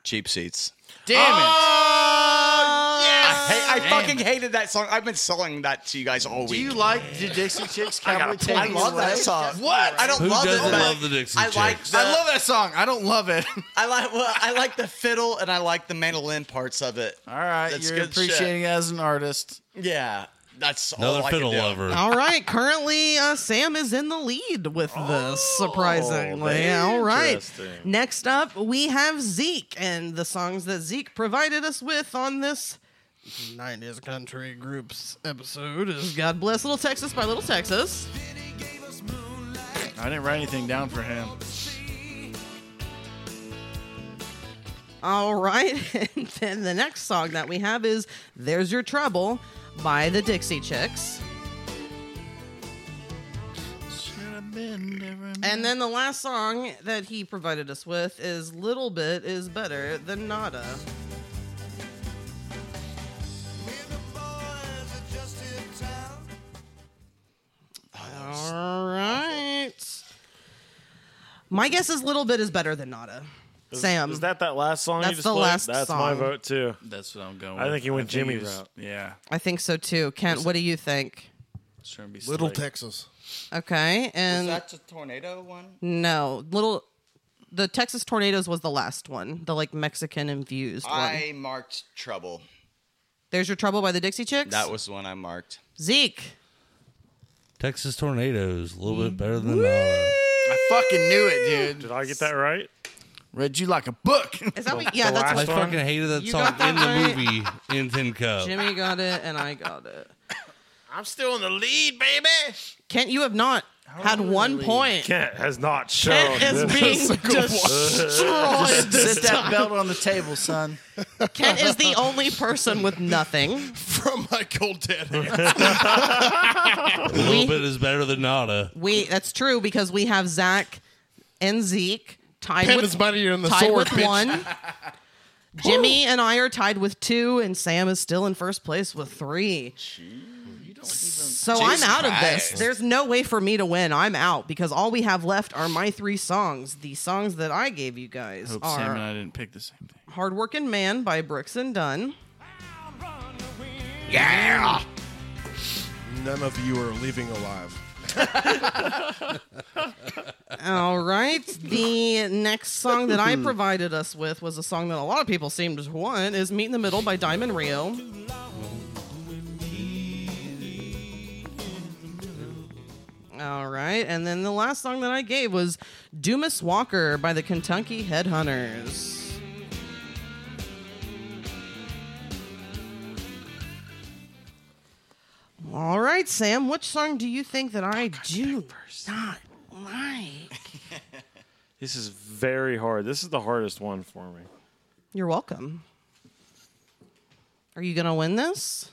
Cheap seats. Damn it! Oh, yes! I, hate- I Damn. fucking hated that song. I've been selling that to you guys all week. Do you like the Dixie Chicks? I, Cowboy gotta pull- Take I Me love Away? that song. What? I don't Who love it. doesn't but love the Dixie I like Chicks? the, I love that song. I don't love it. I like well, I like the fiddle and I like the mandolin parts of it. All right, That's you're good shit. appreciating it as an artist. Yeah, that's all Another I can fiddle do. lover. All right, currently uh, Sam is in the lead with this, surprisingly. Oh, that's All right. interesting. Next up, we have Zeke and the songs that Zeke provided us with on this 90s country groups episode is God Bless Little Texas by Little Texas. I didn't write anything down for him. All right. And then the next song that we have is There's Your Trouble by the Dixie Chicks. And then the last song that he provided us with is Little Bit is Better Than Nada. All right. My guess is Little Bit is Better Than Nada. Is- Sam. Is that that last song That's you just the played? last That's my song. vote too. That's what I'm going. I with. think he went Jimmy he was- route. Yeah, I think so too. Kent, what do you think? it's trying to be Little slick. Texas. Okay, and That's a tornado one. no, little the Texas tornadoes was the last one, the like Mexican infused one. I marked trouble. There's your trouble by the Dixie Chicks. That was the one I marked. Zeke. Texas tornadoes. A little bit better than uh, nada. I fucking knew it, dude. Did I get that right? Read you like a book. Is that what? Yeah, that's I what last fucking hated that You song got that in right. the movie in Tin Cup. Jimmy got it, and I got it. I'm still in the lead, baby. Kent, you have not had one point. Kent has not shown. Kent is this. being destroyed. Sit that belt on the table, son. Kent is the only person with nothing. From my cold dead hand. A little We- bit is better than nada. We that's true because we have Zach and Zeke tied Pen with is mightier than the tied sword, with bitch. one. Jimmy and I are tied with two, and Sam is still in first place with three. So Jesus I'm out of Christ. this. There's no way for me to win. I'm out because all we have left are my three songs. The songs that I gave you guys Hope Sam and are I didn't pick the same thing. "Hardworking Man" by Brooks and Dunn, None of you are leaving alive. All right. The next song that I provided us with was a song that a lot of people seem to want is Meet in the Middle by Diamond Rio. All right. And then the last song that I gave was Dumas Walker by the Kentucky Headhunters. All right, Sam, which song do you think that I do not like? This is very hard. This is the hardest one for me. You're welcome. Are you gonna win this?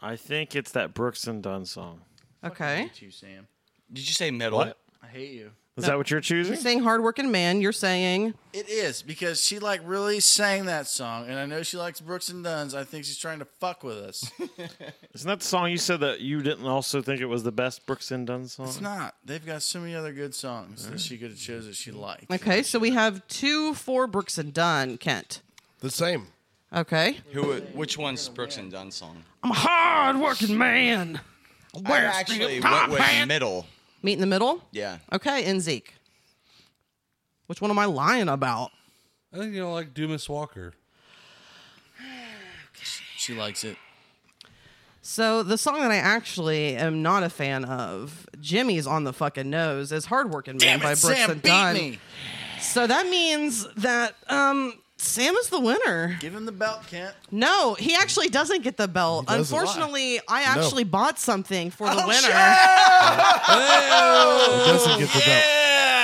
I think it's that Brooks and Dunn song. Okay. Hate you, Sam. Did you say middle? I hate you. Is that what you're choosing? Saying hardworking man, you're saying It is because she like really sang that song, and I know she likes Brooks and Dunn's. I think she's trying to fuck with us. Isn't that the song you said that you didn't also think it was the best Brooks and Dunn song? it's not. They've got so many other good songs that she could have chose that she liked. okay. So we have two for Brooks and Dunn, Kent. The same. Okay. Who? Which one's Brooks and Dunn song? I'm a hard working man. I actually went with middle. Meet in the middle. Yeah. Okay, and Zeke. Which one am I lying about? I think you don't like Dumas Walker. She likes it. So the song that I actually am not a fan of, Jimmy's on the fucking nose, is "Hardworking Man" Damn by it, Brooks Sam and beat Dunn. me. So that means that um, Sam is the winner. Give him the belt, Kent. No, he actually doesn't get the belt. doesn't. Unfortunately, I actually Oh, bought something for the winner. Doesn't get the belt.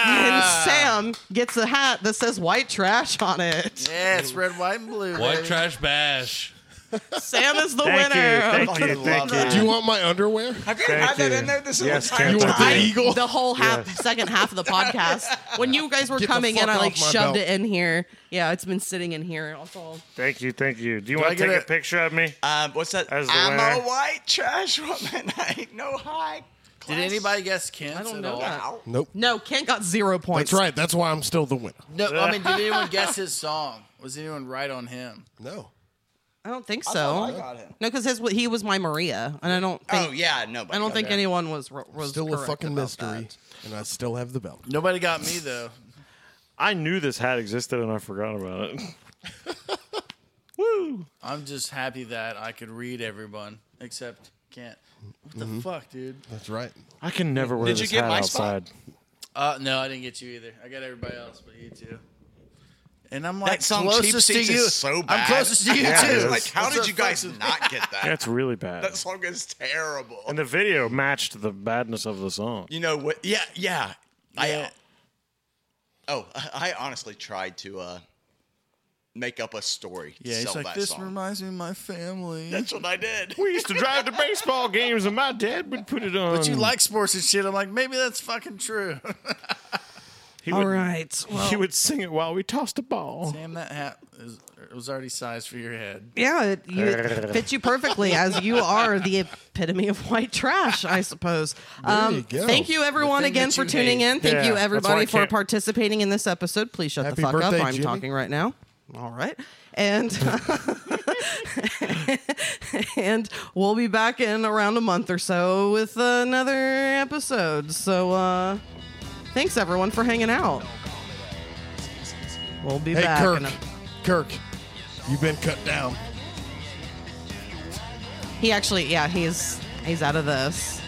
and Sam gets a hat that says white trash on it. Yeah, it's red, white, and blue. White baby. trash bash. Sam is the Thank you, winner. thank Oh, you, Fucking thank love you. it. Do you want my underwear? Have you Thank had that you. in there this Yes, whole time? Captain. You want the eagle? The whole half, second half of the podcast. When you guys were Get the coming in, fuck I off like my shoved belt. it in here. Yeah, it's been sitting in here. Also, Thank you, thank you. Do you Do want I to get take a, a- picture of me? Uh, what's that? As the I'm winner? a white trash woman. I ain't no high. Did anybody guess Kent? I don't know. Nope. No, Kent got zero points. That's right. That's why I'm still the winner. No, I mean, did anyone guess his song? Was anyone right on him? No. I don't think I so. thought I got him. No, because his he was my Maria, and I don't. Think, Oh, yeah, nobody I don't got think that. anyone was ro- was Still a correct fucking about mystery, and I still have the belt. Nobody got me though. I knew this hat existed and I forgot about it. I'm just happy that I could read everyone except Kent. What the Mhm. fuck, dude? That's right. I can never wear Did you this get hat my spot? outside. Uh, no, I didn't get you either. I got everybody else, but you too. And I'm That like song, Cheap closest to Seats, you. is so bad. I'm closest to you Yeah, it too. is. Like, how did What's you up, guys fucking- not get that? That's really bad. That song is terrible. and the video matched the badness of the song. You know what? Yeah, yeah. I. uh, oh, I honestly tried to uh, make up a story. to Yeah, he's sell like that this song. reminds me of my family. That's what I did. We used to drive to baseball games and my dad would put it on. But you like sports and shit. I'm like, maybe that's fucking true. He would, right. he would sing it while we tossed a ball. Damn, that hat is, it was already sized for your head. that. Yeah, it, you, it fits you perfectly as you are the epitome of white trash, I suppose. Um, you go. Thank you, everyone, The thing again that for you tuning hate. in. Thank Yeah, you, that's why I everybody, for can't- participating in this episode. Please shut Happy the fuck birthday, up. I'm Jimmy. talking right now. All right, and and we'll be back in around a month or so with another episode. So, uh, thanks everyone for hanging out. We'll be Hey, back. Kirk. in a- Kirk, you've been cut down. He actually, yeah, he's he's out of this.